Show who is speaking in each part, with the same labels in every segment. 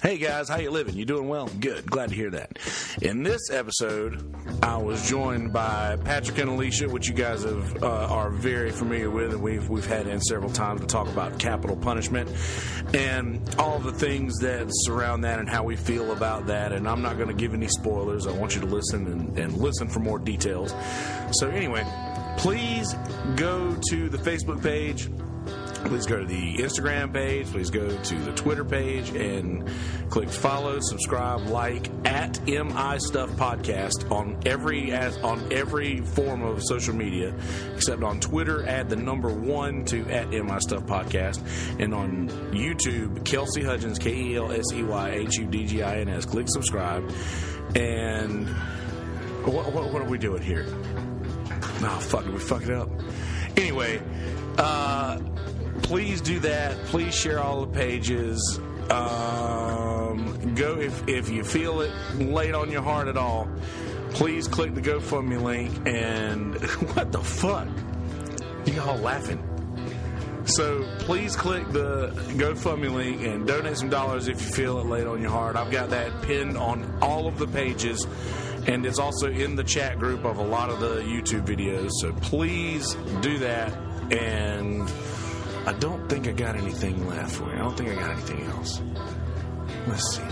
Speaker 1: Hey guys, how you living? You doing well? Good. Glad to hear that. In this episode, I was joined by Patrick and Alicia, which you guys have, uh, are very familiar with, and we've we've had in several times to talk about capital punishment and all the things that surround that and how we feel about that. And I'm not going to give any spoilers. I want you to listen and, and listen for more details. So anyway, please go to the Facebook page please go to the Instagram page, please go to the Twitter page and click follow, subscribe, like at MI Stuff Podcast on every as on every form of social media, except on Twitter at the number one to at MI Stuff Podcast and on YouTube, Kelsey Hudgens, K E L S E Y H U D G I N S. Click subscribe. And what, what, what are we doing here? Oh, fuck, did we fuck it up? Anyway, uh, please do that. Please share all the pages. Um, go if, if you feel it laid on your heart at all. Please click the GoFundMe link and what the fuck? You all laughing. So please click the GoFundMe link and donate some dollars if you feel it laid on your heart. I've got that pinned on all of the pages, and it's also in the chat group of a lot of the YouTube videos. So please do that. And I don't think I got anything left for you. I don't think I got anything else. Let's see.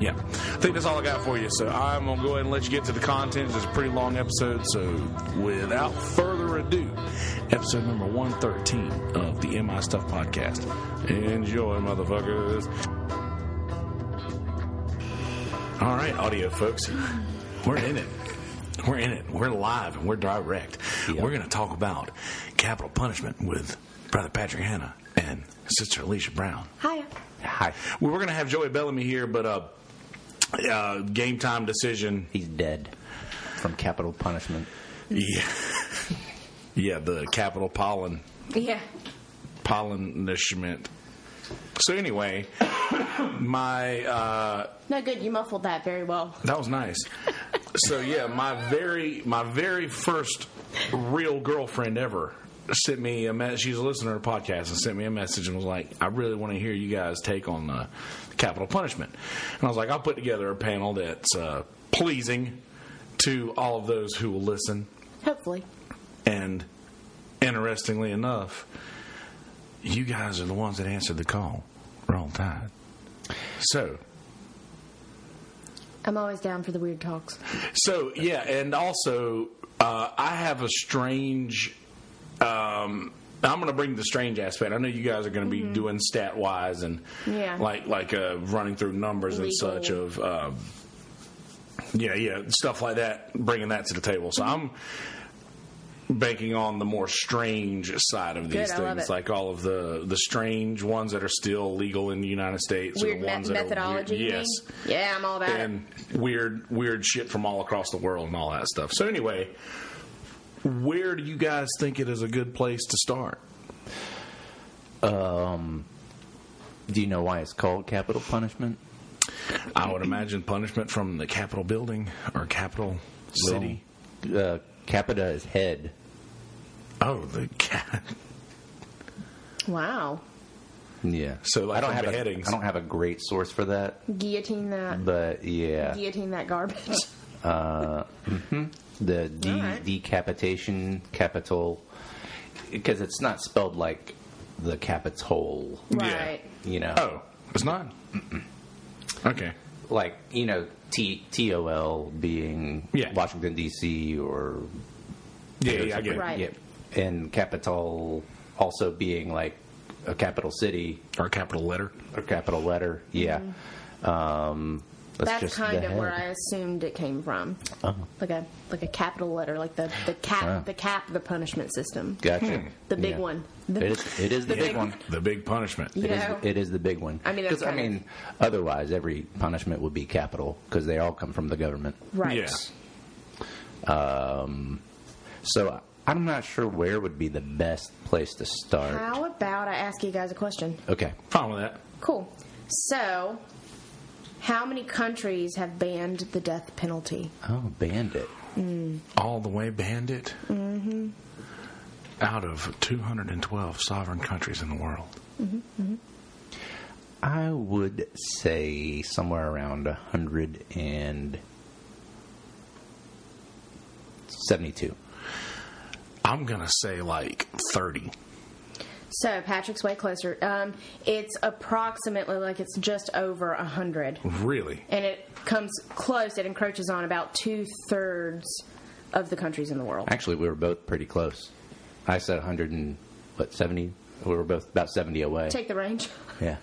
Speaker 1: Yeah, I think that's all I got for you. So I'm gonna go ahead and let you get to the content. It's a pretty long episode. So without further ado, episode number 113 of the MI Stuff podcast. Enjoy, motherfuckers. All right, audio folks, we're in it. We're in it. We're live and we're direct. We're going to talk about capital punishment with Brother Patrick Hanna and Sister Alicia Brown.
Speaker 2: Hiya.
Speaker 3: Hi.
Speaker 1: We were going to have Joey Bellamy here, but uh, uh, game time decision.
Speaker 3: He's dead from capital punishment.
Speaker 1: Yeah, yeah, the capital pollen
Speaker 2: Yeah.
Speaker 1: pollenishment. So anyway, my uh,
Speaker 2: No good, you muffled that very well.
Speaker 1: that was nice. So yeah, my very my very first real girlfriend ever sent me a message. She's a listener to the podcast and sent me a message and was like, "I really want to hear you guys take on uh, capital punishment." And I was like, "I'll put together a panel that's uh, pleasing to all of those who will listen."
Speaker 2: Hopefully.
Speaker 1: And interestingly enough, you guys are the ones that answered the call. Roll tide. So,
Speaker 2: I'm always down for the weird talks.
Speaker 1: so yeah, and also uh, I have a strange. Um, I'm going to bring the strange aspect. I know you guys are going to be doing stat wise and
Speaker 2: Mm-hmm. Yeah.
Speaker 1: like like uh, running through numbers and
Speaker 2: Legal.
Speaker 1: such of um, yeah yeah stuff like that, bringing that to the table. So
Speaker 2: Mm-hmm.
Speaker 1: I'm banking on the more strange side of these
Speaker 2: I love
Speaker 1: things,
Speaker 2: it.
Speaker 1: like all of the the strange ones that are still legal in the United States, or
Speaker 2: Weird
Speaker 1: the
Speaker 2: me-
Speaker 1: ones that
Speaker 2: methodology.
Speaker 1: Are
Speaker 2: you
Speaker 1: weird,
Speaker 2: mean?
Speaker 1: yes
Speaker 2: Yeah, I'm all about it.
Speaker 1: and weird weird shit from all across the world and all that stuff. So anyway, where do you guys think it is a good place to start?
Speaker 3: Do you know why it's called capital punishment?
Speaker 1: I would imagine punishment from the Capitol building or Capitol city.
Speaker 3: Uh, capita is head.
Speaker 1: oh, the cat.
Speaker 2: Wow.
Speaker 3: Yeah.
Speaker 1: So, like,
Speaker 3: I don't
Speaker 1: from
Speaker 3: have
Speaker 1: beheadings.
Speaker 3: A, I don't have a great source for that,
Speaker 2: Guillotine that.
Speaker 1: Mm.
Speaker 3: but yeah,
Speaker 2: Guillotine that garbage.
Speaker 3: the de-
Speaker 2: All right.
Speaker 3: decapitation capital because it's not spelled like the capitol.
Speaker 1: Yeah.
Speaker 2: Right.
Speaker 3: You know,
Speaker 1: Oh, it's not. Okay.
Speaker 3: like you know, T T O L being
Speaker 1: Yeah.
Speaker 3: Washington D.C. or
Speaker 1: Yeah, yeah, I get it.
Speaker 2: Right.
Speaker 3: yeah, and capital also being like a capital city.
Speaker 1: Or capital letter.
Speaker 3: or capital letter. Yeah. Um, that's
Speaker 2: Mm-hmm. That's
Speaker 3: just
Speaker 2: kind
Speaker 3: the
Speaker 2: of where I
Speaker 3: head.
Speaker 2: assumed it came from.
Speaker 1: Oh.
Speaker 2: Like a like a capital letter, like the the cap
Speaker 3: Wow.
Speaker 2: the cap the punishment system.
Speaker 3: Gotcha.
Speaker 2: The big
Speaker 3: Yeah.
Speaker 2: one.
Speaker 3: It
Speaker 2: The-
Speaker 3: is, it is the, big one.
Speaker 1: Hmm. The big punishment.
Speaker 2: Yeah.
Speaker 3: It is,
Speaker 2: know?
Speaker 3: it is the big one.
Speaker 2: I mean, that's
Speaker 3: 'Cause, I
Speaker 2: kind of-
Speaker 3: mean, otherwise every punishment would be capital because they all come from the government.
Speaker 2: right.
Speaker 1: Yeah.
Speaker 3: So I- I'm not sure where would be the best place to start.
Speaker 2: How about I ask you guys a question?
Speaker 3: Okay.
Speaker 1: Fine with that.
Speaker 2: Cool. So how many countries have banned the death penalty?
Speaker 3: Oh, bandit.
Speaker 1: All the way bandit. Mm-hmm. Out of 212 sovereign countries in the world.
Speaker 3: I would say somewhere around 172.
Speaker 1: I'm going to say like 30.
Speaker 2: So Patrick's way closer. Um, it's approximately like it's just over a hundred,
Speaker 1: Really?
Speaker 2: and it comes close. It encroaches on about two thirds of the countries in the world.
Speaker 3: Actually, we were both pretty close. I said 100 and what 70. We were both about 70 away.
Speaker 2: Take the range.
Speaker 3: yeah.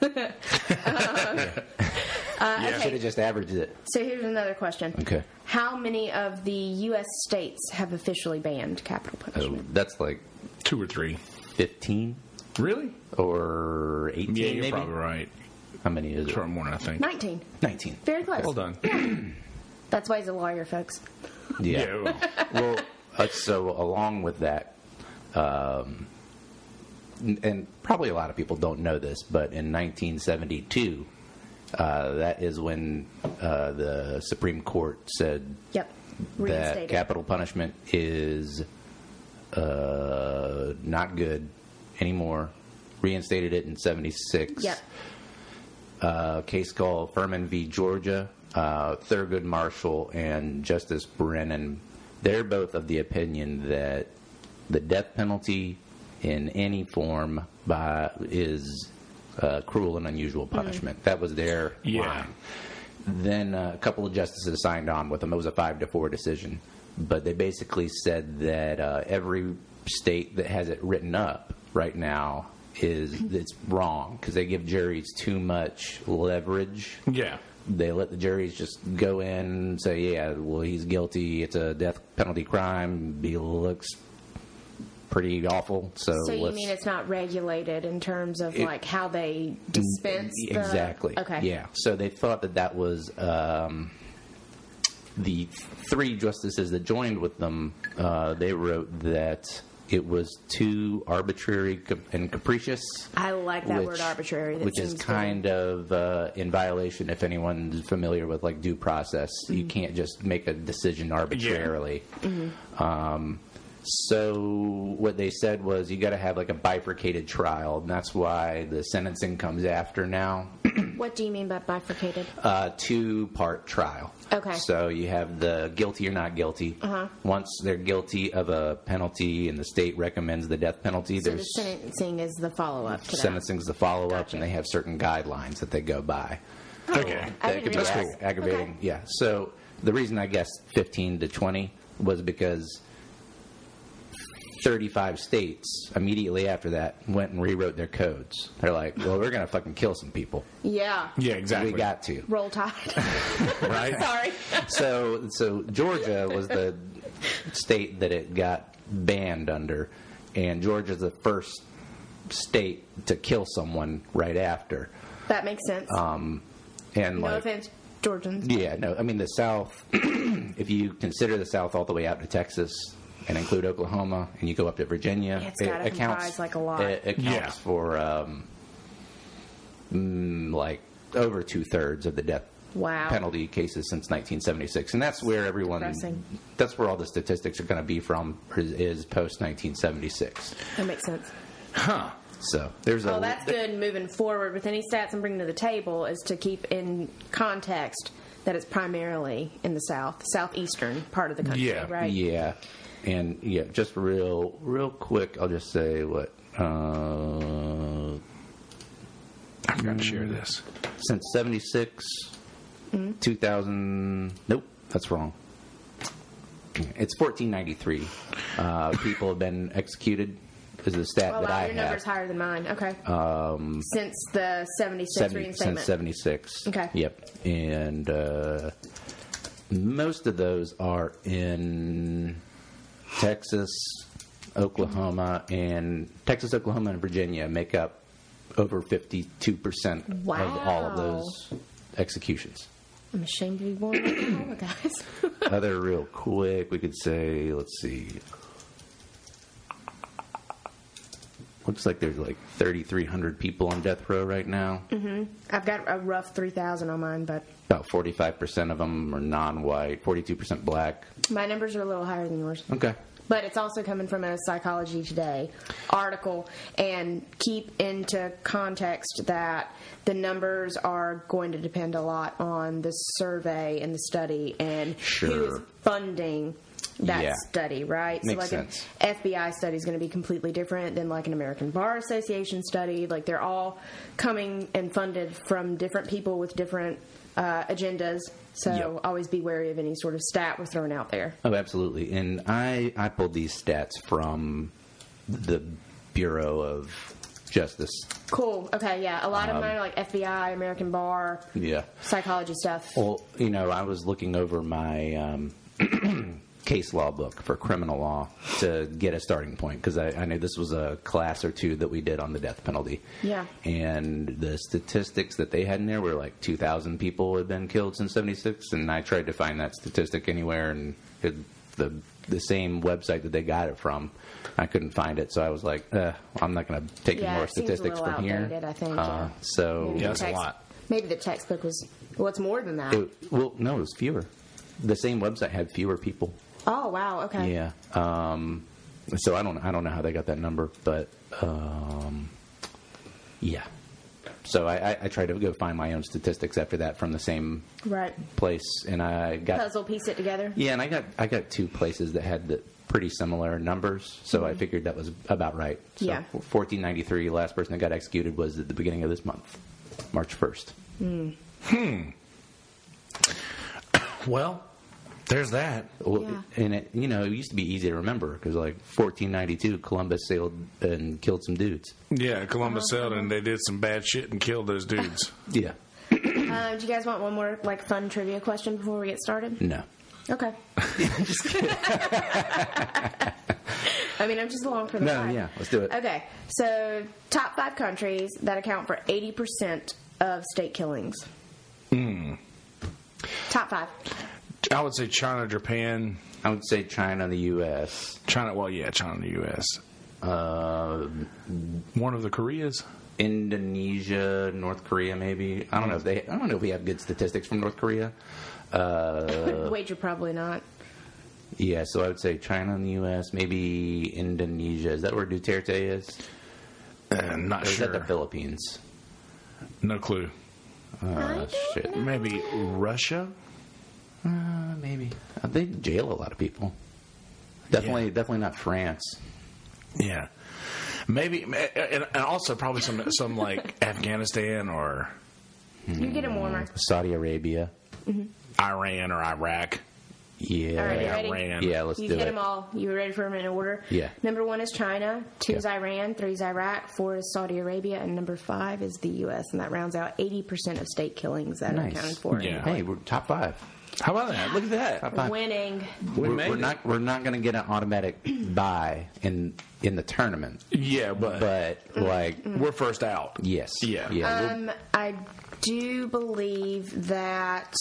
Speaker 3: I should have just averaged it.
Speaker 2: Uh, So here's another question.
Speaker 3: Okay.
Speaker 2: How many of the U.S. states have officially banned capital
Speaker 3: So
Speaker 2: punishment?
Speaker 3: that's like
Speaker 1: Two or three.
Speaker 3: 15
Speaker 1: Really?
Speaker 3: or 18.
Speaker 1: Yeah, you're
Speaker 3: maybe?
Speaker 1: probably right.
Speaker 3: How many is it?
Speaker 1: Try one, I
Speaker 3: Oh.
Speaker 1: think.
Speaker 2: Nineteen.
Speaker 3: 19.
Speaker 2: Very close.
Speaker 1: Well done.
Speaker 2: That's why he's a lawyer, folks.
Speaker 3: Yeah.
Speaker 1: Yeah, well,
Speaker 3: well, uh, so along with that, um, n- and probably a lot of people don't know this, but in 1972, uh, that is when uh, the Supreme Court said
Speaker 2: Yep.
Speaker 3: that
Speaker 2: Reinstated.
Speaker 3: capital punishment is uh, not good anymore. Reinstated it in 76.
Speaker 2: Yep.
Speaker 3: A case called Furman v. Georgia, uh, Thurgood Marshall, and Justice Brennan. They're both of the opinion that the death penalty in any form by, is uh, cruel and unusual punishment. That was their
Speaker 1: Yeah.
Speaker 3: line. Then uh, a couple of justices signed on with them. It was a five to four decision, but they basically said that uh, every state that has it written up right now is it's wrong because they give juries too much leverage.
Speaker 1: yeah.
Speaker 3: They let the juries just go in and say, "Yeah, well, he's guilty. It's a death penalty crime. He looks pretty awful." So,
Speaker 2: So you
Speaker 3: let's-
Speaker 2: mean it's not regulated in terms of
Speaker 3: It- Mm,
Speaker 2: like how they dispense? the-
Speaker 3: exactly
Speaker 2: okay.
Speaker 3: yeah so they thought that that was um, the three justices that joined with them uh, they wrote that it was too arbitrary cap- and capricious
Speaker 2: I like that word
Speaker 3: which-
Speaker 2: arbitrary. That
Speaker 3: which is
Speaker 2: seems good.
Speaker 3: kind of uh, in violation if anyone's familiar with like due process
Speaker 2: Mm-hmm.
Speaker 3: you can't just make a decision arbitrarily
Speaker 2: Mm-hmm.
Speaker 3: um, so what they said was you got to have like a bifurcated trial and that's why the sentencing comes after now
Speaker 2: What do you mean by bifurcated?
Speaker 3: uh, two part trial.
Speaker 2: Okay.
Speaker 3: So you have the guilty or not guilty.
Speaker 2: Uh-huh.
Speaker 3: Once they're guilty of a penalty and the state recommends the death penalty,
Speaker 2: So the
Speaker 3: there's
Speaker 2: sentencing is the follow up to that.
Speaker 3: sentencing's the follow up
Speaker 2: Gotcha.
Speaker 3: and they have certain guidelines that they go by.
Speaker 1: Okay.
Speaker 2: I
Speaker 3: that
Speaker 2: didn't
Speaker 3: could be
Speaker 2: realize.
Speaker 3: ag- aggravating.
Speaker 2: Okay.
Speaker 3: Yeah. So the reason I guess 15 to 20 was because 35 states immediately after that went and rewrote their codes. They're like, well, we're going to fucking kill some people.
Speaker 2: Yeah.
Speaker 1: Yeah, exactly.
Speaker 3: We got to.
Speaker 2: Roll Tide.
Speaker 1: right?
Speaker 2: Sorry.
Speaker 3: so so Georgia was the state that it got banned under, and Georgia's the first state to kill someone right after.
Speaker 2: That makes sense.
Speaker 3: And
Speaker 2: no
Speaker 3: Um, like,
Speaker 2: offense, Georgians.
Speaker 3: yeah, no, I mean the South. if you consider the South all the way out to Texas and include Oklahoma, and you go up to Virginia,
Speaker 2: It's gotta comprise, like, a lot.
Speaker 3: It accounts
Speaker 1: Yeah.
Speaker 3: for um, mm, like over two thirds of the death
Speaker 2: Wow.
Speaker 3: penalty cases since 1976, and that's where everyone.
Speaker 2: Depressing.
Speaker 3: That's where all the statistics are going to be from is, is post 1976.
Speaker 2: That makes sense.
Speaker 3: So there's
Speaker 2: Well,
Speaker 3: a
Speaker 2: Oh, that's good moving forward with any stats I'm bringing to the table is to keep in context that it's primarily in the south, southeastern part of the country,
Speaker 1: Yeah.
Speaker 2: right?
Speaker 3: Yeah, and yeah, just real, real quick. I'll just say what uh,
Speaker 1: I forgot to share this.
Speaker 3: since '76,
Speaker 2: Mm-hmm.
Speaker 3: 2000. Nope, that's wrong. It's 1493. Uh, people have been executed. Is the stat
Speaker 2: Oh,
Speaker 3: that
Speaker 2: wow,
Speaker 3: I
Speaker 2: your
Speaker 3: have.
Speaker 2: number's higher than mine. Okay. since the
Speaker 3: 70,
Speaker 2: 76
Speaker 3: since
Speaker 2: reinstatement.
Speaker 3: 76.
Speaker 2: Okay.
Speaker 3: Yep. And uh, most of those are in Texas, Oklahoma, and Texas, Oklahoma, and Virginia make up over 52%
Speaker 2: Wow.
Speaker 3: of all of those executions.
Speaker 2: I'm ashamed to be born in Oklahoma, guys.
Speaker 3: Other real quick, we could say, let's see. Looks like there's like 3,300 people on death row right now.
Speaker 2: I've got a rough 3,000 on mine, but
Speaker 3: About 45% of them are non white, 42% black.
Speaker 2: my numbers are a little higher than yours.
Speaker 3: Okay.
Speaker 2: but it's also coming from a Psychology Today article and keep into context that the numbers are going to depend a lot on the survey and the study and who is
Speaker 3: Sure.
Speaker 2: funding that
Speaker 3: Yeah.
Speaker 2: study, right?
Speaker 3: Makes
Speaker 2: so like
Speaker 3: sense.
Speaker 2: an FBI study is going to be completely different than like an American Bar Association study. Like they're all coming and funded from different people with different uh, agendas. So
Speaker 3: Yep.
Speaker 2: always be wary of any sort of stat we're throwing out there.
Speaker 3: Oh, absolutely. And I, I pulled these stats from the Bureau of Justice.
Speaker 2: Cool. Okay. Yeah. A lot
Speaker 3: Um,
Speaker 2: of mine are like FBI, American Bar,
Speaker 3: Yeah.
Speaker 2: psychology stuff.
Speaker 3: Well, you know, I was looking over my um, case law book for criminal law to get a starting point because I, I knew this was a class or two that we did on the death penalty.
Speaker 2: Yeah.
Speaker 3: And the statistics that they had in there were like 2,000 people had been killed since 76, and I tried to find that statistic anywhere, and it, the the same website that they got it from, I couldn't find it, so I was like, eh, I'm not going to take any
Speaker 2: Yeah,
Speaker 3: more
Speaker 2: it seems a
Speaker 3: statistics
Speaker 2: little
Speaker 3: from here.
Speaker 2: outdated, I think,
Speaker 3: Uh,
Speaker 2: yeah.
Speaker 3: So
Speaker 2: Maybe
Speaker 1: Yeah,
Speaker 2: the
Speaker 1: that's a
Speaker 2: text-
Speaker 1: lot.
Speaker 2: Maybe the textbook was. Well, it's more than that.
Speaker 3: it, well, no, it was fewer. The same website had fewer people.
Speaker 2: oh wow. Okay.
Speaker 3: Yeah. Um, so I don't I don't know how they got that number, but um, yeah. So I, I, I tried to go find my own statistics after that from the same
Speaker 2: Right.
Speaker 3: place, and I got
Speaker 2: Puzzle piece it together.
Speaker 3: yeah, and I got I got two places that had the pretty similar numbers, so I figured that was about right. So
Speaker 2: Mm-hmm. Yeah.
Speaker 3: fourteen ninety three. Last person that got executed was at the beginning of this month, March first.
Speaker 2: Hmm.
Speaker 1: Hmm. Well, there's that.
Speaker 3: Well,
Speaker 2: Yeah.
Speaker 3: and it, you know, it used to be easy to remember because, like, 1492, Columbus sailed and killed some dudes.
Speaker 1: Yeah, Columbus sailed and they did some bad shit and killed those dudes.
Speaker 3: Yeah.
Speaker 2: Uh, do you guys want one more like fun trivia question before we get started?
Speaker 3: No.
Speaker 2: Okay. I mean, I'm just along for the
Speaker 3: No,
Speaker 2: ride.
Speaker 3: yeah, let's do it.
Speaker 2: Okay, so top five countries that account for 80% of state killings.
Speaker 3: Hmm.
Speaker 2: Top five.
Speaker 1: I would say China, Japan,
Speaker 3: I would say China, the U.S.,
Speaker 1: China. Well, yeah, China, the U.S.
Speaker 3: uh,
Speaker 1: One of the Koreas.
Speaker 3: Indonesia, North Korea, maybe. I don't know if they. I don't know if we have good statistics from North Korea. Uh,
Speaker 2: Wager probably not.
Speaker 3: Yeah, so I would say China and the U.S., maybe Indonesia. Is that where Duterte is?
Speaker 1: Uh, not
Speaker 3: Or is
Speaker 1: sure.
Speaker 3: that the Philippines?
Speaker 1: no clue.
Speaker 3: Uh, shit.
Speaker 1: Maybe Russia.
Speaker 3: Uh, maybe. Uh, They jail a lot of people. Definitely, definitely not France.
Speaker 1: Yeah, maybe, and, and also probably some some like Afghanistan or
Speaker 2: You get a
Speaker 3: hmm.
Speaker 2: warmer.
Speaker 3: Saudi Arabia.
Speaker 1: Iran or Iraq.
Speaker 3: Yeah.
Speaker 2: All right, you
Speaker 1: Yeah,
Speaker 2: ready?
Speaker 1: Iran.
Speaker 3: Yeah, let's
Speaker 2: you
Speaker 3: do
Speaker 2: hit
Speaker 3: it.
Speaker 2: them all. You ready for them in order?
Speaker 3: Yeah.
Speaker 2: Number one is China. Two is
Speaker 3: Yeah.
Speaker 2: Iran. Three is Iraq. Four is Saudi Arabia. And number five is the U.S. And that rounds out 80% of state killings that are accounted for.
Speaker 1: Yeah.
Speaker 3: Hey, we're top five.
Speaker 1: How about that? Look at that.
Speaker 3: Top five.
Speaker 2: Winning.
Speaker 1: we
Speaker 3: We're,
Speaker 1: made
Speaker 3: we're
Speaker 1: it.
Speaker 3: not. We're not going to get an automatic buy in in the tournament,
Speaker 1: Yeah, but,
Speaker 3: but like,
Speaker 1: we're first out.
Speaker 3: yes,
Speaker 1: Yeah.
Speaker 3: yeah. we'll-
Speaker 2: Um, I do believe that,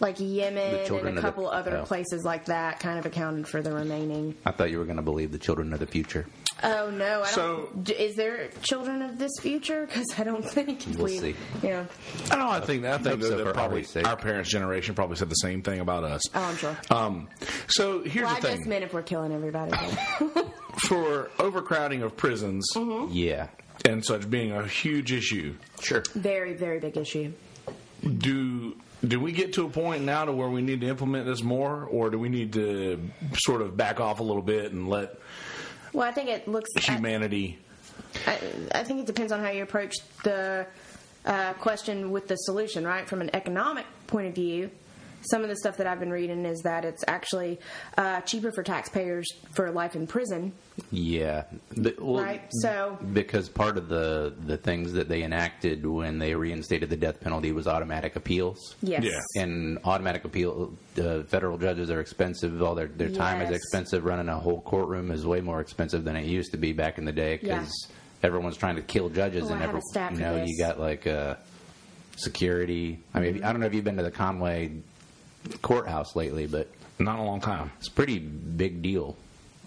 Speaker 2: like
Speaker 3: The
Speaker 2: Yemen
Speaker 3: children
Speaker 2: and a
Speaker 3: of the-
Speaker 2: couple other
Speaker 3: oh.
Speaker 2: places like that, kind of accounted for the remaining.
Speaker 3: I thought you were going to believe the children of the future.
Speaker 2: Oh no! I
Speaker 1: So-
Speaker 2: don't, d- is there children of this future? Because I don't think
Speaker 3: We'll
Speaker 2: we.
Speaker 3: see.
Speaker 2: Yeah.
Speaker 1: Oh, I think I think
Speaker 3: Hope so
Speaker 1: that,
Speaker 3: for
Speaker 1: that probably
Speaker 3: our sake.
Speaker 1: our parents' generation probably said the same thing about us.
Speaker 2: Oh, I'm sure.
Speaker 1: Um, so here's
Speaker 2: well, I
Speaker 1: the
Speaker 2: just
Speaker 1: thing:
Speaker 2: meant if we're killing everybody.
Speaker 1: for overcrowding of prisons
Speaker 2: Mm-hmm.
Speaker 3: Yeah,
Speaker 1: and such being a huge issue,
Speaker 3: sure.
Speaker 2: very, very big issue.
Speaker 1: do do we get to a point now to where we need to implement this more, or do we need to sort of back off a little bit and let
Speaker 2: Well, I think it looks. I-
Speaker 1: humanity?
Speaker 2: I, I think it depends on how you approach the uh, question with the solution, right? From an economic point of view, some of the stuff that I've been reading is that it's actually uh, cheaper for taxpayers for life in prison,
Speaker 3: Yeah, but, well,
Speaker 2: right? So,
Speaker 3: because part of the the things that they enacted when they reinstated the death penalty was automatic appeals.
Speaker 2: yes.
Speaker 1: Yeah.
Speaker 3: and automatic appeal. Uh, federal judges are expensive. All their their time is
Speaker 2: Yes.
Speaker 3: expensive. Running a whole courtroom is way more expensive than it used to be back in the day because everyone's trying to kill judges
Speaker 2: Oh, I
Speaker 3: and
Speaker 2: have
Speaker 3: every,
Speaker 2: a stat
Speaker 3: you
Speaker 2: for
Speaker 3: know
Speaker 2: this. Mm-hmm.
Speaker 3: you got like uh, security. I mean, I don't know if you've been to the Conway courthouse lately, but
Speaker 1: Not a long time.
Speaker 3: it's a pretty big deal.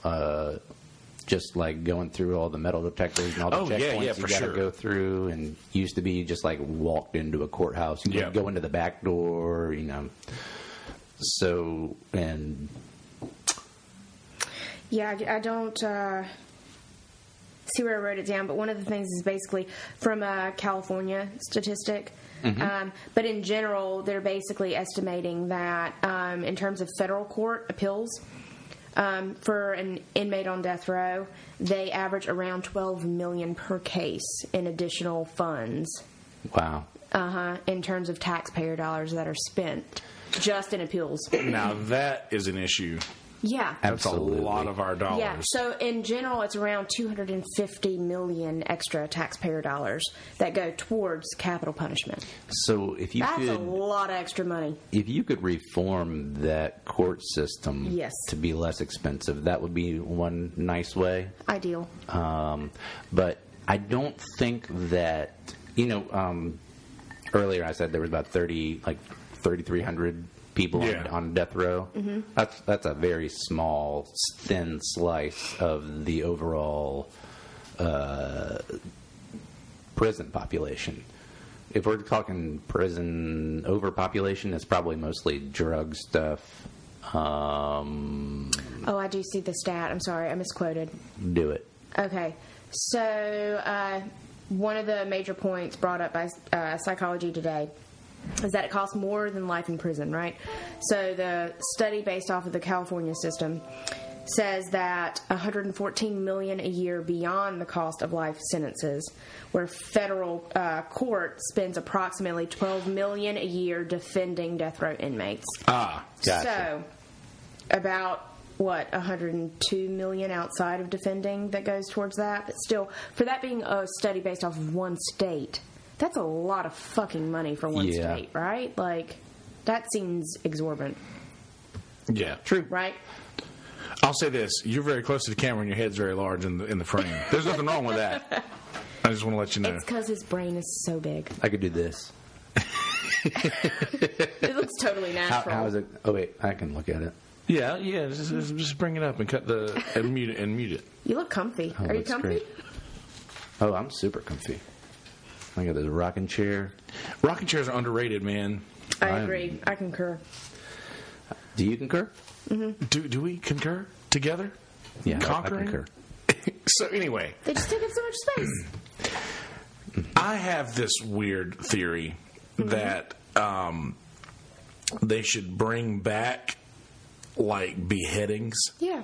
Speaker 3: Uh, just like going through all the metal detectors and all the
Speaker 1: Oh, yeah, yeah,
Speaker 3: checkpoints you
Speaker 1: for
Speaker 3: got to
Speaker 1: sure.
Speaker 3: go through, and used to be you just like walked into a courthouse, you
Speaker 1: Yeah.
Speaker 3: could go into the back door, you know. So and
Speaker 2: Yeah, I, I don't uh, see where I wrote it down, but one of the things is basically from a California statistic. Um, but in general, they're basically estimating that um, in terms of federal court appeals um, for an inmate on death row, they average around 12 million per case in additional funds
Speaker 3: Wow.
Speaker 2: uh-huh, in terms of taxpayer dollars that are spent just in appeals.
Speaker 1: Now that is an issue.
Speaker 2: Yeah.
Speaker 1: That's a lot of our dollars.
Speaker 2: Yeah. So in general, it's around 250 million extra taxpayer dollars that go towards capital punishment.
Speaker 3: So if you
Speaker 2: That's a
Speaker 3: could
Speaker 2: lot of extra money.
Speaker 3: if you could reform that court system
Speaker 2: Yes.
Speaker 3: to be less expensive, that would be one nice way.
Speaker 2: Ideal.
Speaker 3: Um, but I don't think that you know. Um, earlier, I said there was about thirty, like thirty three hundred people
Speaker 1: Yeah.
Speaker 3: on, on death row. Mm-hmm. That's that's a very small, thin slice of the overall uh, prison population. If we're talking prison overpopulation, it's probably mostly drug stuff. Um,
Speaker 2: Oh, I do see the stat. I'm sorry, I misquoted.
Speaker 3: do it.
Speaker 2: Okay. So uh, one of the major points brought up by uh, psychology today is that it costs more than life in prison, right? So the study based off of the California system says that 114 million a year beyond the cost of life sentences, where federal uh, court spends approximately 12 million a year defending death row inmates.
Speaker 1: Ah,
Speaker 3: Gotcha.
Speaker 2: So, about what 102 million outside of defending that goes towards that, but still, for that being a study based off of one state, that's a lot of fucking money for one
Speaker 3: Yeah.
Speaker 2: state, right? Like, that seems exorbitant,
Speaker 1: yeah, true.
Speaker 2: right?
Speaker 1: I'll say this: you're very close to the camera, and your head's very large in the in the frame. There's nothing wrong with that. I just want to let you know.
Speaker 2: It's because his brain is so big.
Speaker 3: I could do this.
Speaker 2: It looks totally
Speaker 3: How,
Speaker 2: natural.
Speaker 3: how is it? Oh wait, I can look at it.
Speaker 1: Yeah, yeah. Just, just- just bring it up and cut the and mute it and mute it.
Speaker 2: You look comfy.
Speaker 3: Oh,
Speaker 2: Are you
Speaker 3: looks
Speaker 2: comfy?
Speaker 3: great. Oh, I'm super comfy. I got this rocking chair.
Speaker 1: Rocking chairs are underrated, man.
Speaker 2: I
Speaker 3: I'm-
Speaker 2: agree. I concur.
Speaker 3: Do you concur?
Speaker 1: Do do we concur together?
Speaker 3: Yeah, I- I
Speaker 1: conquering.
Speaker 3: concur.
Speaker 1: so anyway,
Speaker 2: They just take up so much space.
Speaker 1: I have this weird theory that um, they should bring back like beheadings.
Speaker 2: yeah.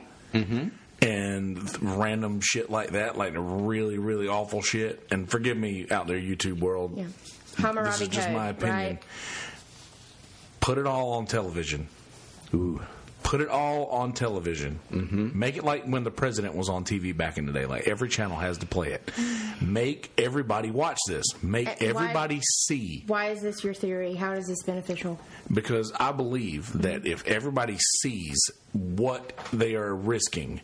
Speaker 1: and th- random shit like that, like the really, really awful shit. And forgive me out there, YouTube world.
Speaker 2: Yeah. Hammurabi
Speaker 1: This is just
Speaker 2: code,
Speaker 1: my opinion.
Speaker 2: Right?
Speaker 1: Put it all on television.
Speaker 3: Ooh,
Speaker 1: Put it all on television. Mm-hmm. Make it like when the president was on TV back in the day. Like every channel has to play it. Make everybody watch this. Make
Speaker 2: And Eh, why-
Speaker 1: everybody see.
Speaker 2: Why is this your theory? How is this beneficial?
Speaker 1: because I believe that if everybody sees what they are risking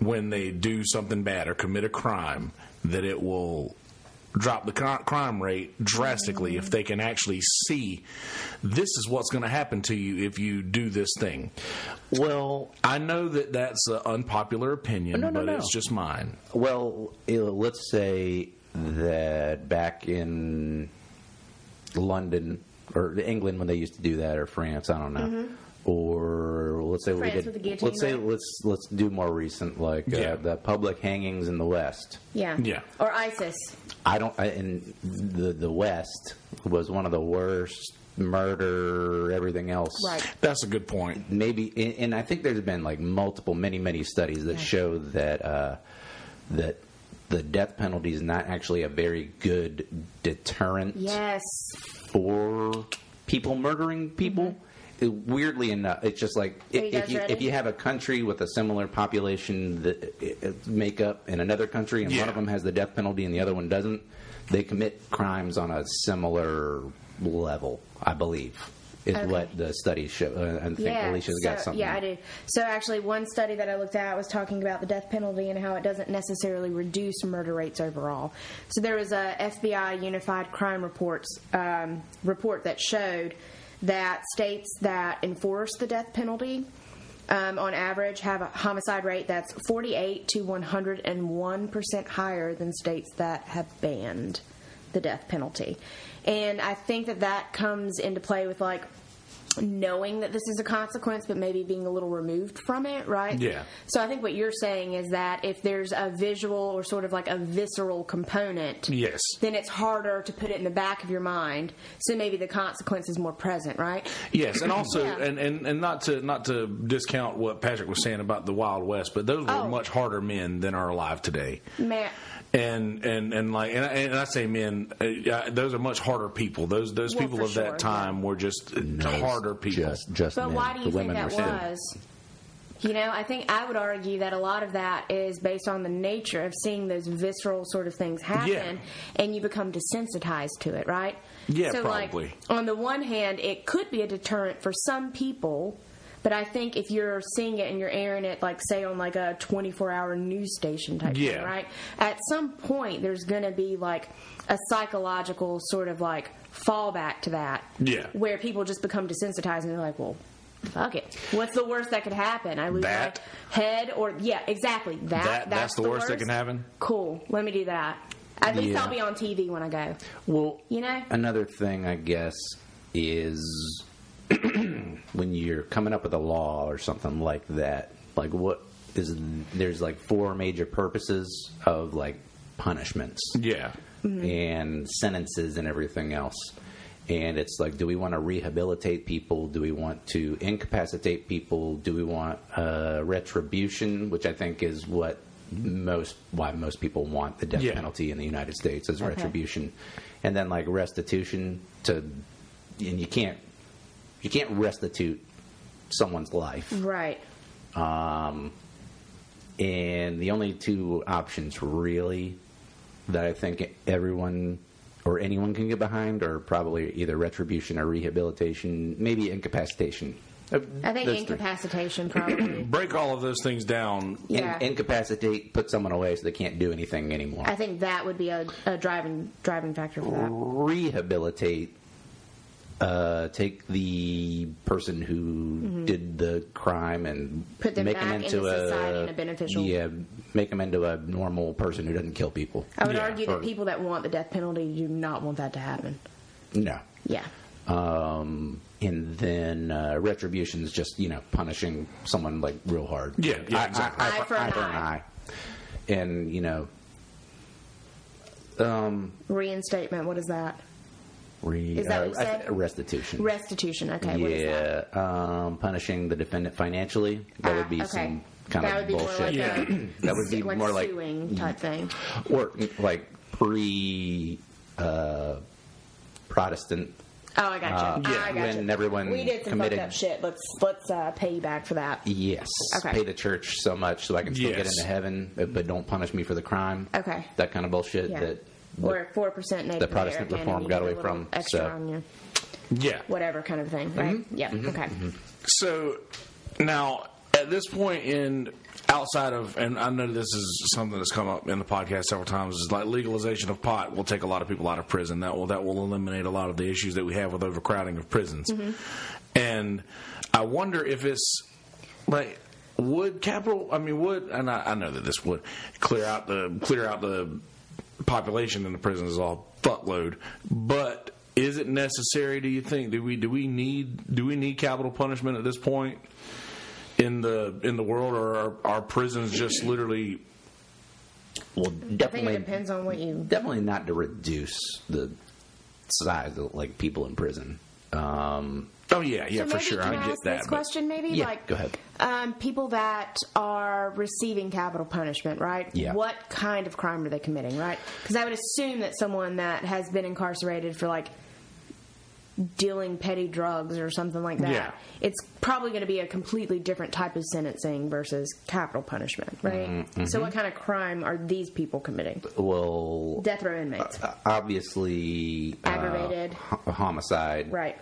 Speaker 1: when they do something bad or commit a crime, that it will drop the cri- crime rate drastically if they can actually see this is what's going to happen to you if you do this thing.
Speaker 3: well,
Speaker 1: I know that that's an unpopular opinion,
Speaker 3: No, no,
Speaker 1: but
Speaker 3: no.
Speaker 1: it's just mine.
Speaker 3: well, you know, let's say that back in London or England when they used to do that, or France, I don't know. Or let's say
Speaker 2: Mm-hmm. France
Speaker 3: we did.
Speaker 2: with the guillotine,
Speaker 3: let's say
Speaker 2: right?
Speaker 3: let's let's do more recent, like
Speaker 1: Yeah.
Speaker 3: uh, the public hangings in the West.
Speaker 2: Yeah.
Speaker 1: Yeah.
Speaker 2: Or ISIS.
Speaker 3: I don't. I, and the the West was one of the worst murder, everything else.
Speaker 2: Right.
Speaker 1: That's a good point.
Speaker 3: Maybe, and, and I think there's been like multiple, many, many studies that show that uh, that the death penalty is not actually a very good deterrent
Speaker 2: Yes.
Speaker 3: for people murdering people.
Speaker 1: Mm-hmm.
Speaker 3: It- weirdly enough, it's just like
Speaker 2: Are you
Speaker 3: if, if
Speaker 2: guys
Speaker 3: you
Speaker 2: ready?
Speaker 3: if you have a country with a similar population that uh, i- i- makeup in another country, and
Speaker 1: Yeah.
Speaker 3: one of them has the death penalty and the other one doesn't, they commit crimes on a similar level. I believe is
Speaker 2: Okay.
Speaker 3: what the studies show. Uh, I think
Speaker 2: Yeah.
Speaker 3: Alicia's got
Speaker 2: so-
Speaker 3: something.
Speaker 2: Yeah, I do. So actually, one study that I looked at was talking about the death penalty and how it doesn't necessarily reduce murder rates overall. So there was a FBI Unified Crime Reports um, report that showed that states that enforce the death penalty. Um, on average, have a homicide rate that's 48 to 101 percent higher than states that have banned the death penalty, and I think that that comes into play with like knowing that this is a consequence, but maybe being a little removed from it, right?
Speaker 1: Yeah.
Speaker 2: So I think what you're saying is that if there's a visual or sort of like a visceral component,
Speaker 1: Yes.
Speaker 2: then it's harder to put it in the back of your mind. So maybe the consequence is more present, right?
Speaker 1: Yes, and also,
Speaker 2: Yeah.
Speaker 1: and, and, and not to not to discount what Patrick was saying about the Wild West, but those were
Speaker 2: Oh.
Speaker 1: much harder men than are alive today.
Speaker 2: Man,
Speaker 1: And and and like, and I, and I say men, uh, yeah, those are much harder people. Those those
Speaker 2: Well,
Speaker 1: people
Speaker 2: for
Speaker 1: of
Speaker 2: sure,
Speaker 1: that time were just harder people.
Speaker 3: Just, just
Speaker 2: but
Speaker 3: men.
Speaker 2: why do you
Speaker 3: the
Speaker 2: think
Speaker 3: women
Speaker 2: that
Speaker 3: were still-
Speaker 2: was? You know, I think I would argue that a lot of that is based on the nature of seeing those visceral sort of things happen, and you become desensitized to it, right?
Speaker 1: Yeah,
Speaker 2: so
Speaker 1: probably.
Speaker 2: Like, on the one hand, it could be a deterrent for some people, but I think if you're seeing it and you're airing it, like say on like a 24-hour news station type
Speaker 1: Yeah.
Speaker 2: thing, right? At some point, there's going to be like a psychological sort of like fallback to that,
Speaker 1: Yeah.
Speaker 2: where people just become desensitized and they're like, well. Fuck it. What's the worst that could happen? I lose
Speaker 1: That?
Speaker 2: my head, or yeah, exactly. That,
Speaker 1: That- that's the worst that can happen?
Speaker 2: Cool. Let me do that. At least
Speaker 3: Yeah.
Speaker 2: I'll be on TV when I go.
Speaker 3: Well,
Speaker 2: You know?
Speaker 3: another thing I guess is when you're coming up with a law or something like that. Like what is there's like four major purposes of like punishments
Speaker 1: Yeah,
Speaker 3: and sentences and everything else. And it's like, do we want to rehabilitate people? Do we want to incapacitate people? Do we want uh, retribution, which I think is what most why most people want the death
Speaker 1: Yeah.
Speaker 3: penalty in the United States is retribution, and then like restitution to, and you can't you can't restitute someone's life.
Speaker 2: Right.
Speaker 3: And the only two options really that I think everyone or anyone can get behind are probably either retribution or rehabilitation, maybe incapacitation. I
Speaker 2: I think incapacitation probably.
Speaker 1: break all of those things down.
Speaker 2: yeah.
Speaker 3: incapacitate, put someone away so they can't do anything anymore.
Speaker 2: I think that would be a, a driving driving factor for that.
Speaker 3: rehabilitate, uh, take the person who did the crime and
Speaker 2: Mm-hmm. Put them
Speaker 3: make them
Speaker 2: back
Speaker 3: into
Speaker 2: into
Speaker 3: a
Speaker 2: society in a beneficial-
Speaker 3: Yeah, make them into a normal person who doesn't kill people.
Speaker 2: I would
Speaker 1: Yeah,
Speaker 2: argue that
Speaker 3: or-
Speaker 2: people that want the death penalty do not want that to happen.
Speaker 3: No.
Speaker 2: Yeah.
Speaker 3: Um, and then uh, retribution is just you know punishing someone like real hard.
Speaker 1: Yeah, yeah,
Speaker 3: I- I-
Speaker 1: exactly.
Speaker 3: I,
Speaker 2: Eye for an
Speaker 3: I
Speaker 2: eye.
Speaker 3: And you know,
Speaker 2: Reinstatement, what is that?
Speaker 3: re,
Speaker 2: Is that what
Speaker 3: uh,
Speaker 2: you said?
Speaker 3: I- restitution.
Speaker 2: Restitution, okay, what is that?
Speaker 3: yeah, um, punishing the defendant financially. That
Speaker 2: Ah,
Speaker 3: would be
Speaker 2: okay.
Speaker 3: some kind
Speaker 2: that
Speaker 3: of
Speaker 2: would be
Speaker 3: bullshit.
Speaker 2: More like
Speaker 1: Yeah.
Speaker 2: a,
Speaker 3: That would be
Speaker 2: like
Speaker 3: more like- Mm-hmm.
Speaker 2: suing type thing.
Speaker 3: or like pre uh, Protestant.
Speaker 2: Oh, I got you.
Speaker 1: Uh,
Speaker 2: I
Speaker 1: yeah,
Speaker 2: got
Speaker 3: when
Speaker 2: you.
Speaker 3: everyone
Speaker 2: we did some
Speaker 3: committed-
Speaker 2: fucked up shit. Let's let's uh, pay you back for that.
Speaker 3: Yes.
Speaker 2: Okay.
Speaker 3: Pay the church so much so I can still get
Speaker 1: Yes.
Speaker 3: into heaven, but but don't punish me for the crime.
Speaker 2: Okay.
Speaker 3: That kind of bullshit.
Speaker 2: Yeah.
Speaker 3: That
Speaker 2: or four percent Native
Speaker 3: the Protestant
Speaker 2: American,
Speaker 3: reform
Speaker 2: and you
Speaker 3: got
Speaker 2: get a
Speaker 3: away
Speaker 2: little
Speaker 3: from,
Speaker 2: extra
Speaker 3: so-
Speaker 2: on you,
Speaker 1: Yeah.
Speaker 2: whatever kind of thing, right?
Speaker 3: Mm-hmm.
Speaker 2: Yeah. Okay.
Speaker 1: So now at this point in outside of and I know this is something that's come up in the podcast several times is like legalization of pot will take a lot of people out of prison. That will that will eliminate a lot of the issues that we have with overcrowding of prisons. And I wonder if it's like would capital I mean would and I, I know that this would clear out the clear out the population in the prisons is all fuckload, but is it necessary? Do you think? Do we do we need do we need capital punishment at this point in the in the world, or are, are prisons just literally?
Speaker 3: well
Speaker 2: I think
Speaker 3: definitely
Speaker 2: it depends on what you.
Speaker 3: definitely not to reduce the size of like people in prison. Um,
Speaker 1: Oh yeah, yeah,
Speaker 2: So
Speaker 1: for
Speaker 2: maybe
Speaker 1: sure.
Speaker 2: can
Speaker 1: I get
Speaker 2: ask
Speaker 1: that.
Speaker 2: This
Speaker 1: but-
Speaker 2: question, maybe
Speaker 3: Yeah,
Speaker 2: like
Speaker 3: go ahead.
Speaker 2: Um, people that are receiving capital punishment, right?
Speaker 3: Yeah.
Speaker 2: What kind of crime are they committing, right? Because I would assume that someone that has been incarcerated for like dealing petty drugs or something like that,
Speaker 1: Yeah.
Speaker 2: it's probably going to be a completely different type of sentencing versus capital punishment, right?
Speaker 1: Mm-hmm,
Speaker 2: So, what kind of crime are these people committing?
Speaker 3: well,
Speaker 2: Death row inmates,
Speaker 1: Uh,
Speaker 3: obviously uh,
Speaker 2: Aggravated.
Speaker 3: ho- homicide,
Speaker 2: right?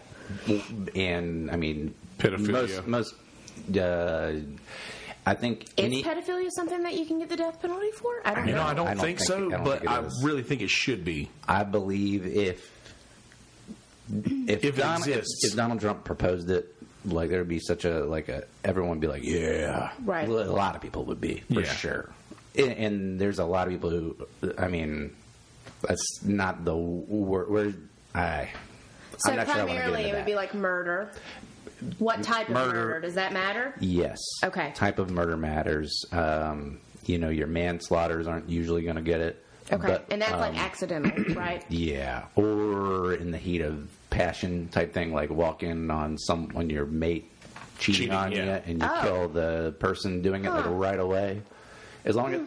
Speaker 3: And I mean,
Speaker 1: Pedophilia.
Speaker 3: Most, most uh, I think
Speaker 2: Is
Speaker 3: any
Speaker 2: pedophilia something that you can get the death penalty for? I don't
Speaker 1: you know, I don't,
Speaker 3: I don't
Speaker 1: think,
Speaker 3: think
Speaker 1: so,
Speaker 3: it- I don't
Speaker 1: but
Speaker 3: think it
Speaker 1: I
Speaker 3: is.
Speaker 1: really think it should be.
Speaker 3: I believe if if,
Speaker 1: If it
Speaker 3: Don- if,
Speaker 1: exists.
Speaker 3: if Donald Trump proposed it, like there would be such a like a everyone would be like, yeah,
Speaker 2: Right.
Speaker 3: A lot of people would be for
Speaker 1: Yeah.
Speaker 3: sure, and, and there's a lot of people who, I mean, that's not the word. Where I,
Speaker 2: So
Speaker 3: I'm not sure I want to get
Speaker 2: primarily,
Speaker 3: into
Speaker 2: it would
Speaker 3: that.
Speaker 2: be like murder, What type of
Speaker 3: Murder.
Speaker 2: murder? Does that matter?
Speaker 3: Yes.
Speaker 2: Okay.
Speaker 3: Type of murder matters. Um, you know, your manslaughters aren't usually going to get it.
Speaker 2: Okay.
Speaker 3: but,
Speaker 2: and that's like
Speaker 3: um,
Speaker 2: accidental, right?
Speaker 3: yeah, or in the heat of passion type thing, like walk in on some on your mate cheating,
Speaker 1: Cheating,
Speaker 3: on you,
Speaker 1: yeah.
Speaker 3: and you
Speaker 2: Oh.
Speaker 3: kill the person doing it like,
Speaker 2: Huh.
Speaker 3: right away. As long as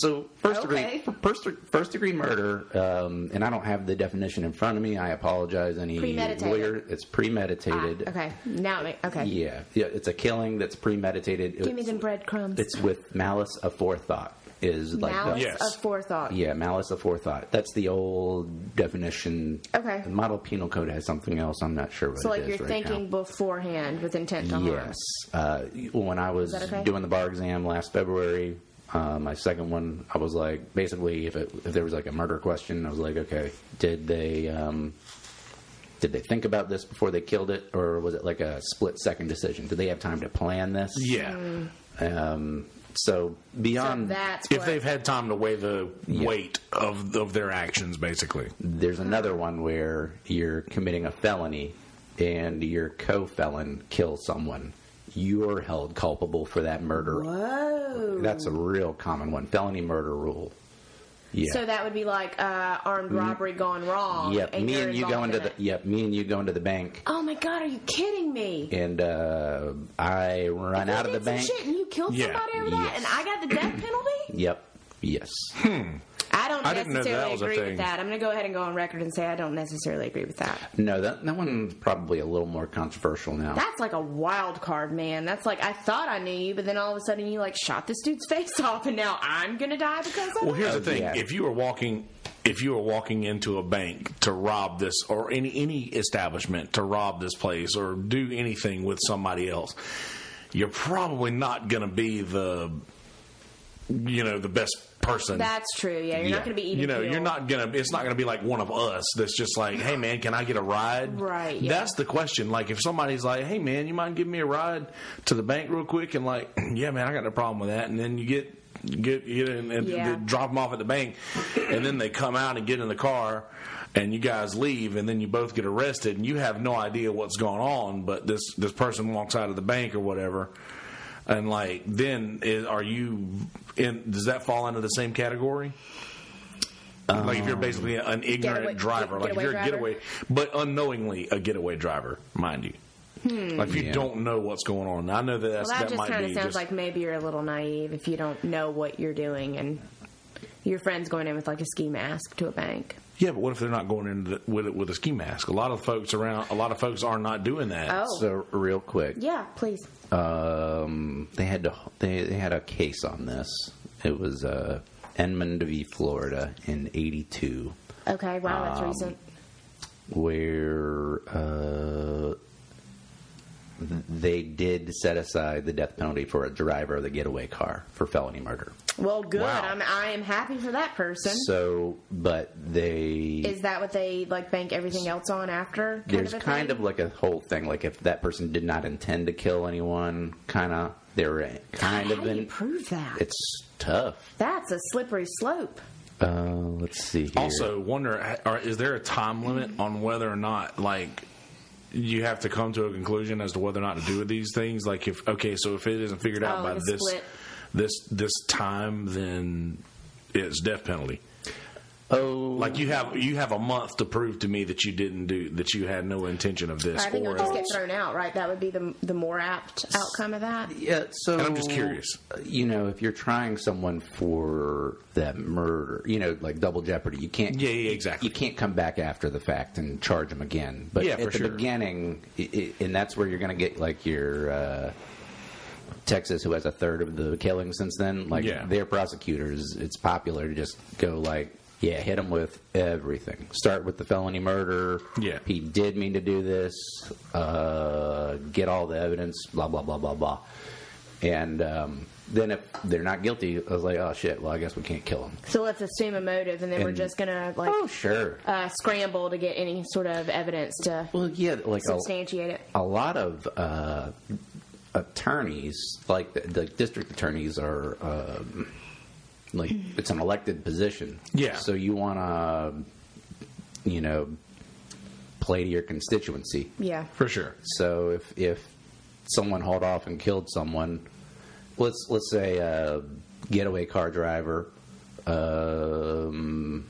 Speaker 3: so first
Speaker 2: Okay.
Speaker 3: degree first first degree murder, um, and I don't have the definition in front of me. I apologize. Any
Speaker 2: Premeditated.
Speaker 3: lawyer, it's premeditated.
Speaker 2: Ah, Okay. Now, it ma- okay.
Speaker 3: Yeah, yeah, it's a killing that's premeditated.
Speaker 2: Give me
Speaker 3: It's-
Speaker 2: them breadcrumbs.
Speaker 3: It's with malice aforethought. Is like
Speaker 2: Malice
Speaker 3: the,
Speaker 1: Yes.
Speaker 2: of forethought.
Speaker 3: yeah, malice aforethought. That's the old definition.
Speaker 2: Okay.
Speaker 3: The model penal code has something else. I'm not sure what
Speaker 2: So
Speaker 3: it
Speaker 2: like
Speaker 3: is
Speaker 2: you're
Speaker 3: right
Speaker 2: thinking beforehand with intent to
Speaker 3: now.
Speaker 2: harm.
Speaker 3: Yes. Uh, when I was
Speaker 2: that okay?
Speaker 3: doing the bar exam last February, uh, my second one, I was like, basically, if it, if there was like a murder question, I was like, okay, did they um, did they think about this before they killed it, or was it like a split second decision? Did they have time to plan this?
Speaker 1: Yeah.
Speaker 2: Hmm.
Speaker 3: Um, so
Speaker 2: So
Speaker 3: beyond
Speaker 2: that's
Speaker 1: If
Speaker 2: what,
Speaker 1: they've had time to weigh the weight of of their actions, basically.
Speaker 3: there's another one where you're committing a felony and your co-felon kills someone you're held culpable for that murder
Speaker 2: Whoa.
Speaker 3: that's a real common one felony murder rule yeah
Speaker 2: So that would be like uh, armed robbery gone wrong.
Speaker 3: yep me
Speaker 2: you're
Speaker 3: and you go
Speaker 2: involved
Speaker 3: into
Speaker 2: in
Speaker 3: the
Speaker 2: it.
Speaker 3: yep me and you go into the bank
Speaker 2: Oh my god, are you kidding me?
Speaker 3: and uh, i run
Speaker 2: You
Speaker 3: out of the
Speaker 2: did some
Speaker 3: bank
Speaker 2: Shit, and you killed
Speaker 1: Yeah.
Speaker 2: somebody over that,
Speaker 3: Yes.
Speaker 2: and I got the death penalty.
Speaker 3: yep yes
Speaker 2: I don't
Speaker 1: I didn't know that
Speaker 2: necessarily
Speaker 1: was a
Speaker 2: agree
Speaker 1: thing.
Speaker 2: with that. I'm going to go ahead and go on record and say I don't necessarily agree with that.
Speaker 3: no that, that one's probably a little more controversial now
Speaker 2: That's like a wild card, man. That's like I thought I knew you, but then all of a sudden you like shot this dude's face off, and now I'm gonna die because of
Speaker 1: Well,
Speaker 2: it?
Speaker 1: here's the
Speaker 3: Oh,
Speaker 1: thing:
Speaker 3: yeah.
Speaker 1: if you were walking, if you were walking into a bank to rob this or any any establishment to rob this place or do anything with somebody else, you're probably not going to be the, you know, the best person.
Speaker 2: That's true. Yeah, you're
Speaker 3: Yeah.
Speaker 2: not gonna be eating.
Speaker 1: you know,
Speaker 2: people.
Speaker 1: you're not gonna. It's not gonna be like one of us that's just like, "Hey, man, can I get a ride?"
Speaker 2: Right, yeah.
Speaker 1: That's the question. Like, if somebody's like, "Hey, man, you mind giving me a ride to the bank real quick?" and like, "Yeah, man, I got no problem with that," and then you get get you get in and
Speaker 2: Yeah.
Speaker 1: drop them off at the bank, and then they come out and get in the car, and you guys leave, and then you both get arrested, and you have no idea what's going on, but this this person walks out of the bank or whatever. And like, then is, are you in? Does that fall into the same category?
Speaker 2: Um,
Speaker 1: like if you're basically an ignorant
Speaker 2: Getaway-
Speaker 1: driver, like if
Speaker 2: getaway
Speaker 1: you're a
Speaker 2: driver?
Speaker 1: getaway, but unknowingly a getaway driver, mind you. Like if you
Speaker 3: Yeah.
Speaker 1: don't know what's going on, I know that that's,
Speaker 2: Hmm. Well, that, just
Speaker 1: might
Speaker 2: kind of
Speaker 1: be
Speaker 2: sounds
Speaker 1: just,
Speaker 2: like maybe you're a little naive if you don't know what you're doing, and your friend's going in with like a ski mask to a bank.
Speaker 1: yeah, but what if they're not going in the, with it with a ski mask? A lot of folks around, a lot of folks are not doing that.
Speaker 2: Oh,
Speaker 3: so real quick
Speaker 2: yeah, please.
Speaker 3: um, they had to they, they had a case on this. It was uh, Edmond v. Florida in '82,
Speaker 2: Okay, wow, that's
Speaker 3: Um,
Speaker 2: recent.
Speaker 3: where uh, th- they did set aside the death penalty for a driver of the getaway car for felony murder.
Speaker 2: Well, good.
Speaker 1: wow.
Speaker 2: I'm I am happy for that person.
Speaker 3: So, but they
Speaker 2: Is that what they like bank everything else on after? Kind
Speaker 3: there's
Speaker 2: of a
Speaker 3: kind
Speaker 2: thing?
Speaker 3: of like a whole thing like if that person did not intend to kill anyone, kind of they were kind
Speaker 2: How
Speaker 3: of
Speaker 2: do you
Speaker 3: in.
Speaker 2: prove that?
Speaker 3: It's tough.
Speaker 2: That's a slippery slope.
Speaker 3: Uh, let's see. Here.
Speaker 1: Also, wonder are, is there a time limit on whether or not like you have to come to a conclusion as to whether or not to do with these things? Like if okay, so if it isn't figured out
Speaker 2: Oh,
Speaker 1: by
Speaker 2: like a
Speaker 1: this
Speaker 2: split.
Speaker 1: this this time, then it's death penalty.
Speaker 3: oh,
Speaker 1: Like you have you have a month to prove to me that you didn't do that you had no intention of this.
Speaker 2: I think it would just
Speaker 1: else-
Speaker 2: get thrown out, right? That would be the the more apt outcome of that.
Speaker 3: Yeah, so uh,
Speaker 1: And I'm just curious.
Speaker 3: You know, if you're trying someone for that murder, you know, like double jeopardy, you can't.
Speaker 1: Yeah, yeah, exactly.
Speaker 3: You can't come back after the fact and charge them again. But
Speaker 1: Yeah,
Speaker 3: at
Speaker 1: for
Speaker 3: the
Speaker 1: sure.
Speaker 3: beginning, i i and that's where you're going to get like your uh, Texas, who has a third of the killings since then. Like
Speaker 1: Yeah.
Speaker 3: their prosecutors, it's popular to just go like. Yeah, hit him with everything. Start with the felony murder.
Speaker 1: Yeah.
Speaker 3: He did mean to do this. Uh, get all the evidence. Blah blah blah blah blah. And um, then if they're not guilty, I was like, oh shit. Well, I guess we can't kill him.
Speaker 2: So let's assume a motive, and then we're
Speaker 3: And-
Speaker 2: just gonna like
Speaker 3: Oh sure.
Speaker 2: uh, scramble to get any sort of evidence to
Speaker 3: Well, yeah, like oh, a,
Speaker 2: substantiate it.
Speaker 3: a lot of uh, attorneys, like the, the district attorneys, are um, like it's an elected position.
Speaker 1: Yeah.
Speaker 3: So you want to, you know, play to your constituency.
Speaker 2: Yeah.
Speaker 4: for sure.
Speaker 3: So if if someone hauled off and killed someone, let's let's say a getaway car driver, um,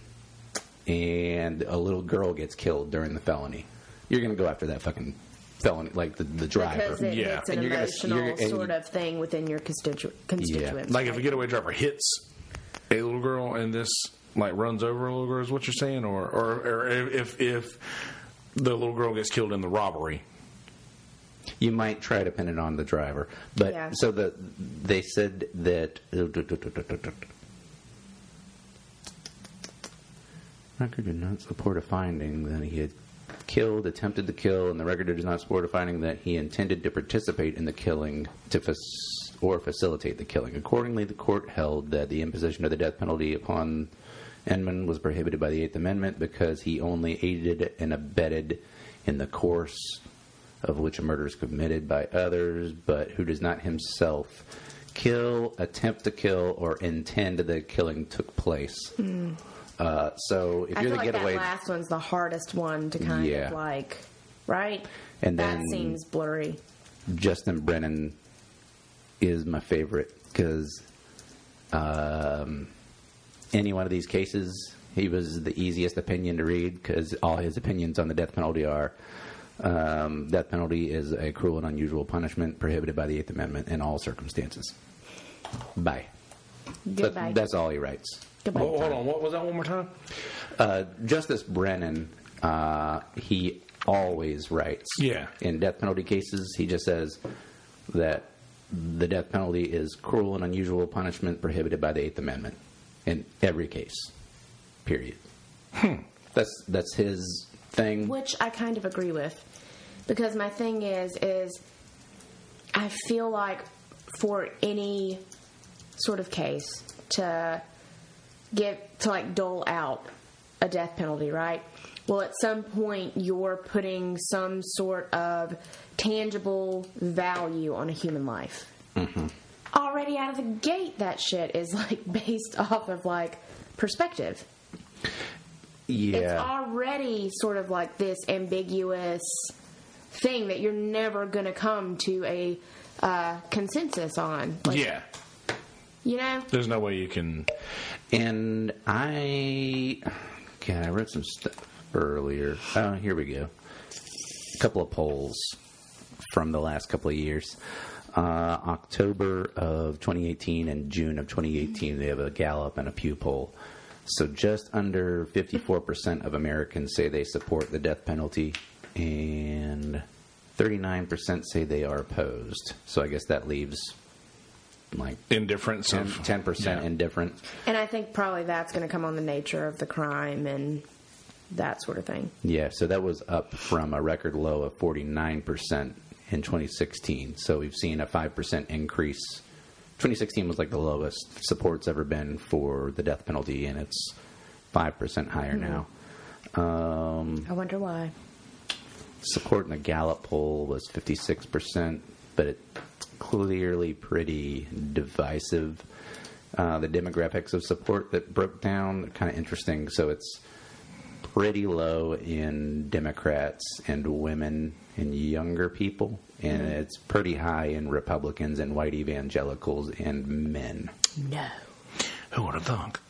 Speaker 3: and a little girl gets killed during the felony, you're gonna go after that fucking felony, like the the driver.
Speaker 2: Because it,
Speaker 1: Yeah.
Speaker 2: it's an
Speaker 3: And you're gonna-
Speaker 2: emotional
Speaker 3: you're- and-
Speaker 2: sort of thing within your constitu- constituents.
Speaker 1: Like if a getaway driver hits a little girl and this like runs over a little girl is what you're saying, or or, or if if the little girl gets killed in the robbery.
Speaker 3: you might try to pin it on the driver. But
Speaker 2: Yeah.
Speaker 3: so the they said that. Record did not support a finding that he had killed, attempted to kill, and the record does not support a finding that he intended to participate in the killing to fac- or facilitate the killing. Accordingly, the court held that the imposition of the death penalty upon Enman was prohibited by the Eighth Amendment because he only aided and abetted in the course of which a murder is committed by others, but who does not himself kill, attempt to kill, or intend that the killing took place. Uh, so if
Speaker 2: Hmm.
Speaker 3: you're
Speaker 2: I feel
Speaker 3: the
Speaker 2: like
Speaker 3: getaway,
Speaker 2: that last one's the hardest one to kind
Speaker 3: Yeah.
Speaker 2: of like, right?
Speaker 3: And
Speaker 2: that
Speaker 3: then-
Speaker 2: seems blurry.
Speaker 3: Justin Brennan is my favorite because um, any one of these cases, he was the easiest opinion to read because all his opinions on the death penalty are um, death penalty is a cruel and unusual punishment prohibited by the Eighth Amendment in all circumstances. Bye. But
Speaker 2: Goodbye.
Speaker 3: that's all he writes.
Speaker 2: Goodbye.
Speaker 1: Hold- hold on, what was that one more time?
Speaker 3: Uh, Justice Brennan, uh, he always writes.
Speaker 1: Yeah.
Speaker 3: In death penalty cases, he just says that the death penalty is cruel and unusual punishment prohibited by the Eighth Amendment in every case. Period. That's that's his thing.
Speaker 2: which I kind of agree with because my thing is is I feel like for any sort of case to get to like dole out a death penalty, right? Well, at some point you're putting some sort of tangible value on a human life. Already out of the gate, that shit is like based off of like perspective
Speaker 3: Yeah.
Speaker 2: it's already sort of like this ambiguous thing that you're never going to come to a uh, consensus on. Like,
Speaker 1: Yeah,
Speaker 2: You know?
Speaker 1: there's no way you can.
Speaker 3: And I, God, I read some stuff earlier. Oh, here we go. A couple of polls from the last couple of years. Uh, October of 2018 and June of 2018, they have a Gallup and a Pew poll. So just under 54% of Americans say they support the death penalty, and 39% say they are opposed. So I guess that leaves like
Speaker 1: Indifference
Speaker 3: 10,
Speaker 1: of
Speaker 3: 10%
Speaker 1: Yeah.
Speaker 3: indifferent.
Speaker 2: And I think probably that's going to come on the nature of the crime and that sort of thing.
Speaker 3: Yeah, so that was up from a record low of 49% in 2016. So we've seen a 5% increase. 2016 was like the lowest support's ever been for the death penalty, and it's 5% higher now.
Speaker 2: I wonder why.
Speaker 3: Support in the Gallup poll was 56%, but it's clearly pretty divisive. Uh, the demographics of support that broke down kind of interesting. So it's pretty low in Democrats and women and younger people, and it's pretty high in Republicans and white evangelicals and men.
Speaker 2: No.
Speaker 1: Who would have thunk?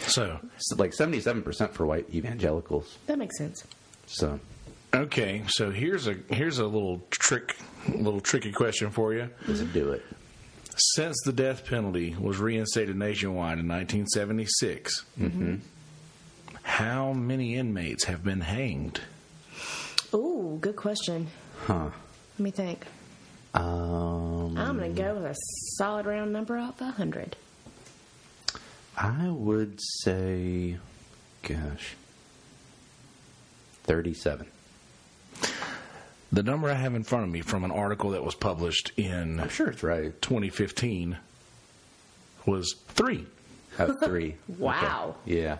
Speaker 1: So
Speaker 3: So like 77% for white evangelicals.
Speaker 2: That makes sense.
Speaker 3: So
Speaker 1: okay, so here's a here's a little trick, little tricky question for you.
Speaker 3: let's do it.
Speaker 1: Since the death penalty was reinstated nationwide in 1976, how many inmates have been hanged?
Speaker 2: Ooh, good question.
Speaker 3: Huh.
Speaker 2: Let me think.
Speaker 3: Um,
Speaker 2: I'm going to go with a solid round number of 100.
Speaker 3: I would say, gosh, 37.
Speaker 1: The number I have in front of me from an article that was published in
Speaker 2: Oh,
Speaker 3: I'm sure it's right.
Speaker 1: 2015 was three.
Speaker 3: Oh, three.
Speaker 2: Wow.
Speaker 3: Okay. Yeah.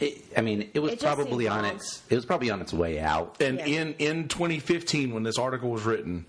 Speaker 3: It, I mean, it was
Speaker 2: It just
Speaker 3: probably
Speaker 2: seems
Speaker 3: on
Speaker 2: wrong.
Speaker 3: its. It was probably on its way out.
Speaker 1: And
Speaker 2: Yeah.
Speaker 1: in, in 2015, when this article was written,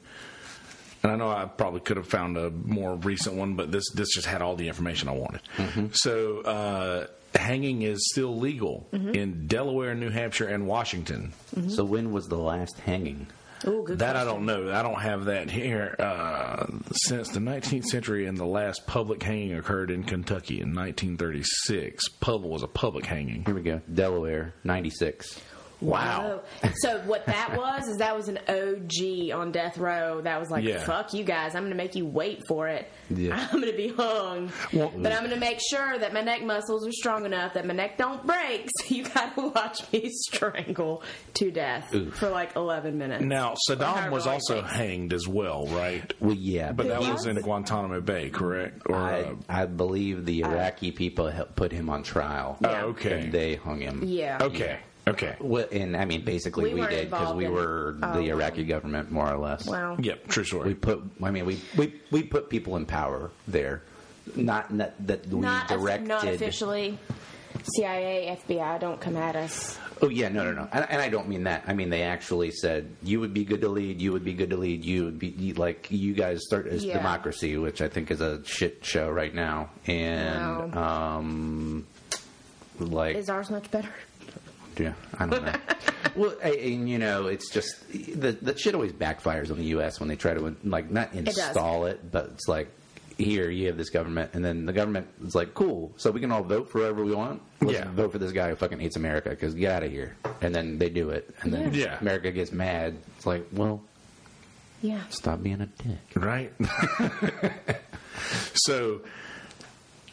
Speaker 1: and I know I probably could have found a more recent one, but this this just had all the information I wanted. So uh, hanging is still legal in Delaware, New Hampshire, and Washington.
Speaker 2: Mm-hmm.
Speaker 3: So when was the last hanging?
Speaker 2: Oh, good.
Speaker 1: That I
Speaker 2: question.
Speaker 1: don't know. I don't have that here. Uh, since the 19th century, and the last public hanging occurred in Kentucky in 1936. Pub was a public hanging.
Speaker 3: Here we go. Delaware, 96.
Speaker 1: Wow.
Speaker 2: Oh. So what that was is that was an OG on death row. That was like,
Speaker 1: Yeah.
Speaker 2: fuck you guys. I'm gonna make you wait for it.
Speaker 3: Yeah.
Speaker 2: I'm gonna be hung,
Speaker 1: Well-
Speaker 2: but I'm gonna make sure that my neck muscles are strong enough that my neck don't break. So you gotta watch me strangle to death for like 11 minutes.
Speaker 1: Now Saddam
Speaker 2: however
Speaker 1: was
Speaker 2: long it
Speaker 1: also
Speaker 2: takes.
Speaker 1: hanged as well, right?
Speaker 3: Well, yeah.
Speaker 1: But that
Speaker 2: Yes.
Speaker 1: was in Guantanamo Bay, correct? Or
Speaker 3: I,
Speaker 1: uh,
Speaker 3: I believe the Iraqi people hel- put him on trial.
Speaker 2: Yeah.
Speaker 1: oh, okay,
Speaker 3: And they hung him.
Speaker 2: Yeah.
Speaker 1: okay, okay.
Speaker 3: Well, and I mean, basically,
Speaker 2: We
Speaker 3: we,
Speaker 2: weren't
Speaker 3: did because
Speaker 2: involved
Speaker 3: we
Speaker 2: in-
Speaker 3: were
Speaker 2: Oh,
Speaker 3: the
Speaker 2: wow.
Speaker 3: Iraqi government, more or less.
Speaker 2: Wow.
Speaker 1: Yep, true story.
Speaker 3: We put, I mean, we, we, we put people in power there. Not, not that we
Speaker 2: Not as-
Speaker 3: directed.
Speaker 2: not officially. CIA, FBI, don't come at us.
Speaker 3: Oh yeah, no, no, no, and, and I don't mean that. I mean they actually said you would be good to lead, you would be good to lead, you would be you- like you guys start as
Speaker 2: Yeah.
Speaker 3: democracy, which I think is a shit show right now, and um, like
Speaker 2: Is ours much better?
Speaker 3: yeah, I don't know. well, I, and you know, it's just the the shit always backfires on the U.S. when they try to like not
Speaker 2: does.
Speaker 3: install it, but it's like here you have this government, and then the government is like, cool, so we can all vote for whoever we want. Let's
Speaker 1: Yeah.
Speaker 3: vote for this guy who fucking hates America because get out of here. And then they do it, and then
Speaker 1: Yeah. Yeah.
Speaker 3: America gets mad. It's like, well,
Speaker 2: Yeah.
Speaker 3: stop being a dick.
Speaker 1: right? so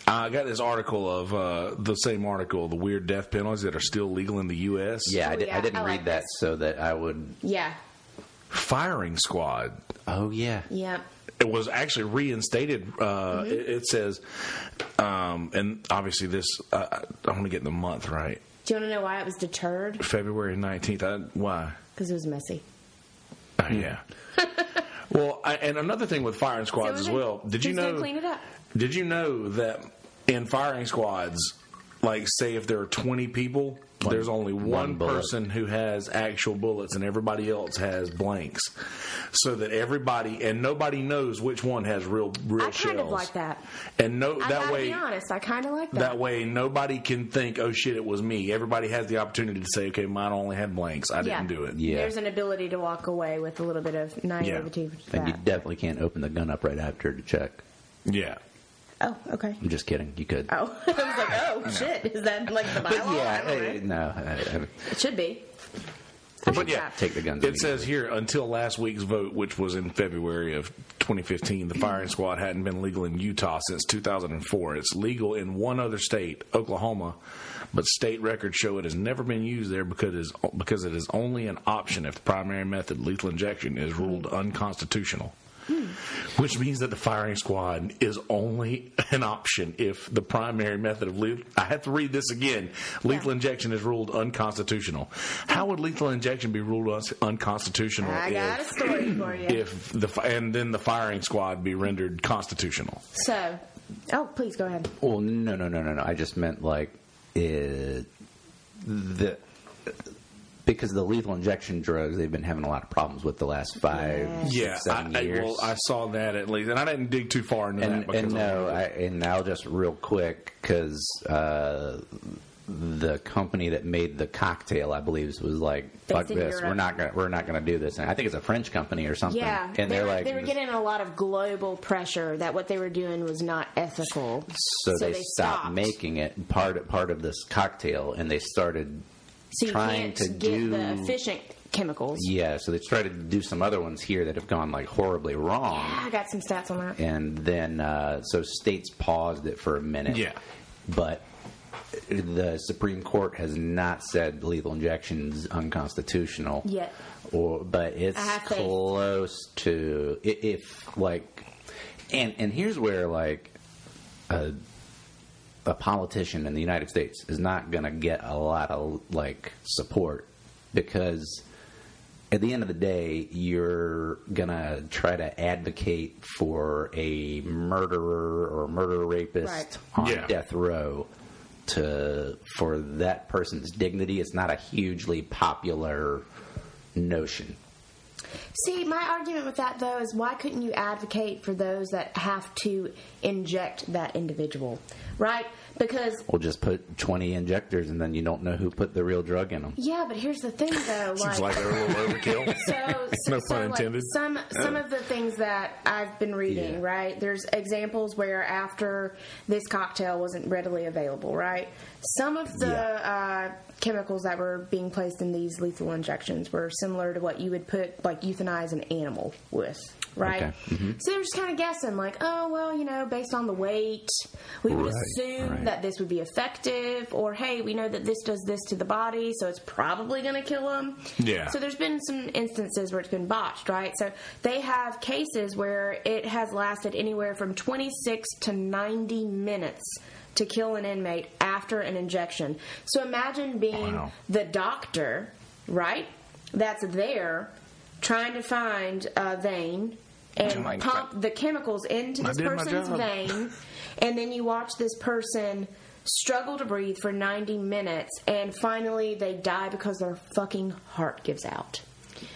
Speaker 1: I got this article of uh, the same article, the weird death penalties that are still legal in the U.S.
Speaker 3: Yeah, I,
Speaker 2: Oh,
Speaker 3: did,
Speaker 2: yeah,
Speaker 3: I didn't
Speaker 2: I
Speaker 3: read
Speaker 2: like
Speaker 3: that
Speaker 2: this.
Speaker 3: so that I would.
Speaker 2: Yeah.
Speaker 1: firing squad.
Speaker 3: Oh yeah,
Speaker 2: Yeah.
Speaker 1: It was actually reinstated.
Speaker 2: Mm-hmm.
Speaker 1: Uh, it, it says, um, and obviously this uh, I want to get the month right.
Speaker 2: Do you want to know why it was deterred?
Speaker 1: February nineteenth. Why?
Speaker 2: Because it was messy.
Speaker 1: Oh,
Speaker 2: Hmm.
Speaker 1: yeah. well, I, and another thing with firing squads as well. Did you
Speaker 2: Who's gonna
Speaker 1: know?
Speaker 2: Clean it up.
Speaker 1: Did you know that in firing squads, like say if there are twenty people, there's only one,
Speaker 3: one bullet.
Speaker 1: person who has actual bullets and everybody else has blanks, so that everybody and nobody knows which one has real real
Speaker 2: I
Speaker 1: shells.
Speaker 2: kind of like that.
Speaker 1: And no, that
Speaker 2: I gotta
Speaker 1: way.
Speaker 2: be honest. I kind of like that.
Speaker 1: That way, nobody can think, "Oh shit, it was me." Everybody has the opportunity to say, "Okay, mine only had blanks. I
Speaker 2: yeah.
Speaker 1: didn't do it."
Speaker 3: Yeah.
Speaker 2: There's an ability to walk away with a little bit of naivety. to
Speaker 3: and you
Speaker 2: that.
Speaker 3: definitely can't open the gun up right after to check.
Speaker 1: yeah.
Speaker 2: oh, okay.
Speaker 3: I'm just kidding. You could.
Speaker 2: Oh, I was like, oh shit, is that like the
Speaker 3: But
Speaker 2: bylaw?
Speaker 3: yeah,
Speaker 2: I don't know.
Speaker 3: eh, no. I, I,
Speaker 2: it should be.
Speaker 1: But yeah,
Speaker 3: take the guns.
Speaker 1: It says here until last week's vote, which was in February of 2015, the firing squad hadn't been legal in Utah since 2004. It's legal in one other state, Oklahoma, but state records show it has never been used there because it is, because it is only an option if the primary method, lethal injection, is ruled unconstitutional. Which means that the firing squad is only an option if the primary method of lethal. I have to read this again. Lethal
Speaker 2: Yeah.
Speaker 1: injection is ruled unconstitutional. How would lethal injection be ruled un- unconstitutional
Speaker 2: I got a
Speaker 1: if,
Speaker 2: story for you.
Speaker 1: if the fi- and then the firing squad be rendered constitutional?
Speaker 2: So, oh, please go ahead.
Speaker 3: Well, no, no, no, no, no. I just meant like it, the because the lethal injection drugs they've been having a lot of problems with the last five, six,
Speaker 1: Yeah,
Speaker 3: seven
Speaker 1: I, I,
Speaker 3: years.
Speaker 1: well, I saw that at least, and I didn't dig too far into that
Speaker 3: and, uh,
Speaker 1: because
Speaker 3: and
Speaker 1: I-
Speaker 3: no, I, and I'll just real quick because uh, the company that made the cocktail, I believe, was like, "Fuck
Speaker 2: Based in
Speaker 3: this, we're
Speaker 2: Europe.
Speaker 3: not gonna, we're not gonna do this." And I think it's a French company or something.
Speaker 2: Yeah,
Speaker 3: and
Speaker 2: they
Speaker 3: are
Speaker 2: were,
Speaker 3: like,
Speaker 2: they were getting a lot of global pressure that what they were doing was not ethical.
Speaker 3: so, they, stopped, making it part part of this cocktail, and they started
Speaker 2: so you
Speaker 3: trying
Speaker 2: can't
Speaker 3: to
Speaker 2: get
Speaker 3: do
Speaker 2: the efficient chemicals.
Speaker 3: Yeah, so they tried to do some other ones here that have gone like horribly wrong,
Speaker 2: I got some stats on that.
Speaker 3: and then uh, so states paused it for a minute.
Speaker 1: Yeah.
Speaker 3: but the Supreme Court has not said lethal injections unconstitutional
Speaker 2: Yet.
Speaker 3: or but it's
Speaker 2: I have faith.
Speaker 3: close to i- if like, and and here's where like a a politician in the United States is not going to get a lot of like support because at the end of the day, you're gonna try to advocate for a murderer or murder rapist
Speaker 2: Right.
Speaker 3: on
Speaker 1: Yeah.
Speaker 3: death row to for that person's dignity. It's not a hugely popular notion.
Speaker 2: See, my argument with that though is why couldn't you advocate for those that have to inject that individual, right? Because
Speaker 3: We'll just put 20 injectors and then you don't know who put the real drug in them.
Speaker 2: yeah, but here's the thing though,
Speaker 1: Seems like they're a little overkill.
Speaker 2: so, so,
Speaker 1: No
Speaker 2: so,
Speaker 1: pun
Speaker 2: like,
Speaker 1: intended.
Speaker 2: some some of the things that I've been reading,
Speaker 3: Yeah.
Speaker 2: right? There's examples where after this cocktail wasn't readily available, right? Some of the uh, chemicals that were being placed in these lethal injections were similar to what you would put like euthanize an animal with. Right,
Speaker 3: Okay.
Speaker 2: so they're just kind of guessing, like, oh well, you know, based on the weight, we would
Speaker 3: Right,
Speaker 2: assume
Speaker 3: right.
Speaker 2: that this would be effective, or hey, we know that this does this to the body, so it's probably going to kill them.
Speaker 1: Yeah.
Speaker 2: So there's been some instances where it's been botched, right? So they have cases where it has lasted anywhere from 26 to 90 minutes to kill an inmate after an injection. So imagine being
Speaker 1: Wow.
Speaker 2: the doctor, right? That's there trying to find a vein and
Speaker 1: my
Speaker 2: pump the chemicals into
Speaker 1: I
Speaker 2: this
Speaker 1: did my
Speaker 2: person's
Speaker 1: job.
Speaker 2: vein, and then you watch this person struggle to breathe for 90 minutes, and finally they die because their fucking heart gives out.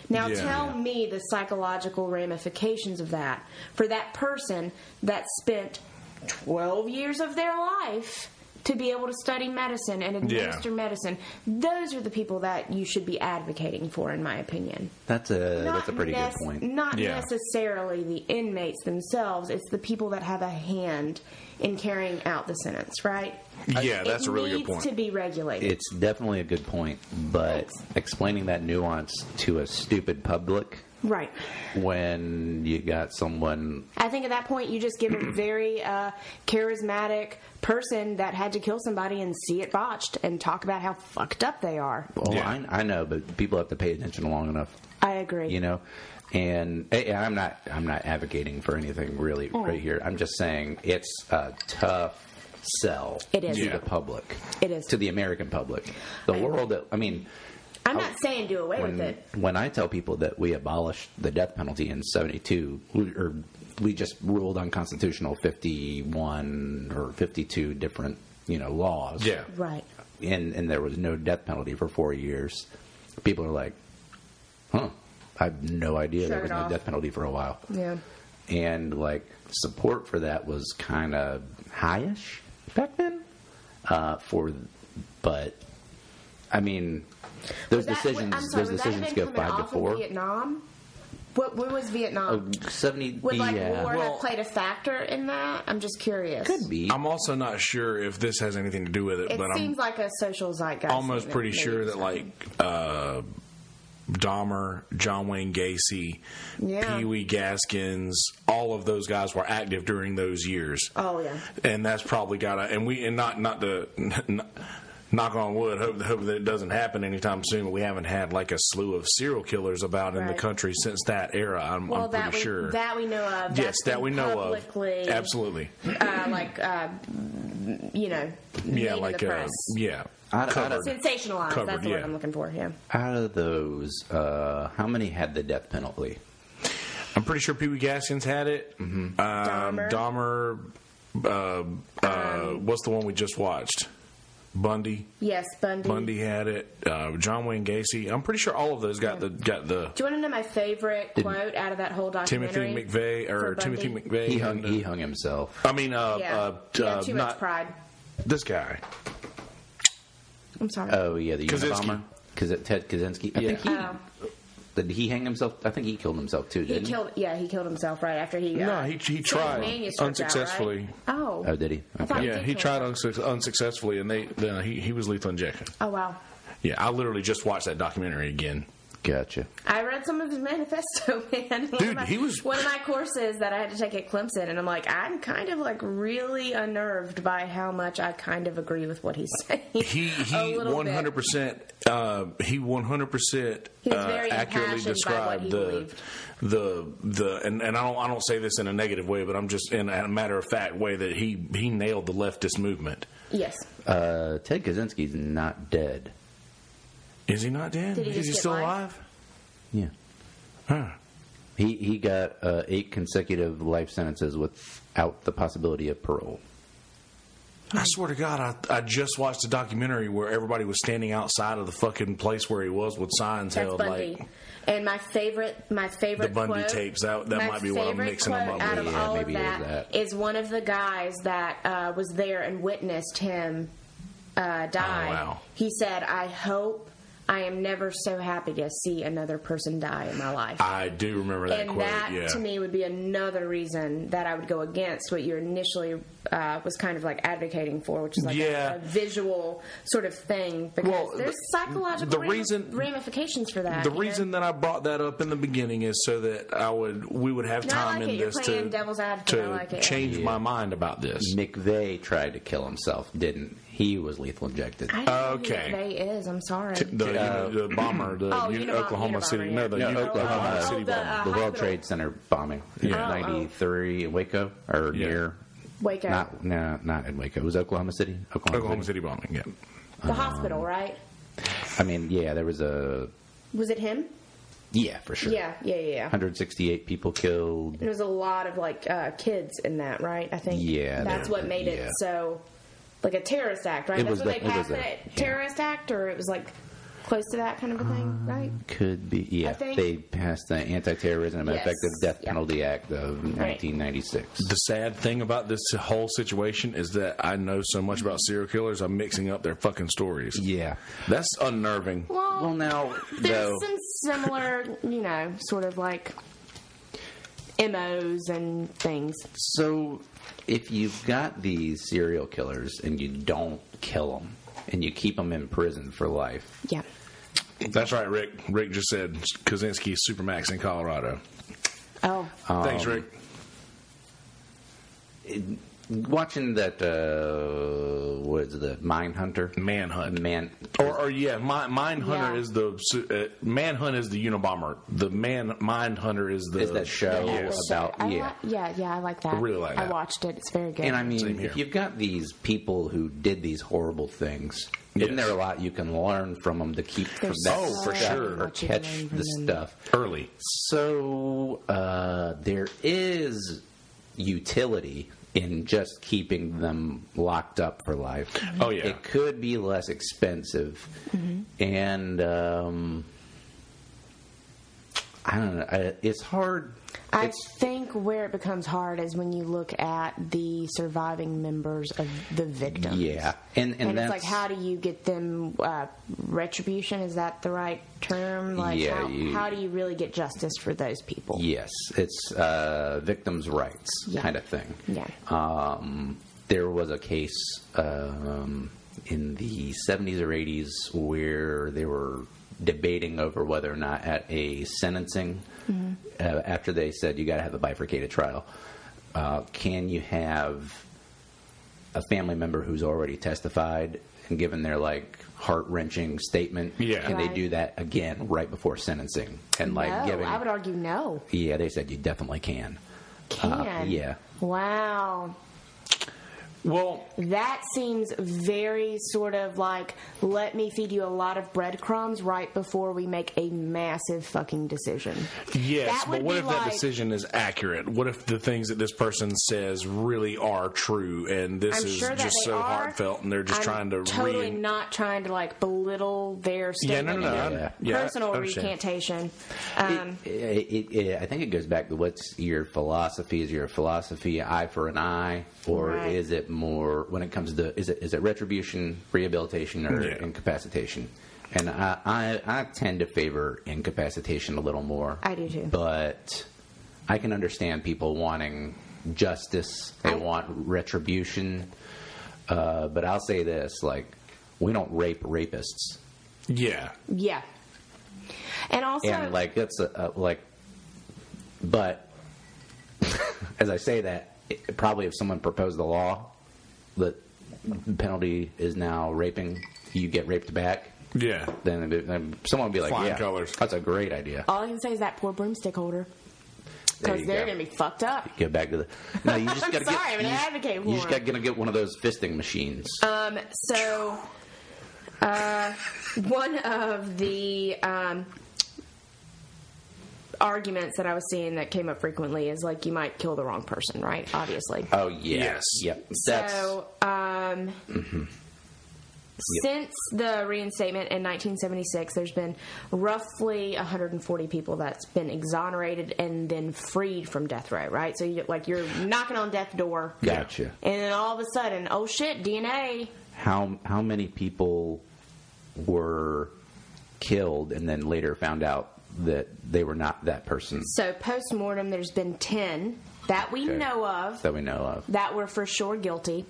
Speaker 2: Now
Speaker 1: Yeah.
Speaker 2: tell me the psychological ramifications of that for that person that spent 12 years of their life to be able to study medicine and administer medicine. Those are the people that you should be advocating for, in my opinion
Speaker 3: That's a that's a pretty
Speaker 2: nec-
Speaker 3: good point.
Speaker 2: Not
Speaker 1: Yeah.
Speaker 2: necessarily the inmates themselves; it's the people that have a hand in carrying out the sentence, right?
Speaker 1: Yeah,
Speaker 2: It
Speaker 1: that's a really good
Speaker 2: needs
Speaker 1: point.
Speaker 2: To be regulated,
Speaker 3: It's definitely a good point, but explaining that nuance to a stupid public
Speaker 2: right?
Speaker 3: when you got someone
Speaker 2: I think at that point you just give a very uh, charismatic person that had to kill somebody and see it botched and talk about how fucked up they are.
Speaker 3: well
Speaker 1: Yeah.
Speaker 3: Oh, I, I know but people have to pay attention long enough
Speaker 2: I agree.
Speaker 3: you know and eh, i'm not i'm not advocating for anything really
Speaker 2: Oh.
Speaker 3: right here i'm just saying it's a tough sell
Speaker 2: It is.
Speaker 3: to
Speaker 1: Yeah.
Speaker 3: the public
Speaker 2: It is.
Speaker 3: to the american public the world i mean
Speaker 2: I'm not saying do away with
Speaker 3: when,
Speaker 2: it.
Speaker 3: when I tell people that we abolished the death penalty in 72, we- or we just ruled unconstitutional 51 or 52 different, you know, laws.
Speaker 1: yeah.
Speaker 2: Right.
Speaker 3: And, and there was no death penalty for four years. People are like, huh, I have no idea
Speaker 2: Shrug
Speaker 3: there
Speaker 2: it
Speaker 3: was
Speaker 2: off.
Speaker 3: no death penalty for a while.
Speaker 2: Yeah.
Speaker 3: And, like, support for that was kind of highish back then. Uh, for, but, I mean, those
Speaker 2: That- wait,
Speaker 3: decisions,
Speaker 2: I'm sorry,
Speaker 3: those
Speaker 2: would that have
Speaker 3: decisions
Speaker 2: been
Speaker 3: go
Speaker 2: coming
Speaker 3: five to
Speaker 2: off of
Speaker 3: four.
Speaker 2: Vietnam. What? Where was Vietnam?
Speaker 3: 70
Speaker 2: Would like
Speaker 3: yeah.
Speaker 2: war
Speaker 1: Well-
Speaker 2: have played a factor in that? I'm just curious.
Speaker 3: could be
Speaker 1: I'm also not sure if this has anything to do with it,
Speaker 2: It
Speaker 1: but I'm
Speaker 2: seems like a social zeitgeist.
Speaker 1: almost
Speaker 2: thing
Speaker 1: pretty
Speaker 2: maybe
Speaker 1: sure that
Speaker 2: something.
Speaker 1: like uh, Dahmer, John Wayne Gacy,
Speaker 2: Yeah.
Speaker 1: Pee Wee Gaskins, all of those guys were active during those years.
Speaker 2: Oh yeah.
Speaker 1: and that's probably got to and we and not not to n- knock on wood hope hope that it doesn't happen anytime soon we haven't had like a slew of serial killers about in the
Speaker 2: Right.
Speaker 1: country since that era i'm,
Speaker 2: Well,
Speaker 1: I'm pretty
Speaker 2: that we
Speaker 1: sure
Speaker 2: that we know of.
Speaker 1: yes
Speaker 2: that's
Speaker 1: that
Speaker 2: been
Speaker 1: we know
Speaker 2: publicly,
Speaker 1: of absolutely
Speaker 2: Uh, like uh, you know. made
Speaker 1: yeah
Speaker 2: in
Speaker 1: like
Speaker 2: the
Speaker 1: uh,
Speaker 2: press.
Speaker 1: yeah
Speaker 3: I'd- I'd-
Speaker 2: sensationalized.
Speaker 1: covered,
Speaker 2: that's the
Speaker 1: yeah.
Speaker 2: word I'm looking for. Yeah.
Speaker 3: out of those uh, how many had the death penalty
Speaker 1: i'm pretty sure pee-wee gaskins had it mm-hmm. um,
Speaker 2: Dahmer. Um,
Speaker 1: dahmer uh, uh, what's the one we just watched bundy
Speaker 2: Yes, Bundy.
Speaker 1: bundy had it uh, john wayne gacy i'm pretty sure all of those got the got the
Speaker 2: Do you want to know my favorite quote out of that whole
Speaker 1: Timothy
Speaker 2: documentary?
Speaker 1: McVeigh
Speaker 2: for
Speaker 1: or
Speaker 2: Bundy?
Speaker 1: Timothy McVeigh.
Speaker 3: he hung
Speaker 1: and, uh,
Speaker 3: he hung himself
Speaker 1: I mean, uh,
Speaker 2: Yeah.
Speaker 1: uh,
Speaker 2: He had
Speaker 1: uh,
Speaker 2: too much
Speaker 1: not
Speaker 2: pride.
Speaker 1: this guy.
Speaker 2: I'm sorry.
Speaker 3: oh yeah the
Speaker 1: Kaczynski.
Speaker 3: Unabomber Kaz- Ted Kaczynski I think he
Speaker 2: Oh.
Speaker 3: did he hang himself I think he killed himself too
Speaker 2: He
Speaker 3: didn't
Speaker 2: killed. Yeah, he killed himself right after he.
Speaker 1: No,
Speaker 2: uh,
Speaker 1: he he
Speaker 2: sent the
Speaker 1: tried
Speaker 2: manuscript out,
Speaker 1: unsuccessfully.
Speaker 2: right? Oh.
Speaker 3: oh did he
Speaker 2: I thought
Speaker 3: okay
Speaker 1: Yeah, he
Speaker 2: did
Speaker 1: tried unsuc- unsuccessfully, and they then he he was lethal injection.
Speaker 2: Oh wow.
Speaker 1: Yeah, I literally just watched that documentary again.
Speaker 3: gotcha
Speaker 2: I read some of his manifesto, man. One
Speaker 1: Dude,
Speaker 2: of my,
Speaker 1: he was-
Speaker 2: one of my courses that I had to take at Clemson, and I'm like, I'm kind of like really unnerved by how much I kind of agree with what he's saying.
Speaker 1: He
Speaker 2: A
Speaker 1: he
Speaker 2: little
Speaker 1: one
Speaker 2: bit.
Speaker 1: hundred percent uh, he one hundred percent uh,
Speaker 2: He was very
Speaker 1: accurately
Speaker 2: impassioned by what
Speaker 1: described
Speaker 2: he
Speaker 1: the
Speaker 2: believed.
Speaker 1: the the and, and I don't I don't say this in a negative way, but I'm just in a matter of fact way that he he nailed the leftist movement.
Speaker 2: Yes,
Speaker 3: uh, Ted Kaczynski's not dead
Speaker 1: Is he not dead?
Speaker 2: Did he
Speaker 1: Is
Speaker 2: just
Speaker 1: he
Speaker 2: get
Speaker 1: still
Speaker 2: life?
Speaker 1: alive?
Speaker 3: yeah
Speaker 1: Huh.
Speaker 3: he he got uh, eight consecutive life sentences without the possibility of parole
Speaker 1: I swear to God, I, I just watched a documentary where everybody was standing outside of the fucking place where he was with signs
Speaker 2: That's
Speaker 1: held
Speaker 2: Bundy.
Speaker 1: like
Speaker 2: and my favorite, my favorite
Speaker 1: The Bundy
Speaker 2: quote,
Speaker 1: tapes, that- that
Speaker 2: my
Speaker 1: might be what I'm
Speaker 2: favorite
Speaker 1: mixing them
Speaker 2: quote
Speaker 1: up
Speaker 2: Out
Speaker 1: with.
Speaker 2: of
Speaker 3: Yeah,
Speaker 2: all
Speaker 3: maybe it
Speaker 2: of
Speaker 3: is
Speaker 2: that,
Speaker 3: that.
Speaker 2: is one of the guys that uh, was there and witnessed him uh, die.
Speaker 1: Oh, wow.
Speaker 2: He said, "I hope I am never so happy to see another person die in my life."
Speaker 1: I do remember that
Speaker 2: and
Speaker 1: quote.
Speaker 2: that
Speaker 1: yeah.
Speaker 2: to me would be another reason that I would go against what you initially uh, was kind of like advocating for, which is like a-
Speaker 1: Yeah.
Speaker 2: a, visual sort of thing. Because
Speaker 1: Well,
Speaker 2: there's
Speaker 1: the-
Speaker 2: psychological
Speaker 1: the
Speaker 2: rami-
Speaker 1: reason-
Speaker 2: ramifications for that.
Speaker 1: the
Speaker 2: you know?
Speaker 1: reason that I brought that up in the beginning is so that I would we would have
Speaker 2: No, I
Speaker 1: time
Speaker 2: like
Speaker 1: in
Speaker 2: it. You're
Speaker 1: this
Speaker 2: playing
Speaker 1: to
Speaker 2: devil's advocate.
Speaker 1: to
Speaker 2: I like it.
Speaker 1: change
Speaker 3: Yeah.
Speaker 1: my mind about this.
Speaker 3: McVeigh tried to kill himself, didn't he? Was lethal injected.
Speaker 2: I don't know who
Speaker 1: Okay.
Speaker 2: McVeigh is. I'm sorry.
Speaker 1: The,
Speaker 3: Uh, Oh,
Speaker 1: the bomber, the
Speaker 2: Oh,
Speaker 1: U-
Speaker 2: Unabom-
Speaker 1: Oklahoma
Speaker 2: Unabomber,
Speaker 1: City,
Speaker 2: yeah.
Speaker 1: no, the
Speaker 3: Yeah,
Speaker 1: U-
Speaker 3: Oklahoma
Speaker 1: Oklahoma
Speaker 3: City
Speaker 1: City
Speaker 2: bomber.
Speaker 1: bomber.
Speaker 2: uh,
Speaker 3: the World
Speaker 2: hospital.
Speaker 3: Trade Center bombing
Speaker 1: Yeah.
Speaker 3: in
Speaker 2: Oh, oh.
Speaker 3: '93 in Waco or
Speaker 1: Yeah.
Speaker 3: near
Speaker 2: Waco,
Speaker 3: Not no, not in Waco. It was Oklahoma City. Oklahoma,
Speaker 1: Oklahoma City bombing. Yeah.
Speaker 2: the hospital,
Speaker 1: um,
Speaker 2: right?
Speaker 3: I mean, yeah, there was a
Speaker 2: Was it him?
Speaker 3: yeah for sure.
Speaker 2: Yeah, yeah, yeah. yeah.
Speaker 3: 168 people killed.
Speaker 2: There was a lot of like uh, kids in that, right? I think.
Speaker 3: Yeah,
Speaker 2: That's
Speaker 3: there-
Speaker 2: what made it
Speaker 3: yeah.
Speaker 2: so, like a terrorist act, right?
Speaker 3: It
Speaker 2: That's
Speaker 3: was
Speaker 2: what
Speaker 3: that-
Speaker 2: they
Speaker 3: it was
Speaker 2: passed
Speaker 3: that,
Speaker 2: that
Speaker 3: yeah.
Speaker 2: terrorist act, or it was like close to that kind of a
Speaker 3: Um,
Speaker 2: thing, right?
Speaker 3: Could be yeah.
Speaker 2: I think-
Speaker 3: They passed the Anti-Terrorism and
Speaker 2: Yes.
Speaker 3: Effective Death
Speaker 2: Yeah.
Speaker 3: Penalty Act of 1996.
Speaker 1: The sad thing about this whole situation is that I know so much about serial killers. I'm mixing up their fucking stories.
Speaker 3: Yeah.
Speaker 1: That's unnerving.
Speaker 2: Well,
Speaker 3: Well, now
Speaker 2: there's
Speaker 3: though,
Speaker 2: Oh, some similar, you know, sort of like MOs and things.
Speaker 3: so if you've got these serial killers and you don't kill them and you keep them in prison for life,
Speaker 2: Yeah.
Speaker 1: That's right, Rick. Rick just said Kaczynski Supermax in Colorado.
Speaker 2: Oh,
Speaker 3: Um,
Speaker 1: Thanks, Rick.
Speaker 3: watching that uh what's the mine hunter
Speaker 1: Manhunt.
Speaker 3: man
Speaker 1: Or, or yeah, my, Mine Hunter
Speaker 2: Yeah.
Speaker 1: is the su- uh, Manhunt is the Unabomber. The Man Mind Hunter is the
Speaker 3: is that show
Speaker 1: Yes.
Speaker 3: about
Speaker 2: I
Speaker 3: yeah
Speaker 2: Li- yeah, yeah. I like that.
Speaker 1: I really like
Speaker 2: I
Speaker 1: that.
Speaker 2: watched it. It's very good.
Speaker 3: and i
Speaker 1: Same
Speaker 3: mean
Speaker 1: here.
Speaker 3: if you've got these people who did these horrible things isn't
Speaker 1: Yes.
Speaker 3: there a lot you can learn from them to keep from
Speaker 2: There's
Speaker 3: that
Speaker 1: Oh, for
Speaker 3: stuff
Speaker 1: sure.
Speaker 3: or
Speaker 2: much you
Speaker 3: catch
Speaker 2: can learn from
Speaker 3: the
Speaker 2: them.
Speaker 3: stuff
Speaker 1: early.
Speaker 3: so uh there is utility in just keeping them locked up for life
Speaker 1: Oh, yeah.
Speaker 3: it could be less expensive
Speaker 2: Mm-hmm.
Speaker 3: and um I don't know. I, it's hard.
Speaker 2: I
Speaker 3: it's
Speaker 2: think where it becomes hard is when you look at the surviving members of the victims.
Speaker 3: Yeah, and and,
Speaker 2: And,
Speaker 3: that's
Speaker 2: it's like, how do you get them uh, retribution? Is that the right term? Like,
Speaker 3: Yeah,
Speaker 2: how,
Speaker 3: you-
Speaker 2: how do you really get justice for those people?
Speaker 3: yes, it's uh, victims' rights
Speaker 2: Yeah.
Speaker 3: kind of thing.
Speaker 2: Yeah.
Speaker 3: Um, there was a case um, in the 70s or 80s where they were debating over whether or not at a sentencing,
Speaker 2: Mm-hmm.
Speaker 3: uh, after they said you got to have a bifurcated trial, uh, can you have a family member who's already testified and given their like heart wrenching statement?
Speaker 1: Yeah.
Speaker 3: Can they
Speaker 2: Right.
Speaker 3: do that again right before sentencing and like
Speaker 2: no,
Speaker 3: giving?
Speaker 2: I would argue no.
Speaker 3: yeah, they said you definitely can. Uh,
Speaker 2: Can.
Speaker 3: yeah.
Speaker 2: Wow.
Speaker 1: Well,
Speaker 2: That seems very sort of like, let me feed you a lot of breadcrumbs right before we make a massive fucking decision.
Speaker 1: Yes,
Speaker 2: That
Speaker 1: but
Speaker 2: would
Speaker 1: what
Speaker 2: be
Speaker 1: if that
Speaker 2: like-
Speaker 1: decision is accurate? What if the things that this person says really are true, and this
Speaker 2: I'm
Speaker 1: is
Speaker 2: sure that
Speaker 1: just
Speaker 2: they
Speaker 1: so
Speaker 2: are.
Speaker 1: heartfelt, and they're just
Speaker 2: I'm
Speaker 1: trying to
Speaker 2: totally
Speaker 1: re-
Speaker 2: not trying to like belittle their
Speaker 1: Yeah,
Speaker 2: statement
Speaker 1: no, no, no.
Speaker 2: and
Speaker 1: I-
Speaker 2: their
Speaker 1: Yeah, I
Speaker 2: personal
Speaker 1: understand.
Speaker 2: recantation. Um,
Speaker 3: it, it, it, I think it goes back to what's your philosophy. Is your philosophy eye for an eye, or
Speaker 2: Right.
Speaker 3: is it more when it comes to is it is it retribution, rehabilitation, or
Speaker 1: Yeah.
Speaker 3: incapacitation? And I, I I tend to favor incapacitation a little more.
Speaker 2: I do too.
Speaker 3: but I can understand people wanting justice. They
Speaker 2: I-
Speaker 3: want retribution. Uh, but I'll say this: like we don't rape rapists.
Speaker 1: yeah,
Speaker 2: yeah, and also
Speaker 3: and like that's a, a, like but as i say that it, probably if someone proposed the law that penalty is now raping you get raped back
Speaker 1: yeah.
Speaker 3: then, it'd be- then someone would be like
Speaker 1: Flying
Speaker 3: yeah
Speaker 1: colours.
Speaker 3: that's a great idea
Speaker 2: all I can say is that poor broomstick holder
Speaker 3: There
Speaker 2: Oh, because
Speaker 3: you
Speaker 2: they're
Speaker 3: go.
Speaker 2: gonna be fucked up.
Speaker 3: Get back to the. No, you just
Speaker 2: I'm
Speaker 3: gotta
Speaker 2: sorry, I'm
Speaker 3: get.
Speaker 2: an
Speaker 3: you just-
Speaker 2: advocate
Speaker 3: you just
Speaker 2: for
Speaker 3: got
Speaker 2: it.
Speaker 3: gonna get one of those fisting machines.
Speaker 2: Um, so, uh, one of the um, arguments that I was seeing that came up
Speaker 1: Uh,
Speaker 2: frequently is like you might kill the wrong person, right? Obviously.
Speaker 3: oh yeah.
Speaker 1: Yes.
Speaker 3: Yep. That's
Speaker 2: So, um, Um, Since the reinstatement in 1976, there's been roughly 140 people that's been exonerated and then freed from death row, right? So, you, like, you're knocking on death door,
Speaker 3: Gotcha.
Speaker 2: and then all of a sudden, oh shit, DNA.
Speaker 3: How how many people were killed and then later found out that they were not that person
Speaker 2: So, post mortem, there's been 10 that we
Speaker 3: Okay.
Speaker 2: know of.
Speaker 3: that we know of?
Speaker 2: that were for sure guilty.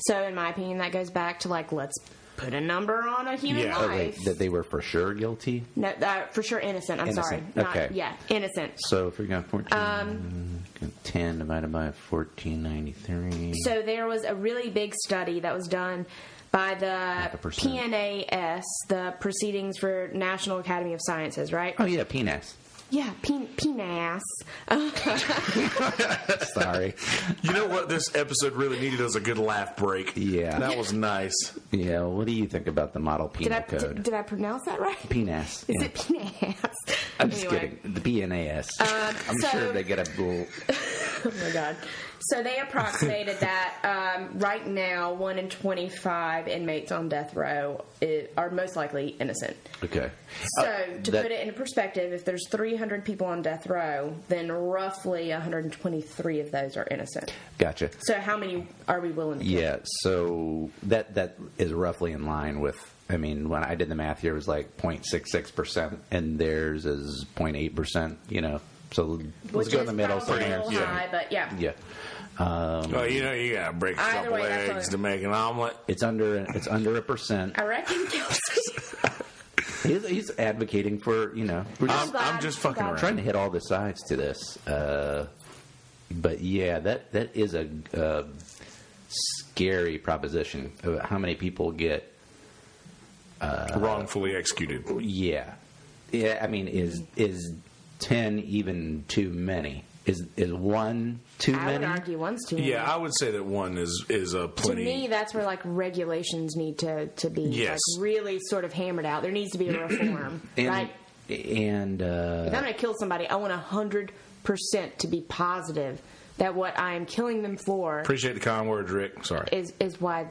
Speaker 2: So, in my opinion, that goes back to like let's put a number on a human
Speaker 1: Yeah.
Speaker 3: Oh,
Speaker 2: life.
Speaker 3: wait, that they were for sure guilty.
Speaker 2: no, uh, for sure innocent. I'm
Speaker 3: Innocent.
Speaker 2: sorry. Not,
Speaker 3: Okay.
Speaker 2: Yeah, innocent.
Speaker 3: So if we got fourteen,
Speaker 2: Um,
Speaker 3: ten divided by fourteen ninety three.
Speaker 2: So there was a really big study that was done by the
Speaker 3: a percent.
Speaker 2: PNAS, the Proceedings for National Academy of Sciences, right?
Speaker 3: Oh yeah, penis.
Speaker 2: Yeah, P- PNAS.
Speaker 3: Sorry.
Speaker 1: You know what? This episode really needed was a good laugh break.
Speaker 3: Yeah.
Speaker 1: that was nice.
Speaker 3: yeah. What do you think about the model
Speaker 2: Did
Speaker 3: penal
Speaker 2: I
Speaker 3: code?
Speaker 2: did, did I pronounce that right?
Speaker 3: penis.
Speaker 2: Is
Speaker 3: yeah.
Speaker 2: it PNAS?
Speaker 3: I'm just
Speaker 2: Anyway. Um,
Speaker 3: kidding. The BNAS. I'm
Speaker 2: so-
Speaker 3: sure they get a bull.
Speaker 2: Oh my god. So they approximated that um, right now, one in 25 inmates on death row i are most likely innocent.
Speaker 3: Okay.
Speaker 2: So,
Speaker 3: Uh,
Speaker 2: to
Speaker 3: that-
Speaker 2: put it into perspective, if there's 300 people on death row, then roughly 123 of those are innocent.
Speaker 3: Gotcha.
Speaker 2: So, how many are we willing to kill?
Speaker 3: Yeah. So that that is roughly in line with. I mean, when I did the math here, it was like 0.66 percent, and theirs is 0.8 percent. You know, so
Speaker 2: Which
Speaker 3: let's go in
Speaker 2: is
Speaker 3: the middle
Speaker 2: probably
Speaker 3: somewhere.
Speaker 2: A little
Speaker 1: Yeah.
Speaker 2: high, but yeah.
Speaker 3: Yeah. Um,
Speaker 1: Well, you know, you gotta break a
Speaker 2: Either
Speaker 1: couple
Speaker 2: way, that's
Speaker 1: eggs
Speaker 2: what-
Speaker 1: to make an omelet.
Speaker 3: It's under it's under a percent.
Speaker 2: I reckon Kelsey.
Speaker 3: He's, he's advocating for you know we're just
Speaker 1: I'm, I'm just fucking
Speaker 2: I'm
Speaker 1: around.
Speaker 3: trying to hit all the sides to this. Uh, but yeah, that that is a, uh scary proposition. of How many people get?
Speaker 1: Wrongfully executed.
Speaker 3: Yeah, yeah. I mean, is is ten even too many? Is is one too
Speaker 2: I would
Speaker 3: many?
Speaker 2: argue one's too many.
Speaker 1: Yeah, I would say that one is is a
Speaker 2: to
Speaker 1: plenty.
Speaker 2: me, that's where like regulations need to, to be
Speaker 1: Yes.
Speaker 2: like really sort of hammered out. There needs to be a reform,
Speaker 3: and
Speaker 2: right?
Speaker 3: and uh,
Speaker 2: If I'm going to kill somebody, I want hundred percent to be positive that what I am killing them for
Speaker 1: Appreciate the kind words, Rick. Sorry.
Speaker 2: is is why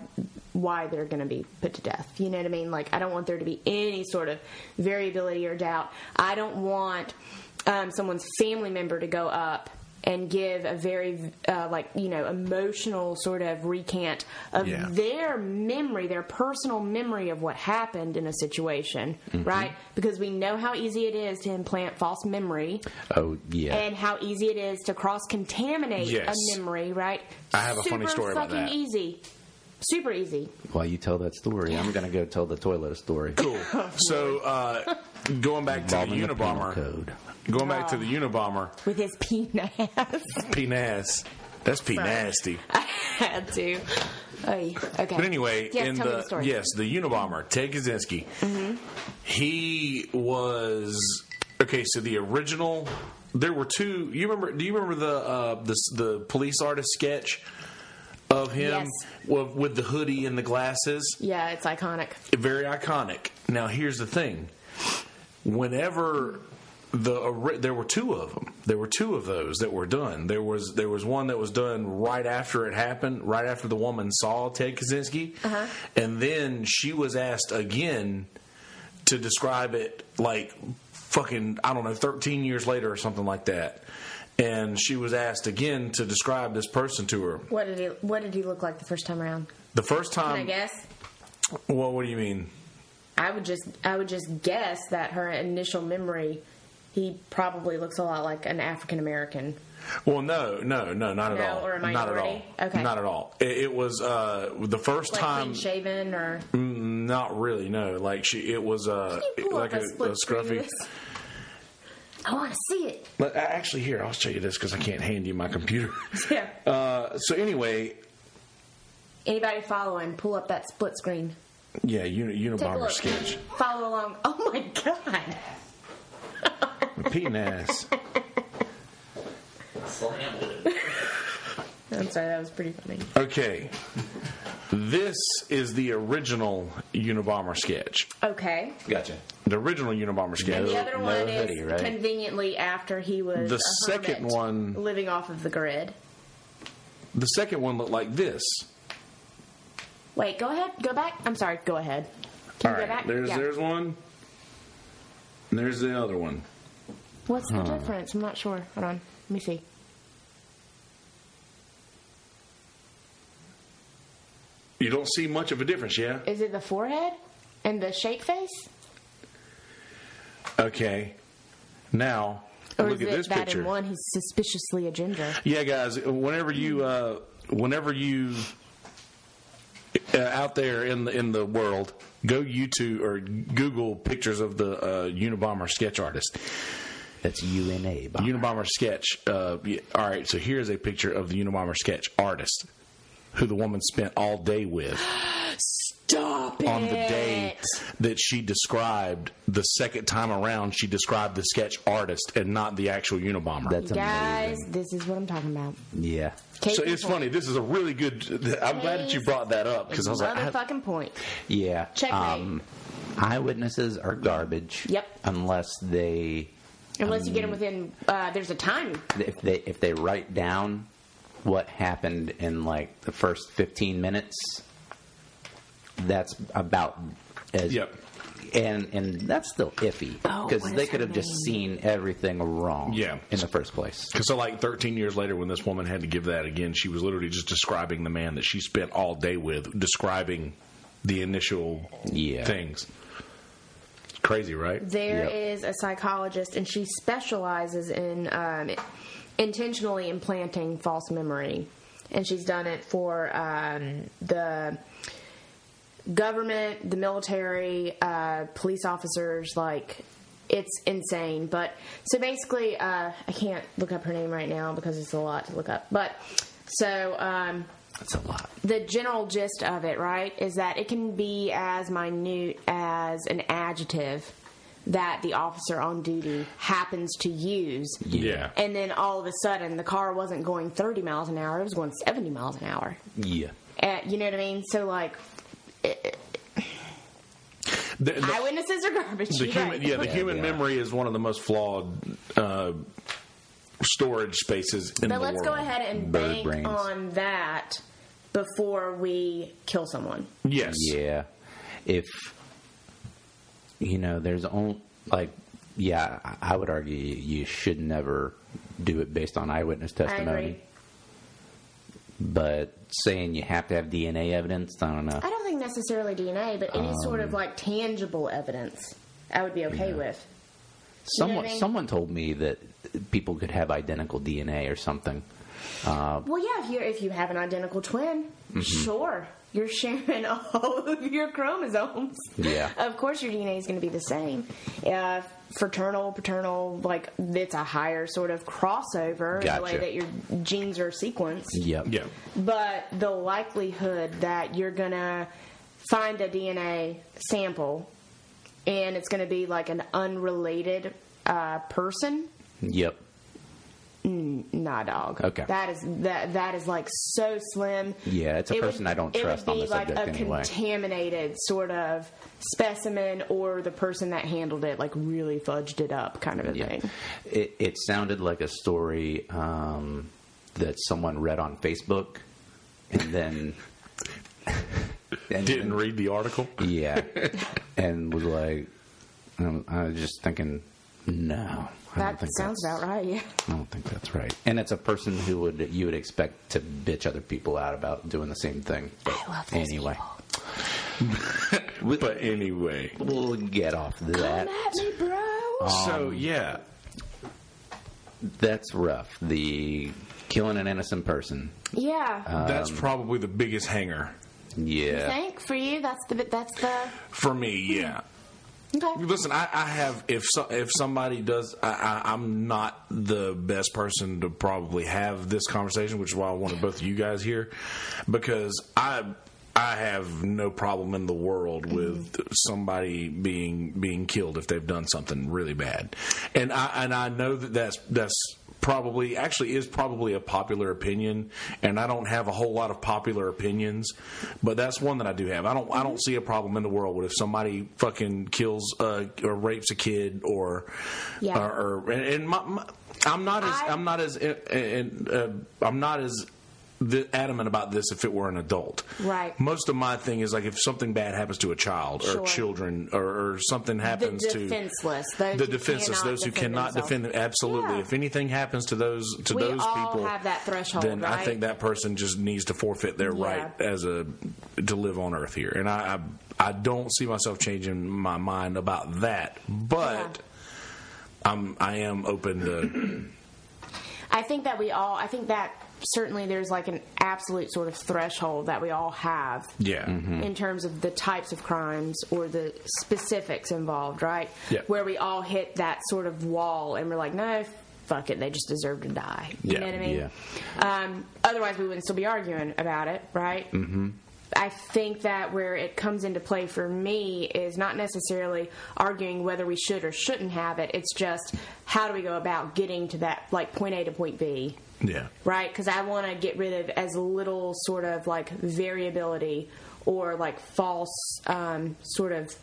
Speaker 2: why they're going to be put to death. You know what I mean? Like I don't want there to be any sort of variability or doubt. I don't want um, someone's family member to go up and give a very uh, like you know emotional sort of recant of
Speaker 1: Yeah.
Speaker 2: their memory, their personal memory of what happened in a situation, right? Because we know how easy it is to implant false memory
Speaker 3: oh yeah.
Speaker 2: and how easy it is to cross contaminate
Speaker 1: Yes.
Speaker 2: a memory, right?
Speaker 1: I have a funny story about
Speaker 2: fucking
Speaker 1: that.
Speaker 2: easy. Super easy.
Speaker 3: While you tell that story, I'm gonna go tell the toilet story.
Speaker 1: Cool. So uh, going back to the
Speaker 3: Involving the penal
Speaker 1: Unabomber.
Speaker 3: code.
Speaker 1: Going back to the Unabomber.
Speaker 2: With his penis.
Speaker 1: Penis. That's P nasty.
Speaker 2: I had to. Oy, okay.
Speaker 1: But anyway,
Speaker 2: yes,
Speaker 1: in
Speaker 2: tell
Speaker 1: the,
Speaker 2: me the story. Mm-hmm.
Speaker 1: yes, the Unabomber, Ted Kaczynski, he was okay. So the original, there were two. You remember? Do you remember the uh, the the police artist sketch of him
Speaker 2: Yes.
Speaker 1: with, with the hoodie and the glasses?
Speaker 2: Yeah, it's iconic.
Speaker 1: very iconic. Now, here's the thing: whenever the ori- there were two of them, there were two of those that were done. There was there was one that was done right after it happened, right after the woman saw Ted Kaczynski,
Speaker 2: Uh-huh.
Speaker 1: and then she was asked again to describe it like fucking I don't know 13 years later or something like that. And she was asked again to describe this person to her.
Speaker 2: What did he What did he look like the first time around?
Speaker 1: The first
Speaker 2: Can I
Speaker 1: time,
Speaker 2: guess.
Speaker 1: well, what do you mean?
Speaker 2: I would just I would just guess that her initial memory, he probably looks a lot like an African American.
Speaker 1: Well, no, no, no, not at
Speaker 2: No,
Speaker 1: all.
Speaker 2: or a
Speaker 1: not at all.
Speaker 2: minority? Okay.
Speaker 1: Not at all. It, it was uh, the first
Speaker 2: Like
Speaker 1: time.
Speaker 2: clean shaven or
Speaker 1: Not really. No, like she. It was uh,
Speaker 2: Can you pull
Speaker 1: like
Speaker 2: up
Speaker 1: a,
Speaker 2: a split
Speaker 1: a
Speaker 2: screen of
Speaker 1: scruffy.
Speaker 2: this? I wanna see it.
Speaker 1: But I- actually, here I'll show you this because I can't hand you my computer.
Speaker 2: Yeah.
Speaker 1: uh, so anyway,
Speaker 2: Anybody following? Pull up that split screen.
Speaker 1: yeah, uni,
Speaker 2: Take a
Speaker 1: Unabomber
Speaker 2: look.
Speaker 1: sketch.
Speaker 2: Follow along. Oh my god.
Speaker 1: Repeating ass.
Speaker 2: I'm sorry, that was pretty funny.
Speaker 1: Okay, this is the original Unabomber sketch.
Speaker 2: Okay.
Speaker 3: Gotcha.
Speaker 1: The original Unabomber sketch.
Speaker 2: And the other
Speaker 3: no
Speaker 2: one
Speaker 3: hoodie,
Speaker 2: is
Speaker 3: right?
Speaker 2: conveniently after he was
Speaker 1: The
Speaker 2: a
Speaker 1: second
Speaker 2: hermit
Speaker 1: one-
Speaker 2: living off of the grid.
Speaker 1: The second one looked like this.
Speaker 2: Wait, go ahead. Go back. I'm sorry. Go ahead. Can
Speaker 1: All
Speaker 2: you go
Speaker 1: right,
Speaker 2: back?
Speaker 1: there's
Speaker 2: Yeah.
Speaker 1: there's one. And there's the other one.
Speaker 2: What's the difference? I'm not sure. Hold on. Let me see.
Speaker 1: You don't see much of a difference, yeah?
Speaker 2: Is it the forehead and the shake face?
Speaker 1: Okay. Now,
Speaker 2: Or
Speaker 1: look
Speaker 2: is
Speaker 1: at
Speaker 2: it
Speaker 1: this
Speaker 2: that
Speaker 1: picture.
Speaker 2: in one he's suspiciously a ginger?
Speaker 1: Yeah, guys. Whenever you, uh, whenever you, uh, out there in the in the world, go YouTube or Google pictures of the uh, Unabomber sketch artist.
Speaker 3: That's UNA. Bob.
Speaker 1: Unabomber sketch. Uh, yeah, all right, so here's a picture of the Unabomber sketch artist, who the woman spent all day with
Speaker 2: Stop
Speaker 1: on the day that she described. The second time around, she described the sketch artist and not the actual Unabomber.
Speaker 3: That's
Speaker 2: Guys,
Speaker 3: amazing.
Speaker 2: this is what I'm talking about.
Speaker 3: Yeah.
Speaker 2: Case
Speaker 1: so
Speaker 2: in
Speaker 1: it's
Speaker 2: point.
Speaker 1: funny. This is a really good. I'm glad that you
Speaker 2: Case
Speaker 1: brought that up because I was like, I-
Speaker 2: Motherfucking point.
Speaker 3: Yeah. um,
Speaker 2: Checkmate.
Speaker 3: eyewitnesses are garbage.
Speaker 2: Yep.
Speaker 3: Unless they
Speaker 2: Unless you get
Speaker 1: Um,
Speaker 2: him within, uh, there's a time.
Speaker 3: if they if they write down what happened in like the first 15 minutes that's about as
Speaker 1: Yep.
Speaker 3: and and that's still iffy
Speaker 2: Oh,
Speaker 3: because
Speaker 2: what
Speaker 3: they
Speaker 2: is
Speaker 3: could
Speaker 2: her
Speaker 3: have just
Speaker 2: name?
Speaker 3: seen everything wrong
Speaker 1: Yeah.
Speaker 3: in the first place
Speaker 1: Because so, like 13 years later, when this woman had to give that again, she was literally just describing the man that she spent all day with, describing the initial
Speaker 3: Yeah.
Speaker 1: things. It's crazy, right?
Speaker 2: There
Speaker 3: Yep.
Speaker 2: is a psychologist, and she specializes in um, intentionally implanting false memory, and she's done it for um, the government, the military, uh, police officers. Like, it's insane. But so basically, uh, I can't look up her name right now because it's a lot to look up. But so. Um,
Speaker 3: that's a lot
Speaker 2: the general gist of it, right, is that it can be as minute as an adjective that the officer on duty happens to use.
Speaker 1: Yeah.
Speaker 2: And then all of a sudden, the car wasn't going 30 miles an hour, it was going 70 miles an hour.
Speaker 3: yeah
Speaker 2: Uh, you know what I mean? So, like,
Speaker 1: The, the-
Speaker 2: eyewitnesses are garbage.
Speaker 1: the
Speaker 2: you're
Speaker 1: human,
Speaker 2: right.
Speaker 1: yeah, the
Speaker 3: Yeah,
Speaker 1: human
Speaker 3: yeah.
Speaker 1: memory is one of the most flawed uh, storage spaces in the
Speaker 2: But let's
Speaker 1: world.
Speaker 2: go ahead and
Speaker 3: Bird
Speaker 2: bank
Speaker 3: brains.
Speaker 2: on that before we kill someone.
Speaker 1: Yes.
Speaker 3: Yeah. If you know, there's only like, yeah, I- I would argue you should never do it based on eyewitness testimony.
Speaker 2: I agree.
Speaker 3: But saying you have to have DNA evidence, I don't know.
Speaker 2: I don't think necessarily DNA, but
Speaker 1: Um,
Speaker 2: any sort of like tangible evidence, I would be okay with.
Speaker 3: someone
Speaker 2: I mean?
Speaker 3: someone told me that people could have identical DNA or something.
Speaker 2: Well, yeah, if you if you have an identical twin,
Speaker 3: Mm-hmm.
Speaker 2: sure, you're sharing all of your chromosomes.
Speaker 3: Yeah.
Speaker 2: of course, your DNA is going to be the same. Uh, fraternal, paternal, like it's a higher sort of crossover in the way
Speaker 3: Gotcha.
Speaker 2: that your genes are sequenced.
Speaker 3: Yep.
Speaker 1: Yeah.
Speaker 2: But the likelihood that you're going to find a DNA sample and it's going to be like an unrelated uh, person.
Speaker 3: Yep.
Speaker 2: Nah, dog.
Speaker 3: Okay.
Speaker 2: That is that that is like so slim.
Speaker 3: Yeah, it's a
Speaker 2: It would-
Speaker 3: person I don't
Speaker 2: it
Speaker 3: trust
Speaker 2: would
Speaker 3: on
Speaker 2: be
Speaker 3: the
Speaker 2: like
Speaker 3: subject
Speaker 2: a
Speaker 3: anyway.
Speaker 2: contaminated sort of specimen, or the person that handled it like really fudged it up, kind of a
Speaker 3: Yeah.
Speaker 2: thing.
Speaker 3: It, it sounded like a story um, that someone read on Facebook and then. and
Speaker 1: Didn't read the article.
Speaker 3: Yeah. and was like, um, I was just thinking, no. I don't
Speaker 2: That
Speaker 3: think
Speaker 2: sounds
Speaker 3: that's-
Speaker 2: about right. Yeah.
Speaker 3: I don't think that's right. And it's a person who would you would expect to bitch other people out about doing the same thing. But
Speaker 2: I love those
Speaker 3: anyway,
Speaker 1: But anyway.
Speaker 3: we'll get off that. Oh.
Speaker 2: Come at me, bro.
Speaker 1: so, yeah.
Speaker 3: That's rough. The killing an innocent person.
Speaker 2: yeah.
Speaker 3: Uh,
Speaker 1: That's probably the biggest hanger
Speaker 3: Yeah.
Speaker 2: Thank for you. That's the bit. That's the
Speaker 1: for me, yeah.
Speaker 2: okay.
Speaker 1: Listen, I, I have if so, if somebody does, I, I, I'm not the best person to probably have this conversation, which is why I wanted both of you guys here because I I have no problem in the world with somebody being being killed if they've done something really bad, and I and I know that that's that's probably actually is probably a popular opinion and I don't have a whole lot of popular opinions but that's one that I do have I don't I don't see a problem in the world with if somebody fucking kills uh, or rapes a kid or
Speaker 2: Yeah.
Speaker 1: or, or and, and my, my, I'm not as
Speaker 2: I-
Speaker 1: I, am not as uh, and, uh, I'm not as th- adamant about this if it were an adult.
Speaker 2: Right.
Speaker 1: Most of my thing is like if something bad happens to a child or
Speaker 2: Sure.
Speaker 1: children or, or something
Speaker 2: The
Speaker 1: happens to
Speaker 2: defenseless, those
Speaker 1: the
Speaker 2: who
Speaker 1: defenseless,
Speaker 2: cannot
Speaker 1: those who
Speaker 2: defend
Speaker 1: cannot
Speaker 2: themselves.
Speaker 1: defend. Absolutely.
Speaker 2: Yeah.
Speaker 1: If anything happens to those to
Speaker 2: We
Speaker 1: those
Speaker 2: all
Speaker 1: people,
Speaker 2: have that threshold,
Speaker 1: Then I
Speaker 2: right?
Speaker 1: think that person just needs to forfeit their
Speaker 2: Yeah.
Speaker 1: right as a to live on Earth here, and I I, I don't see myself changing my mind about that, but. I'm, I am open to
Speaker 2: I think that we all. I think that certainly there's like an absolute sort of threshold that we all have.
Speaker 1: yeah
Speaker 2: in terms of the types of crimes or the specifics involved, right?
Speaker 1: Yeah.
Speaker 2: Where we all hit that sort of wall and we're like, no, fuck it, they just deserve to die. You
Speaker 1: Yeah,
Speaker 2: know what I mean?
Speaker 3: yeah.
Speaker 2: Um, otherwise, we wouldn't still be arguing about it, right? Mm-hmm. I think that where it comes into play for me is not necessarily arguing whether we should or shouldn't have it. It's just how do we go about getting to that, like point A to point B,
Speaker 1: yeah
Speaker 2: right? Because I want to get rid of as little sort of like variability or like false um, sort of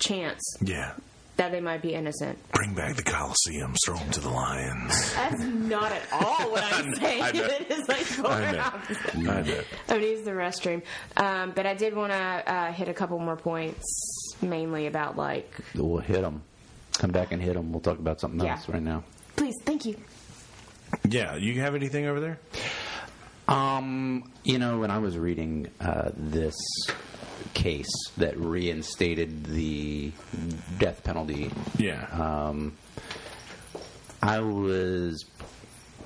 Speaker 2: chance
Speaker 1: yeah
Speaker 2: that they might be innocent.
Speaker 1: bring back the Coliseum throw them to the lions
Speaker 2: That's not at all what I'm saying.
Speaker 1: I know.
Speaker 2: it is like polar
Speaker 1: I know.
Speaker 2: opposite.
Speaker 1: I know
Speaker 2: I'm gonna use the restroom, um, but I did want to uh, hit a couple more points, mainly about like,
Speaker 3: We'll hit them. Come back and hit them. We'll talk about something
Speaker 2: Yeah.
Speaker 3: else right now.
Speaker 2: please, thank you.
Speaker 1: yeah you have anything over there
Speaker 3: Um, you know, when I was reading uh, this case that reinstated the death penalty,
Speaker 1: yeah
Speaker 3: I was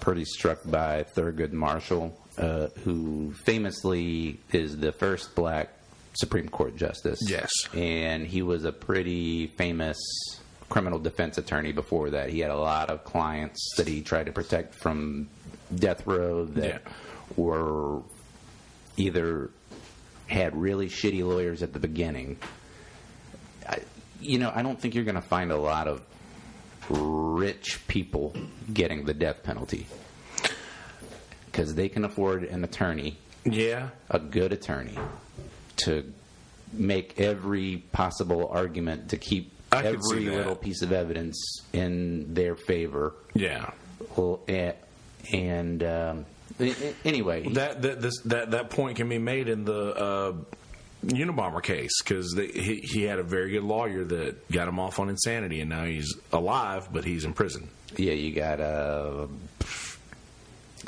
Speaker 3: pretty struck by Thurgood Marshall, uh, who famously is the first black Supreme Court justice.
Speaker 1: Yes.
Speaker 3: And he was a pretty famous criminal defense attorney before that. He had a lot of clients that he tried to protect from death row that
Speaker 1: Yeah.
Speaker 3: were either had really shitty lawyers at the beginning. I, you know, I don't think you're going to find a lot of rich people getting the death penalty because they can afford an attorney,
Speaker 1: yeah
Speaker 3: a good attorney, to make every possible argument to keep
Speaker 1: I could see
Speaker 3: every
Speaker 1: that.
Speaker 3: little piece of evidence in their favor.
Speaker 1: yeah
Speaker 3: Well, eh, And um, a- a- anyway,
Speaker 1: that that this, that that point can be made in the uh, Unabomber case because he, he had a very good lawyer that got him off on insanity, and now he's alive, but he's in prison.
Speaker 3: yeah, you got. Uh,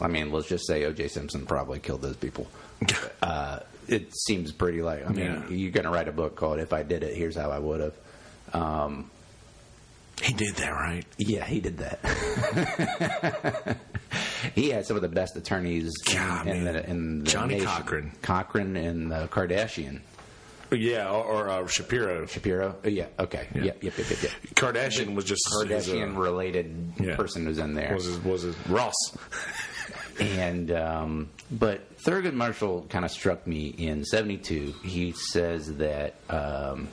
Speaker 3: I mean, let's just say O.J. Simpson probably killed those people. uh, it seems pretty like I mean
Speaker 1: Yeah.
Speaker 3: you're going to write a book called "If I Did It, Here's How I Would Have."
Speaker 1: he did that, right?
Speaker 3: Yeah, he did that. he had some of the best attorneys in-
Speaker 1: God,
Speaker 3: in,
Speaker 1: man.
Speaker 3: the in the
Speaker 1: Johnny
Speaker 3: nation.
Speaker 1: Cochran.
Speaker 3: Cochran and the Kardashian
Speaker 1: Yeah, or, or uh, Shapiro.
Speaker 3: Shapiro. Oh, yeah, okay, yep, yep, yep, yep. yep.
Speaker 1: Kardashian was just his, uh,
Speaker 3: Kardashian related
Speaker 1: Yeah.
Speaker 3: person was in there.
Speaker 1: was his, was his Ross?
Speaker 3: and um, but Thurgood Marshall kind of struck me in '72. He says that um,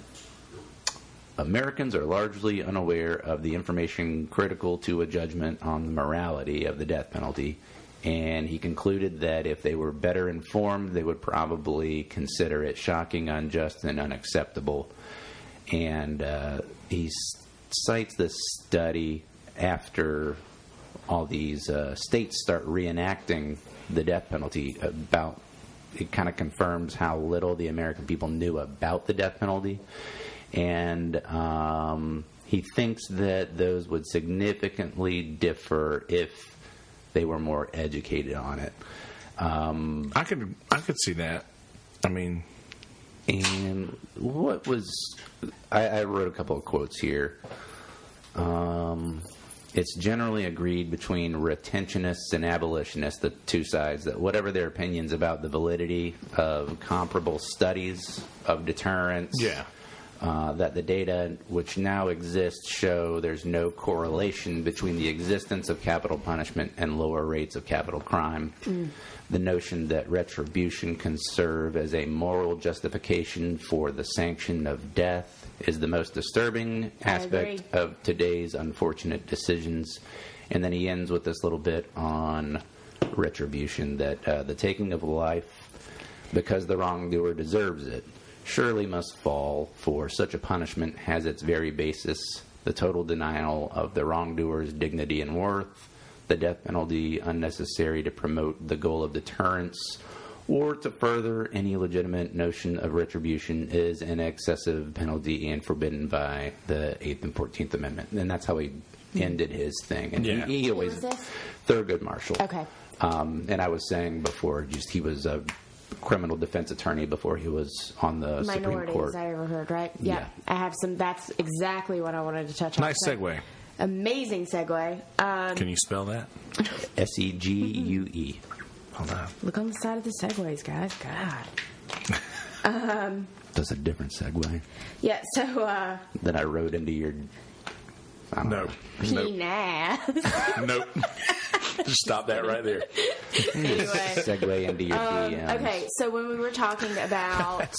Speaker 3: Americans are largely unaware of the information critical to a judgment on the morality of the death penalty, and he concluded that if they were better informed, they would probably consider it shocking, unjust, and unacceptable. And uh, he s- cites this study after all these uh, states start reenacting the death penalty about it kind of confirms how little the American people knew about the death penalty. And um, he thinks that those would significantly differ if they were more educated on it. Um,
Speaker 1: I could I could see that. I mean,
Speaker 3: and what was. I, I wrote a couple of quotes here. Um, it's generally agreed between retentionists and abolitionists, the two sides, that whatever their opinions about the validity of comparable studies of deterrence,
Speaker 1: Yeah.
Speaker 3: uh, that the data which now exists show there's no correlation between the existence of capital punishment and lower rates of capital crime. The notion that retribution can serve as a moral justification for the sanction of death is the most disturbing aspect
Speaker 2: agree.
Speaker 3: of today's unfortunate decisions. And then he ends with this little bit on retribution that uh, the taking of life because the wrongdoer deserves it surely must fall, for such a punishment has its very basis the total denial of the wrongdoer's dignity and worth, the death penalty unnecessary to promote the goal of deterrence or to further any legitimate notion of retribution is an excessive penalty and forbidden by the Eighth and Fourteenth Amendment. And that's how he ended his thing. And
Speaker 1: Yeah.
Speaker 3: he, he always
Speaker 2: was this?
Speaker 3: Thurgood Marshall.
Speaker 2: Okay.
Speaker 3: Um, and I was saying before, just he was a criminal defense attorney before he was on the Supreme Court.
Speaker 2: Minorities, I overheard, right?
Speaker 3: Yeah.
Speaker 2: I have some. That's exactly what I wanted to touch on.
Speaker 1: Nice
Speaker 2: So,
Speaker 1: segue.
Speaker 2: Amazing segue. Um,
Speaker 1: Can you spell that?
Speaker 3: S E G U E.
Speaker 1: Hold on.
Speaker 2: look on the side of the segues, guys. God.
Speaker 3: That's a different segue
Speaker 5: Yeah, so uh,
Speaker 3: that I wrote into your. I don't
Speaker 1: Nope.
Speaker 3: know.
Speaker 1: Nope.
Speaker 2: Penis.
Speaker 1: nope. Just stop that right there.
Speaker 2: anyway.
Speaker 3: Segue into your
Speaker 2: Um,
Speaker 3: DMs.
Speaker 2: okay, so when we were talking about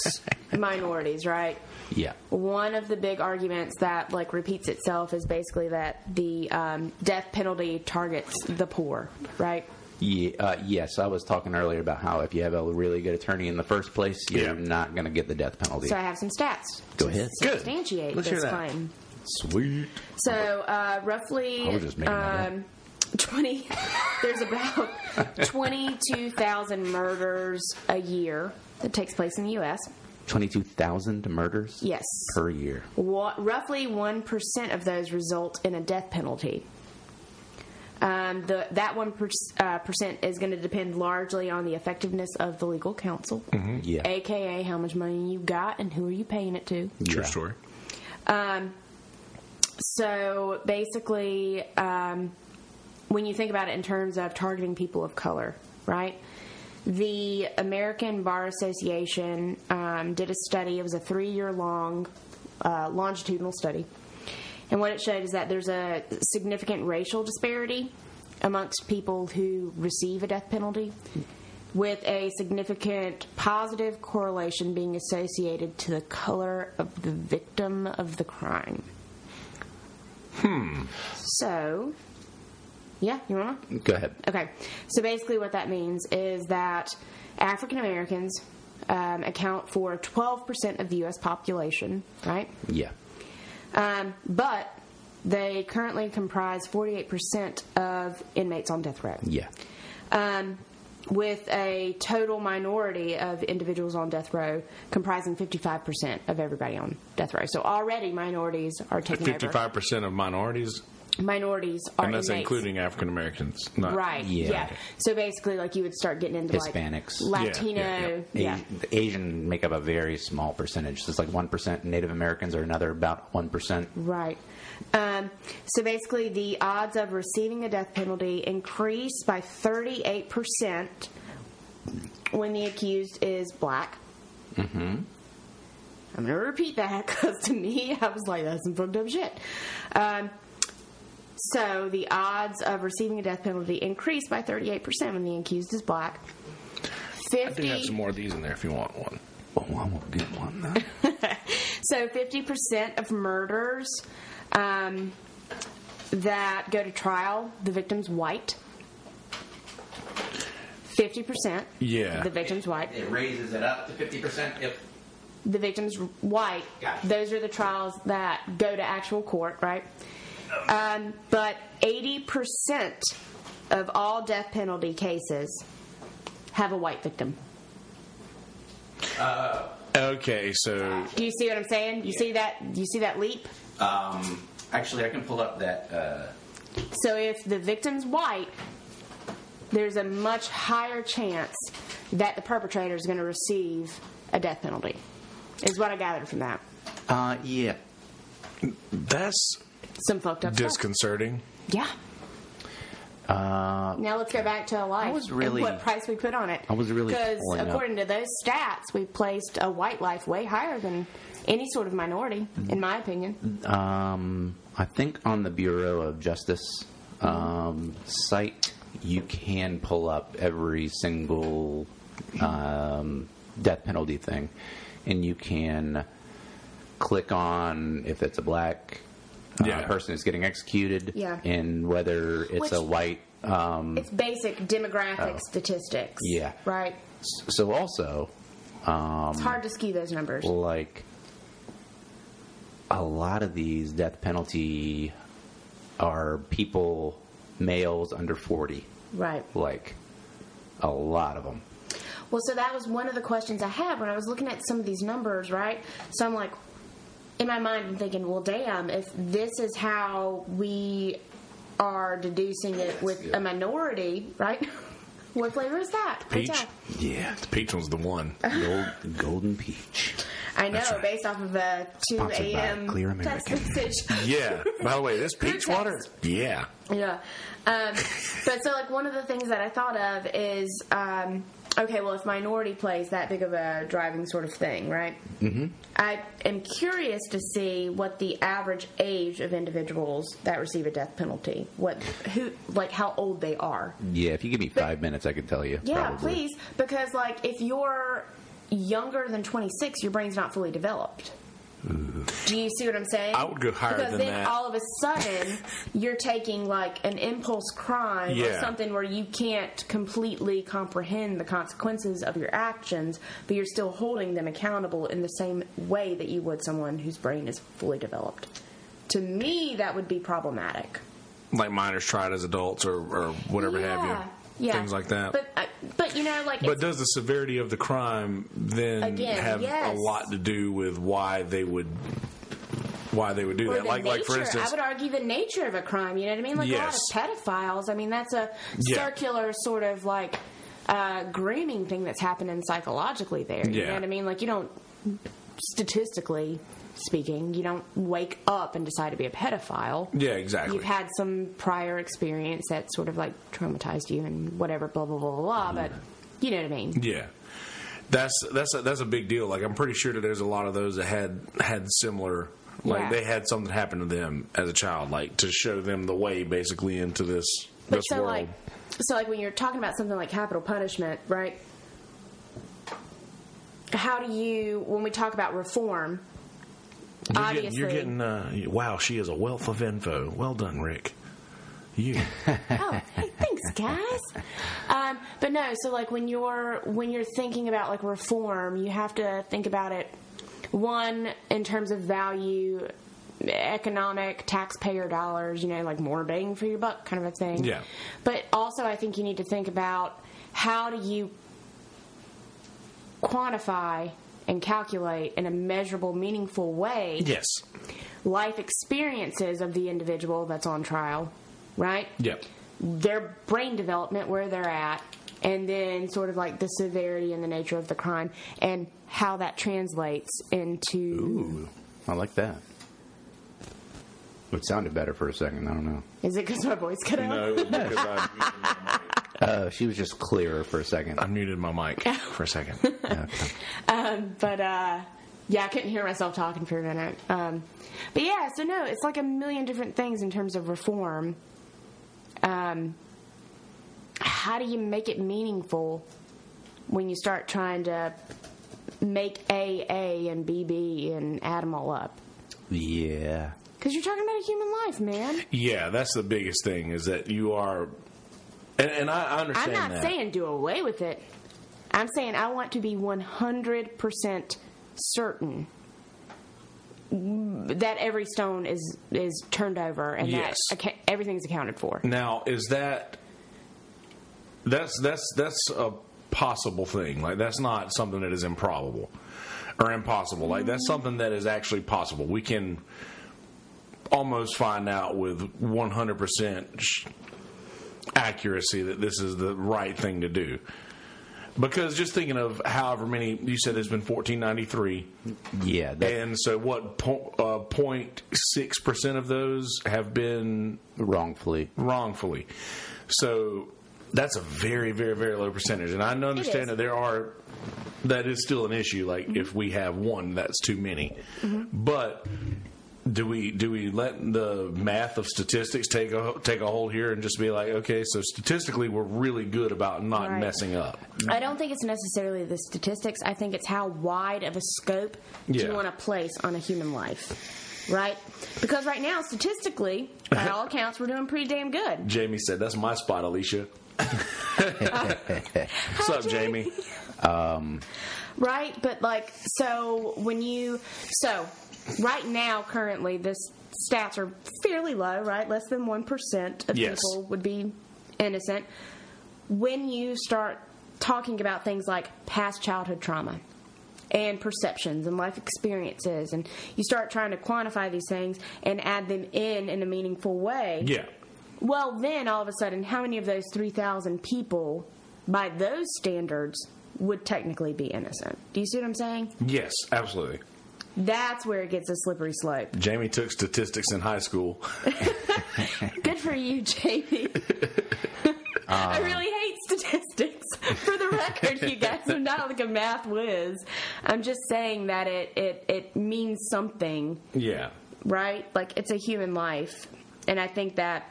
Speaker 2: minorities, right?
Speaker 3: Yeah.
Speaker 2: One of the big arguments that like repeats itself is basically that the um, death penalty targets the poor, right?
Speaker 3: Yeah, uh, yes, I was talking earlier about how if you have a really good attorney in the first place, you're
Speaker 1: Yeah.
Speaker 3: not going to get the death penalty.
Speaker 2: So I have some stats
Speaker 3: Go ahead.
Speaker 2: to
Speaker 1: Good.
Speaker 2: substantiate
Speaker 1: Let's
Speaker 2: this
Speaker 1: hear that.
Speaker 2: claim.
Speaker 3: Sweet.
Speaker 2: So uh, roughly,
Speaker 3: I was just making that up.
Speaker 2: um, twenty. there's about twenty-two thousand murders a year that takes place in the U.S.
Speaker 3: 22,000 murders
Speaker 2: Yes.
Speaker 3: per year.
Speaker 2: Wha roughly 1% of those result in a death penalty. Um, the, that 1% uh, percent is going to depend largely on the effectiveness of the legal counsel,
Speaker 3: Mm-hmm. Yeah.
Speaker 2: aka how much money you got and who are you paying it to.
Speaker 1: True
Speaker 3: Yeah.
Speaker 1: story.
Speaker 2: So basically, um, when you think about it in terms of targeting people of color, right? The American Bar Association um, did a study. It was a three-year-long uh, longitudinal study, and what it showed is that there's a significant racial disparity amongst people who receive a death penalty, with a significant positive correlation being associated to the color of the victim of the crime. So, yeah, you want to?
Speaker 3: Go ahead.
Speaker 2: Okay. So basically, what that means is that African Americans um, account for 12% of the U.S. population, right?
Speaker 3: Yeah.
Speaker 2: Um, but they currently comprise 48% of inmates on death row.
Speaker 3: Yeah.
Speaker 2: Um, with a total minority of individuals on death row comprising 55% of everybody on death row. So already minorities are taking over.
Speaker 1: Fifty-five percent of minorities,
Speaker 2: Minorities are
Speaker 1: and that's
Speaker 2: inmates.
Speaker 1: including African Americans. not-
Speaker 2: Right.
Speaker 3: Yeah.
Speaker 2: Yeah. So basically, like you would start getting into
Speaker 3: Hispanics.
Speaker 2: like
Speaker 1: Yeah,
Speaker 2: Latino.
Speaker 1: yeah,
Speaker 2: Yeah.
Speaker 1: yeah.
Speaker 3: Asi- the Asian make up a very small percentage. It's like 1%. Native Americans are another about 1%.
Speaker 2: Right. Um, so basically, the odds of receiving a death penalty increase by 38 percent when the accused is black. Mm-hmm. I'm going to repeat that because to me, I was like, that's some fucked up shit. Um, so the odds of receiving a death penalty increase by 38 percent when the accused is black. 50,
Speaker 1: I do have some more of these in there if you want one.
Speaker 3: Oh, I won't get one. though.
Speaker 2: So 50% of murders um, that go to trial, the victim's white. 50%.
Speaker 1: Yeah.
Speaker 2: The victim's white.
Speaker 3: raises it up to 50%. Yep.
Speaker 2: The victim's white.
Speaker 3: Gotcha.
Speaker 2: Those are the trials that go to actual court, right? Um, but 80% of all death penalty cases have a white victim.
Speaker 1: Okay, so
Speaker 2: Do you see what I'm saying? You see that? You see that leap?
Speaker 3: Um, actually, I can pull up that. Uh,
Speaker 2: So if the victim's white, there's a much higher chance that the perpetrator is going to receive a death penalty. Is what I gathered from that.
Speaker 3: uh, yeah.
Speaker 1: that's
Speaker 2: Some fucked up stuff.
Speaker 1: disconcerting.
Speaker 2: Yeah. Uh, now let's go back to a life.
Speaker 3: was really-
Speaker 2: and what price we put on it.
Speaker 3: I was really
Speaker 2: because
Speaker 3: pulling up-
Speaker 2: according to those stats, we placed a white life way higher than any sort of minority,
Speaker 3: Mm-hmm.
Speaker 2: in my opinion.
Speaker 3: Um, I think on the Bureau of Justice um, site, you can pull up every single um, death penalty thing, and you can click on if it's a black uh,
Speaker 1: Yeah.
Speaker 3: person who's getting executed,
Speaker 2: Yeah.
Speaker 3: and whether it's
Speaker 2: Which-
Speaker 3: a white. Um,
Speaker 2: It's basic demographic statistics.
Speaker 3: Oh. Yeah. Um,
Speaker 2: Right.
Speaker 3: so also,
Speaker 2: It's hard to skew those numbers.
Speaker 3: like a lot of these death penalty are people males under 40,
Speaker 2: Right.
Speaker 3: like a lot of them.
Speaker 2: Well, so that was one of the questions I had when I was looking at some of these numbers, right? So I'm like, in my mind, I'm thinking, well, damn, if this is how we are deducing it with a minority, right? What flavor is that?
Speaker 1: Peach?
Speaker 2: Hotel.
Speaker 1: Yeah, the peach one's the one.
Speaker 3: Gold, golden peach.
Speaker 2: I know,
Speaker 1: That's right.
Speaker 2: based off of a 2
Speaker 3: Sponsored by Clear
Speaker 2: a.m. text
Speaker 3: American.
Speaker 2: message.
Speaker 1: Yeah. By the way, this peach
Speaker 2: Context.
Speaker 1: water. Yeah.
Speaker 2: Yeah. Um, but so, like, one of the things that I thought of is um, okay, well, if minority plays that big of a driving sort of thing, right? Mm-hmm. I am curious to see what the average age of individuals that receive a death penalty, what, who, like, how old they are.
Speaker 3: Yeah, if you give me five minutes, I could tell you.
Speaker 2: Yeah,
Speaker 3: probably.
Speaker 2: please. Because, like, if you're younger than 26, your brain's not fully developed. Do you see what I'm saying?
Speaker 1: Mm-hmm. I would go higher
Speaker 2: because
Speaker 1: than
Speaker 2: then
Speaker 1: that.
Speaker 2: all of a sudden you're taking like an impulse crime
Speaker 1: Yeah.
Speaker 2: or something where you can't completely comprehend the consequences of your actions, but you're still holding them accountable in the same way that you would someone whose brain is fully developed. To me, that would be problematic.
Speaker 1: Like minors tried as adults or, or whatever
Speaker 2: yeah.
Speaker 1: have you.
Speaker 2: Yeah.
Speaker 1: Things like that.
Speaker 2: But uh, but you know like
Speaker 1: But does the severity of the crime then
Speaker 2: Again,
Speaker 1: have
Speaker 2: yes.
Speaker 1: a lot to do with why they would why they would do
Speaker 2: or
Speaker 1: that?
Speaker 2: the
Speaker 1: Like like for
Speaker 2: nature.
Speaker 1: instance,
Speaker 2: I would argue the nature of a crime. You know what I mean? Like
Speaker 1: Yes.
Speaker 2: a lot of pedophiles. I mean, that's a
Speaker 1: Yeah.
Speaker 2: circular sort of like uh, grooming thing that's happening psychologically there. You
Speaker 1: Yeah.
Speaker 2: know what I mean? Like you don't statistically speaking, you don't wake up and decide to be a pedophile.
Speaker 1: yeah, exactly.
Speaker 2: You've had some prior experience that sort of like traumatized you and whatever, blah blah blah blah. blah But you know what I mean?
Speaker 1: Yeah, that's that's a, that's a big deal. Like I'm pretty sure that there's a lot of those that had had similar. Like
Speaker 2: Yeah.
Speaker 1: they had something happen to them as a child, like to show them the way, basically, into this
Speaker 2: But
Speaker 1: this
Speaker 2: so
Speaker 1: world.
Speaker 2: like so like when you're talking about something like capital punishment, right? How do you when we talk about reform?
Speaker 1: you're
Speaker 2: obviously,
Speaker 1: getting, you're getting uh, wow, she is a wealth of info. Well done, Rick. You
Speaker 2: oh, hey, thanks, guys. Um, but no, so like when you're when you're thinking about like reform, you have to think about it one in terms of value, economic, taxpayer dollars. You know, like more bang for your buck, kind of a thing.
Speaker 1: Yeah.
Speaker 2: But also, I think you need to think about how do you quantify and calculate in a measurable, meaningful way
Speaker 1: yes,
Speaker 2: life experiences of the individual that's on trial, right?
Speaker 1: yep,
Speaker 2: their brain development, where they're at, and then sort of like the severity and the nature of the crime and how that translates into.
Speaker 3: Ooh, I like that. It sounded better for a second. I don't know.
Speaker 2: Is it because my voice cut out?
Speaker 1: no, because I,
Speaker 3: Uh, she was just clearer for a second.
Speaker 1: I muted my mic for a second.
Speaker 3: Okay.
Speaker 2: But uh, yeah, I couldn't hear myself talking for a minute. Um, but yeah, so no, it's like a million different things in terms of reform. Um, how do you make it meaningful when you start trying to make A A and B B and add them all up?
Speaker 3: Yeah.
Speaker 2: Because you're talking about a human life, man.
Speaker 1: Yeah, that's the biggest thing is that you are, and, and I, I
Speaker 2: I'm
Speaker 1: understand.
Speaker 2: not
Speaker 1: that.
Speaker 2: saying do away with it. I'm saying I want to be 100% certain that every stone is is turned over and
Speaker 1: Yes.
Speaker 2: that acca- everything's accounted for.
Speaker 1: Now, is that that's that's that's a possible thing? Like that's not something that is improbable or impossible. Like that's something that is actually possible. We can almost find out with 100% sh- accuracy that this is the right thing to do. Because just thinking of however many you said there's been 1493
Speaker 3: Yeah. That,
Speaker 1: and so what po- uh, 0.6% of those have been
Speaker 3: wrongfully.
Speaker 1: wrongfully. So that's a very, very, very low percentage. And I understand
Speaker 2: is. Mm-hmm.
Speaker 1: that there are that is still an issue. Like if we have one, that's too many. But do we do we let the math of statistics take a take a hold here and just be like, okay, so statistically we're really good about not
Speaker 2: Right.
Speaker 1: messing up.
Speaker 2: I don't think it's necessarily the statistics. I think it's how wide of a scope do
Speaker 1: Yeah.
Speaker 2: you want to place on a human life, right? Because right now, statistically, by all accounts, we're doing pretty damn good.
Speaker 1: Jamie said, "That's my spot, Alicia." What's up, Jamie?
Speaker 2: Right, but like so when you so right now currently this stats are fairly low, right? Less than 1% of
Speaker 1: Yes.
Speaker 2: people would be innocent. When you start talking about things like past childhood trauma and perceptions and life experiences, and you start trying to quantify these things and add them in in a meaningful way,
Speaker 1: Yeah.
Speaker 2: well, then all of a sudden, how many of those 3,000 people, by those standards, would technically be innocent? Do you see what I'm saying?
Speaker 1: Yes, absolutely.
Speaker 2: That's where it gets a slippery slope.
Speaker 1: Jamie took statistics in high school.
Speaker 2: Good for you, Jamie. I really hate statistics. For the record, you guys, I'm not like a math whiz. I'm just saying that it, it, it means something
Speaker 1: Yeah.
Speaker 2: right? Like it's a human life, and I think that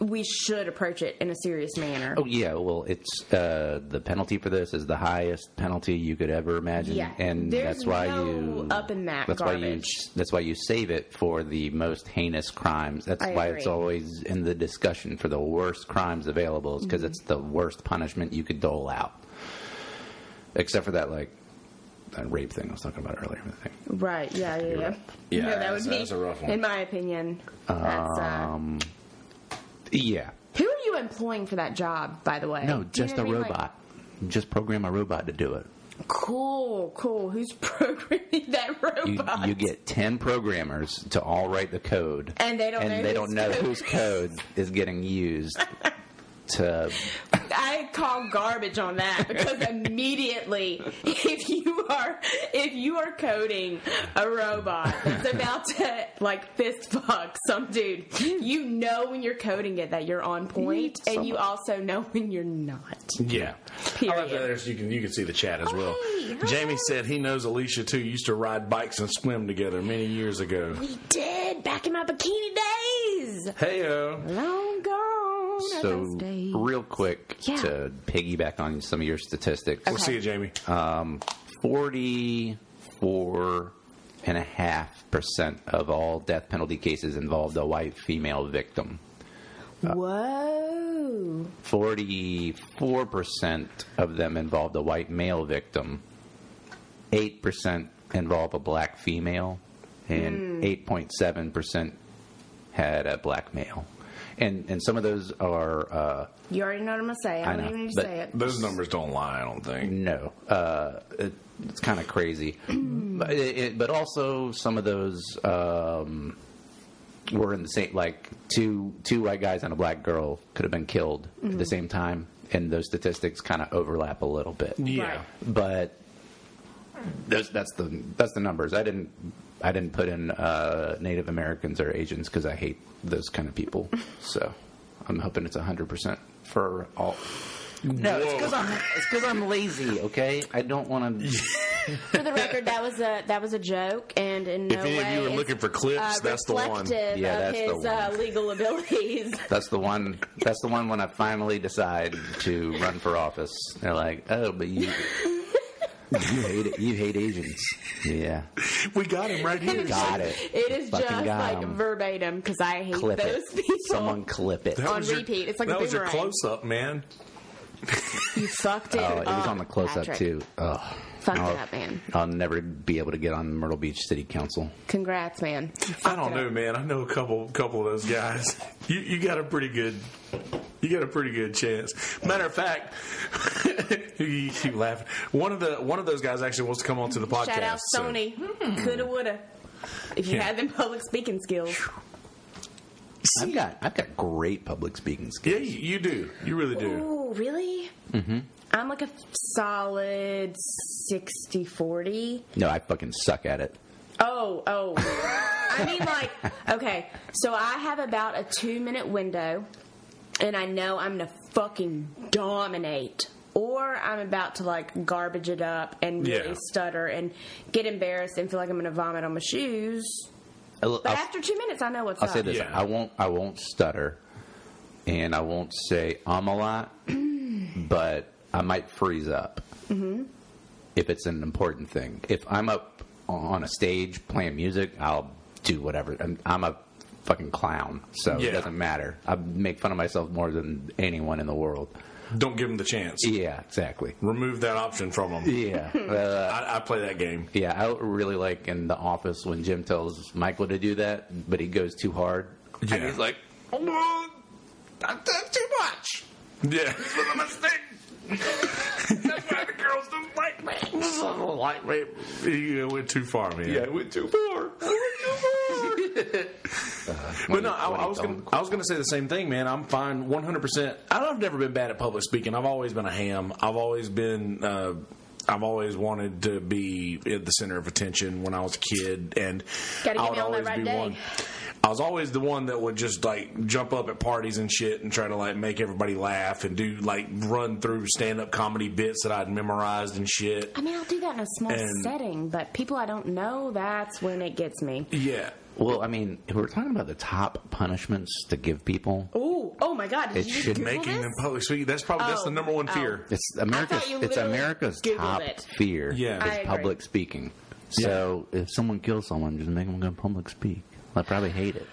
Speaker 2: we should approach it in a serious manner.
Speaker 3: Oh yeah, well, it's uh, the penalty for this is the highest penalty you could ever imagine,
Speaker 2: Yeah,
Speaker 3: and
Speaker 2: there's
Speaker 3: that's why
Speaker 2: no
Speaker 3: you
Speaker 2: up in that
Speaker 3: That's why you
Speaker 2: garbage.
Speaker 3: that's why you save it for the most heinous crimes. That's
Speaker 2: I
Speaker 3: why it's
Speaker 2: agree.
Speaker 3: always in the discussion for the worst crimes available, is
Speaker 2: Mm-hmm.
Speaker 3: because it's the worst punishment you could dole out, except for that like that rape thing I was talking about earlier. I think.
Speaker 2: Right? Yeah, yeah, yeah.
Speaker 1: Yeah,
Speaker 2: no, that
Speaker 1: that's-
Speaker 2: would be,
Speaker 1: that's a rough one.
Speaker 2: in my opinion. That's, uh,
Speaker 3: Um, yeah,
Speaker 2: who are you employing for that job, by the way?
Speaker 3: no,
Speaker 2: Do you
Speaker 3: just
Speaker 2: know
Speaker 3: a
Speaker 2: what I mean? Like,
Speaker 3: robot. just program a robot to do it.
Speaker 2: cool, cool. Who's programming that
Speaker 3: you,
Speaker 2: robot?
Speaker 3: you get 10 programmers to all write the code
Speaker 2: And they don't know
Speaker 3: they
Speaker 2: whose
Speaker 3: don't know
Speaker 2: code.
Speaker 3: whose code is getting used to
Speaker 2: I call garbage on that because immediately, if you are if you are coding a robot that's about to like fist fuck some dude, you know when you're coding it that you're on point, and you also know when you're not.
Speaker 1: Yeah. I love
Speaker 2: Period. Oh,
Speaker 1: that there's, you can you can see the chat as well.
Speaker 2: hey, hi.
Speaker 1: Jamie said he knows Alicia too. Used to ride bikes and swim together many years ago.
Speaker 2: We did back in my bikini days,
Speaker 1: Heyo.
Speaker 2: long gone.
Speaker 3: so
Speaker 2: are those days.
Speaker 3: real quick
Speaker 2: Yeah.
Speaker 3: to piggyback on some of your statistics
Speaker 1: We'll see you, Jamie. Uh,
Speaker 3: um, 44 and a half percent of all death penalty cases involved a white female victim uh,
Speaker 2: Whoa.
Speaker 3: 44% of them involved a white male victim, 8% involve a black female, and 8.7% had a black male. And, and some of those are uh,
Speaker 2: You already know what I'm gonna say.
Speaker 3: I
Speaker 2: I, don't
Speaker 3: know,
Speaker 2: even need to
Speaker 3: but-
Speaker 2: say it.
Speaker 1: Those numbers don't lie. I don't think.
Speaker 3: no, uh, it, it's kind of crazy. but, it, it- but also some of those um, were in the same like two two white guys and a black girl could have been killed at the same time, and those statistics kind of overlap a little bit.
Speaker 1: Yeah.
Speaker 3: but those, that's the that's the numbers. I didn't I didn't put in uh, Native Americans or Asians because I hate those kind of people. So I'm hoping it's hundred percent for all. No, it's because I'm it's because I'm lazy. Okay, I don't want to.
Speaker 2: For the record, that was a that was a joke, and in
Speaker 1: If
Speaker 2: no
Speaker 1: any
Speaker 2: way
Speaker 1: of you are
Speaker 2: is-
Speaker 1: looking for clips,
Speaker 2: uh,
Speaker 1: that's the one.
Speaker 2: reflective
Speaker 3: Yeah,
Speaker 2: of
Speaker 3: that's the
Speaker 2: his uh, legal abilities.
Speaker 3: That's the one. That's the one when I finally decide to run for office. They're like, oh, but you. You hate, you hate Asians. Yeah.
Speaker 1: We got him right here.
Speaker 3: Got it.
Speaker 2: It is
Speaker 3: Fucking
Speaker 2: just
Speaker 3: got
Speaker 2: like
Speaker 3: 'em.
Speaker 2: verbatim because I hate
Speaker 3: Clip
Speaker 2: those
Speaker 3: it.
Speaker 2: people.
Speaker 3: Someone clip it.
Speaker 1: That
Speaker 2: On
Speaker 1: was your-
Speaker 2: repeat. It's like a
Speaker 1: that was your
Speaker 2: boomerang.
Speaker 1: close up, man.
Speaker 2: you fucked it.
Speaker 3: Oh, it was
Speaker 2: up,
Speaker 3: on the close up
Speaker 2: Patrick.
Speaker 3: too. Ugh.
Speaker 2: Fucked
Speaker 3: I'll,
Speaker 2: it up, man.
Speaker 3: I'll never be able to get on Myrtle Beach City Council.
Speaker 2: Congrats, man. You
Speaker 1: I
Speaker 2: fucked
Speaker 1: don't
Speaker 2: it
Speaker 1: know,
Speaker 2: up.
Speaker 1: man. I know a couple couple of those guys. You you got a pretty good you got a pretty good chance. Matter of fact, you keep laughing. One of the one of those guys actually wants to come on to the podcast.
Speaker 2: Shout out
Speaker 1: so-
Speaker 2: Sony. Hmm, Coulda, woulda. If you
Speaker 1: Yeah.
Speaker 2: had them public speaking skills,
Speaker 3: I've got I've got great public speaking skills.
Speaker 1: Yeah, you, you do. You really do.
Speaker 2: ooh, really? Mm-hmm. I'm like a solid 60-40.
Speaker 3: No, I fucking suck at it.
Speaker 2: Oh, oh. I mean, like, okay, so I have about a two minute window, and I know I'm gonna fucking dominate. Or I'm about to like garbage it up and really
Speaker 1: Yeah.
Speaker 2: stutter and get embarrassed and feel like I'm gonna vomit on my shoes.
Speaker 3: I'll,
Speaker 2: But
Speaker 3: I'll-
Speaker 2: after two minutes, I know what's
Speaker 3: I'll
Speaker 2: up.
Speaker 3: say this:
Speaker 1: Yeah.
Speaker 3: I won't I won't stutter, and I won't say um a lot, but I might freeze up
Speaker 1: Mm-hmm.
Speaker 3: if it's an important thing. If I'm up on a stage playing music, I'll do whatever. I'm, I'm a fucking clown, so
Speaker 1: Yeah.
Speaker 3: it doesn't matter. I make fun of myself more than anyone in the world.
Speaker 1: Don't give them the chance.
Speaker 3: Yeah, exactly.
Speaker 1: Remove that option from them.
Speaker 3: Yeah. Uh,
Speaker 1: I, I play that game.
Speaker 3: Yeah, I really like in The Office when Jim tells Michael to do that, but he goes too hard.
Speaker 1: Yeah.
Speaker 3: And he's like,
Speaker 1: Oh, no, I've done too much. Yeah. This was a mistake. That's why the girls don't like me. Don't like me. You went too far, man.
Speaker 3: I went too far.
Speaker 1: But no, I, I was gonna, I was going to say the same thing, man. I'm fine, 100. percent I don't, I've never been bad at public speaking. I've always been a ham. I've always been. Uh, I've always wanted to be at the center of attention when I was a kid, and
Speaker 6: Gotta get
Speaker 1: I would
Speaker 6: me on the
Speaker 1: always
Speaker 6: right
Speaker 1: be
Speaker 6: day.
Speaker 1: one. I was always the one that would just like jump up at parties and shit and try to like make everybody laugh and do like run through stand up comedy bits that I'd memorized and shit.
Speaker 2: I mean, I'll do that in a small
Speaker 1: And-
Speaker 2: setting, but people I don't know, that's when it gets me.
Speaker 1: Yeah.
Speaker 3: Well, I mean, if we're talking about the top punishments to give people.
Speaker 6: Ooh, oh my God! Did
Speaker 3: It
Speaker 6: you just
Speaker 3: should
Speaker 6: Google
Speaker 1: Making
Speaker 6: this?
Speaker 1: them public speaking. That's probably that's
Speaker 6: Oh,
Speaker 1: the number one
Speaker 6: oh.
Speaker 1: fear.
Speaker 3: It's America's.
Speaker 6: you
Speaker 3: It's
Speaker 6: literally
Speaker 3: America's
Speaker 6: Googled
Speaker 3: top
Speaker 6: it.
Speaker 3: fear.
Speaker 1: Yeah. I
Speaker 3: is
Speaker 6: agree.
Speaker 3: public speaking. So if someone kills someone, just make them go public speak. I probably hate it.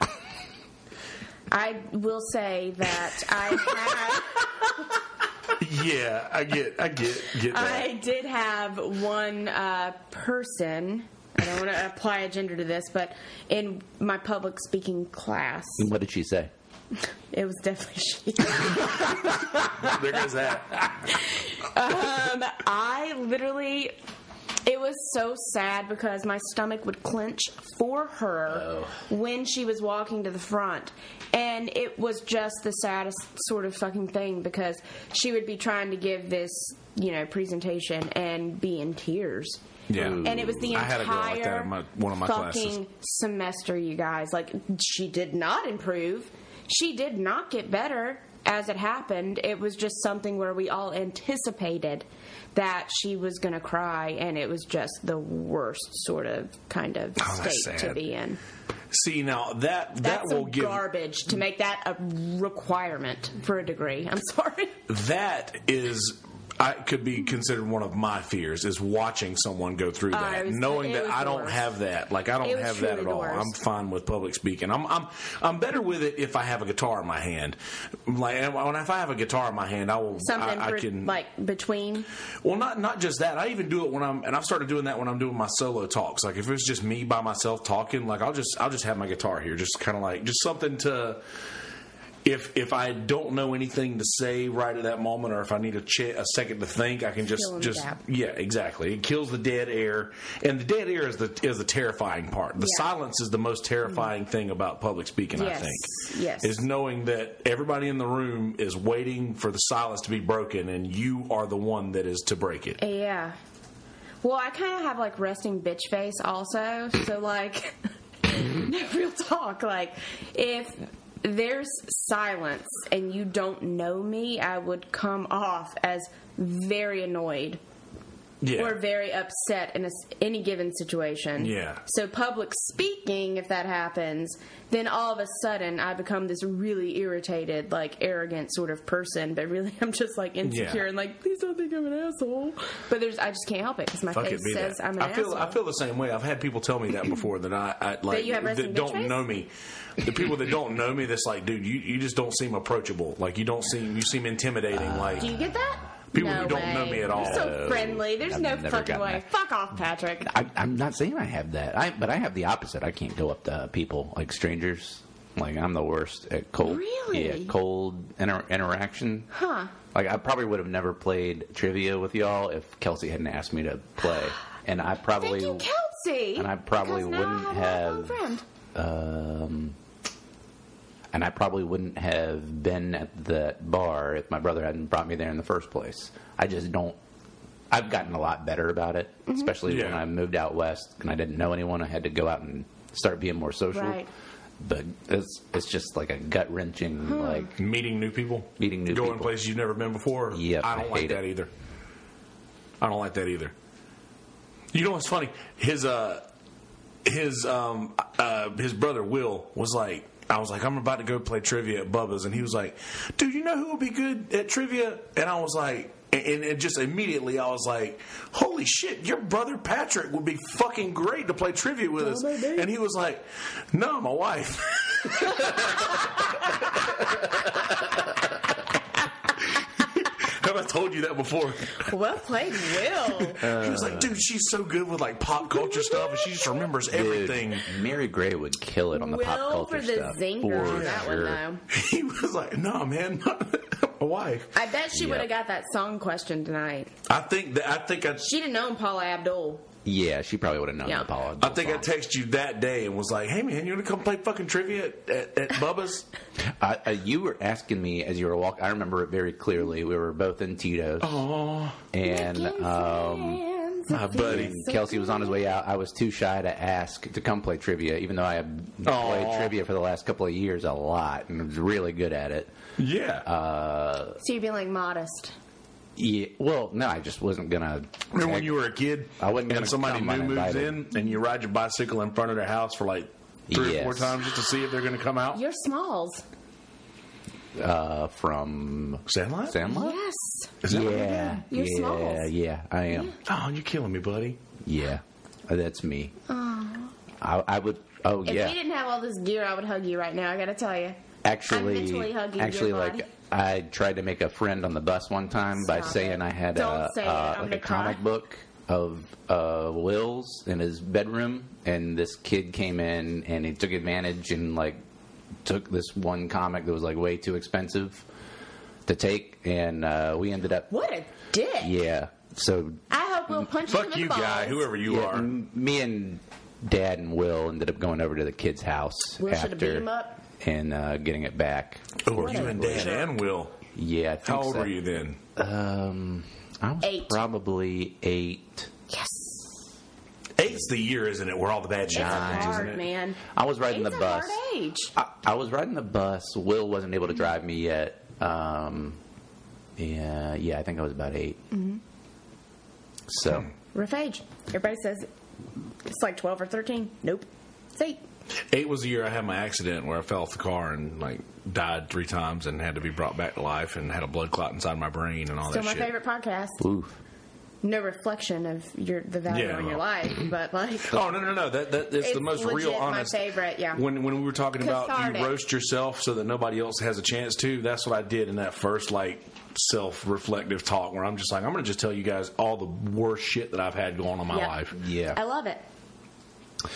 Speaker 2: I will say that I
Speaker 1: yeah, I get, I get, get that.
Speaker 2: had, I did have one uh, person. I don't want to apply a gender to this, but in my public speaking class,
Speaker 3: what did she say?
Speaker 2: it was definitely she.
Speaker 1: there goes that.
Speaker 2: Um, I literally, it was so sad because my stomach would clench for her
Speaker 1: Oh.
Speaker 2: when she was walking to the front. And it was just the saddest sort of fucking thing because she would be trying to give this, you know, presentation and be in tears.
Speaker 1: Yeah.
Speaker 2: And it was the
Speaker 1: I
Speaker 2: entire
Speaker 1: had a girl like that in my- one of my classes.
Speaker 2: fucking semester, you guys. Like, she did not improve. She did not get better as it happened. It was just something where we all anticipated that she was going to cry, and it was just the worst sort of kind of
Speaker 1: Oh, that's
Speaker 2: state
Speaker 1: sad.
Speaker 2: to be in.
Speaker 1: See now that that
Speaker 2: That's
Speaker 1: will
Speaker 2: some
Speaker 1: give
Speaker 2: garbage to make that a requirement for a degree. I'm sorry.
Speaker 1: that is I could be considered one of my fears is watching someone go through that,
Speaker 2: it was-
Speaker 1: knowing
Speaker 2: it
Speaker 1: that
Speaker 2: was
Speaker 1: I
Speaker 2: the
Speaker 1: don't
Speaker 2: worst.
Speaker 1: have that. Like I
Speaker 2: It
Speaker 1: don't
Speaker 2: was
Speaker 1: have that
Speaker 2: truly
Speaker 1: at
Speaker 2: the
Speaker 1: all.
Speaker 2: worst.
Speaker 1: I'm fine with public speaking. I'm I'm I'm better with it if I have a guitar in my hand. Like and when if I have a guitar in my hand, I will
Speaker 2: Something
Speaker 1: I, I
Speaker 2: for,
Speaker 1: can
Speaker 2: like between.
Speaker 1: Well, not not just that. I even do it when I'm, and I've started doing that when I'm doing my solo talks. Like if it's just me by myself talking, like I'll just I'll just have my guitar here, just kind of like just something to. If if I don't know anything to say right at that moment, or if I need a ch- a second to think, I can just
Speaker 2: Fill in the
Speaker 1: just
Speaker 2: gap.
Speaker 1: yeah, exactly. It kills the dead air, and the dead air is the is the terrifying part. The
Speaker 2: Yeah. Mm-hmm.
Speaker 1: silence is the most terrifying thing about public speaking. I
Speaker 2: Yes,
Speaker 1: think
Speaker 2: yes.
Speaker 1: is knowing that everybody in the room is waiting for the silence to be broken, and you are the one that is to break it.
Speaker 2: Yeah. Well, I kind of have like resting bitch face also. So like, no real talk. Like, if there's silence and you don't know me, I would come off as very annoyed
Speaker 1: Yeah.
Speaker 2: or very upset in a s any given situation.
Speaker 1: Yeah.
Speaker 2: So public speaking, if that happens, then all of a sudden I become this really irritated, like arrogant sort of person. But really, I'm just like insecure
Speaker 1: Yeah.
Speaker 2: and like, please don't think I'm an asshole. But there's, I just can't help it because my
Speaker 1: Fuck
Speaker 2: face
Speaker 1: it, be
Speaker 2: says
Speaker 1: that.
Speaker 2: I'm an
Speaker 1: I feel
Speaker 2: asshole.
Speaker 1: I feel the same way. I've had people tell me that before that I, I like
Speaker 2: you have resting
Speaker 1: that
Speaker 2: bitch
Speaker 1: don't
Speaker 2: face?
Speaker 1: know me. The people that don't know me, that's like, dude, you, you just don't seem approachable. Like you don't seem you seem intimidating.
Speaker 3: Uh,
Speaker 1: like
Speaker 2: Do you get that?
Speaker 1: People
Speaker 2: no
Speaker 1: who don't
Speaker 2: way.
Speaker 1: know me at all.
Speaker 2: You're so friendly. There's
Speaker 3: I've
Speaker 2: no
Speaker 3: never
Speaker 2: fucking
Speaker 3: gotten
Speaker 2: way.
Speaker 3: that.
Speaker 2: Fuck off, Patrick.
Speaker 3: I, I'm not saying I have that, I, but I have the opposite. I can't go up to people like strangers. Like I'm the worst at cold,
Speaker 2: Really?
Speaker 3: yeah, cold inter- interaction.
Speaker 2: Huh.
Speaker 3: Like I probably would have never played trivia with y'all if Kelsey hadn't asked me to play, and I probably
Speaker 2: Thank you, Kelsey.
Speaker 3: and I probably
Speaker 2: Because now I
Speaker 3: wouldn't
Speaker 2: have a lifelong
Speaker 3: have-
Speaker 2: friend.
Speaker 3: um, and I probably wouldn't have been at that bar if my brother hadn't brought me there in the first place. I just don't. I've gotten a lot better about it,
Speaker 2: Mm-hmm.
Speaker 3: especially when
Speaker 1: Yeah.
Speaker 3: I moved out west and I didn't know anyone. I had to go out and start being more social.
Speaker 2: Right.
Speaker 3: But it's it's just like a gut wrenching
Speaker 2: Hmm.
Speaker 3: like
Speaker 1: meeting new people,
Speaker 3: Meeting new
Speaker 1: going
Speaker 3: people.
Speaker 1: places you've never been before.
Speaker 3: Yep,
Speaker 1: I don't
Speaker 3: I
Speaker 1: like
Speaker 3: hate
Speaker 1: that
Speaker 3: it.
Speaker 1: either. I don't like that either. You know what's funny? His uh, his um, uh, his brother Will was like, I was like, I'm about to go play trivia at Bubba's, and he was like, Dude, you know who would be good at trivia? And I was like. And, and just immediately, I was like, "Holy shit! Your brother Patrick would be fucking great to play trivia with us." And he was like, "No, my wife." Have I told you that before?
Speaker 2: Well played, Will.
Speaker 1: she was like, dude, she's so good with like pop culture stuff, and she just remembers
Speaker 3: Dude,
Speaker 1: everything.
Speaker 3: Mary Gray would kill it on the pop
Speaker 2: Will
Speaker 3: culture
Speaker 2: for the
Speaker 3: stuff. for
Speaker 2: zinger on that
Speaker 3: sure.
Speaker 2: one, though.
Speaker 1: He was like, no, man, why?
Speaker 2: I bet she
Speaker 3: Yep.
Speaker 2: would have got that song question tonight.
Speaker 1: I think that I think I.
Speaker 2: She'd have known Paula Abdul.
Speaker 3: Yeah, she probably would have known
Speaker 2: Yeah.
Speaker 3: the Paula
Speaker 1: I
Speaker 3: Abdul
Speaker 1: think I
Speaker 3: song.
Speaker 1: texted you that day and was like, "Hey man, you want to come play fucking trivia at, at, at Bubba's?"
Speaker 3: I, I, Uh, you were asking me as you were walking. I remember it very clearly. We were both in Tito's,
Speaker 1: Oh,
Speaker 3: and um,
Speaker 1: my buddy.
Speaker 3: and Kelsey was on his way out. I was too shy to ask to come play trivia, even though I have
Speaker 1: Aw.
Speaker 3: played trivia for the last couple of years a lot and was really good at it.
Speaker 1: Yeah,
Speaker 3: Uh,
Speaker 2: So you're being like modest.
Speaker 3: Yeah, well, no, I just wasn't gonna.
Speaker 1: remember when you were a kid?
Speaker 3: I wasn't
Speaker 1: and
Speaker 3: gonna
Speaker 1: somebody
Speaker 3: come
Speaker 1: new moves in,
Speaker 3: uninvited.
Speaker 1: and you ride your bicycle in front of their house for like three or
Speaker 3: Yes.
Speaker 1: four times just to see if they're going to come out.
Speaker 2: You're smalls.
Speaker 3: uh, from
Speaker 1: Sandlot?
Speaker 3: Sandlot.
Speaker 2: Yes.
Speaker 1: Is that what it
Speaker 3: Yeah,
Speaker 2: You're
Speaker 3: yeah,
Speaker 2: Smalls.
Speaker 3: yeah, I am.
Speaker 1: is? Oh, you're killing me, buddy.
Speaker 3: Yeah, that's me. I, I would. Oh
Speaker 2: If
Speaker 3: yeah.
Speaker 2: we didn't have all this gear, I would hug you right now. I gotta tell you.
Speaker 3: actually,
Speaker 2: I'm mentally hugging your
Speaker 3: actually, like
Speaker 2: body.
Speaker 3: I tried to make a friend on the bus one time by
Speaker 2: Stop
Speaker 3: saying
Speaker 2: it.
Speaker 3: I had a,
Speaker 2: Don't say it.
Speaker 3: uh,
Speaker 2: I'm
Speaker 3: like a
Speaker 2: gonna cry.
Speaker 3: comic book of uh, Will's in his bedroom, and this kid came in and he took advantage and like took this one comic that was like way too expensive to take, and uh, we ended up
Speaker 2: What a dick.
Speaker 3: yeah. So
Speaker 2: I hope we'll punch him
Speaker 1: Fuck
Speaker 2: in
Speaker 1: you,
Speaker 2: the balls.
Speaker 1: guy, whoever you
Speaker 3: yeah,
Speaker 1: are.
Speaker 3: m- me and Dad and Will ended up going over to the kid's house
Speaker 2: Will
Speaker 3: after
Speaker 2: should have beat him up.
Speaker 3: and uh, getting it back.
Speaker 1: Oh, you and Dad and Will.
Speaker 3: Yeah, I think
Speaker 1: How old
Speaker 3: so.
Speaker 1: were you then?
Speaker 3: Um, I was
Speaker 2: Eight.
Speaker 3: probably eight.
Speaker 2: Yes.
Speaker 1: Eight's the year, isn't it? Where all the bad shit
Speaker 2: It's
Speaker 1: happens, isn't
Speaker 2: hard,
Speaker 1: it?
Speaker 2: man.
Speaker 3: I was riding
Speaker 2: it's
Speaker 3: the
Speaker 2: a
Speaker 3: bus.
Speaker 2: hard age.
Speaker 3: I, I was riding the bus. Will wasn't able to
Speaker 2: Mm-hmm.
Speaker 3: drive me yet. Um, yeah, yeah, I think I was about 8
Speaker 2: Mm-hmm.
Speaker 3: So,
Speaker 2: Rough age. Everybody says it. it's like 12 or 13. Nope. It's eight.
Speaker 1: Eight was the year I had my accident where I fell off the car and like died three times and had to be brought back to life and had a blood clot inside my brain and all
Speaker 2: Still
Speaker 1: that
Speaker 2: my
Speaker 1: shit.
Speaker 2: favorite podcast.
Speaker 3: oof.
Speaker 2: No reflection of your the value
Speaker 1: Yeah,
Speaker 2: on your
Speaker 1: no.
Speaker 2: life, but like
Speaker 1: Oh no no no! That, that it's, the
Speaker 2: It's
Speaker 1: most
Speaker 2: legit
Speaker 1: real,
Speaker 2: my
Speaker 1: honest.
Speaker 2: favorite, yeah.
Speaker 1: When when we were talking about
Speaker 2: Cathartic.
Speaker 1: you roast yourself so that nobody else has a chance to, that's what I did in that first like self-reflective talk where I'm just like I'm going to just tell you guys all the worst shit that I've had going on in my
Speaker 2: Yeah.
Speaker 1: life
Speaker 2: I
Speaker 3: Yeah.
Speaker 2: love it.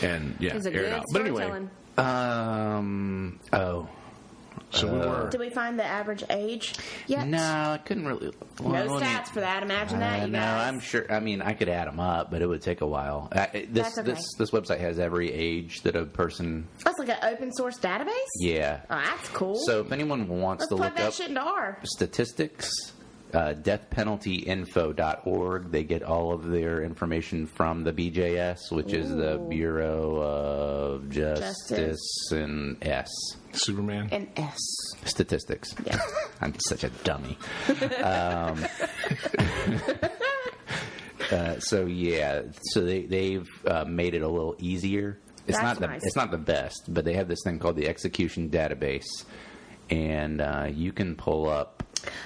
Speaker 1: and yeah,
Speaker 2: It's a
Speaker 1: air it
Speaker 2: good
Speaker 1: out. But
Speaker 2: storytelling.
Speaker 1: anyway,
Speaker 3: Um, oh.
Speaker 1: so we were.
Speaker 2: Did we find the average age yet?
Speaker 3: No, I couldn't really.
Speaker 2: No
Speaker 3: well, I mean-
Speaker 2: stats for that. Imagine
Speaker 3: Uh,
Speaker 2: that, you
Speaker 3: no,
Speaker 2: guys.
Speaker 3: I'm sure. I mean, I could add them up, but it would take a while. Uh, it- this
Speaker 2: That's okay.
Speaker 3: this this website has every age that a person.
Speaker 2: That's like an open source database.
Speaker 3: Yeah.
Speaker 2: Oh, that's cool.
Speaker 3: So if anyone wants
Speaker 2: let's
Speaker 3: to
Speaker 2: plug
Speaker 3: look
Speaker 2: that
Speaker 3: up
Speaker 2: shit into R.
Speaker 3: statistics, uh, deathpenaltyinfo.org, they get all of their information from the BJS, which is the
Speaker 2: Ooh.
Speaker 3: Bureau of Justice,
Speaker 2: Justice.
Speaker 3: and S
Speaker 1: Superman.
Speaker 2: And S.
Speaker 3: statistics.
Speaker 2: Yeah.
Speaker 3: I'm such a dummy. Um, uh, so yeah, so they they've uh, made it a little easier. It's
Speaker 2: That's
Speaker 3: not the
Speaker 2: nice.
Speaker 3: it's not the best, but they have this thing called the execution database, and uh, you can pull up.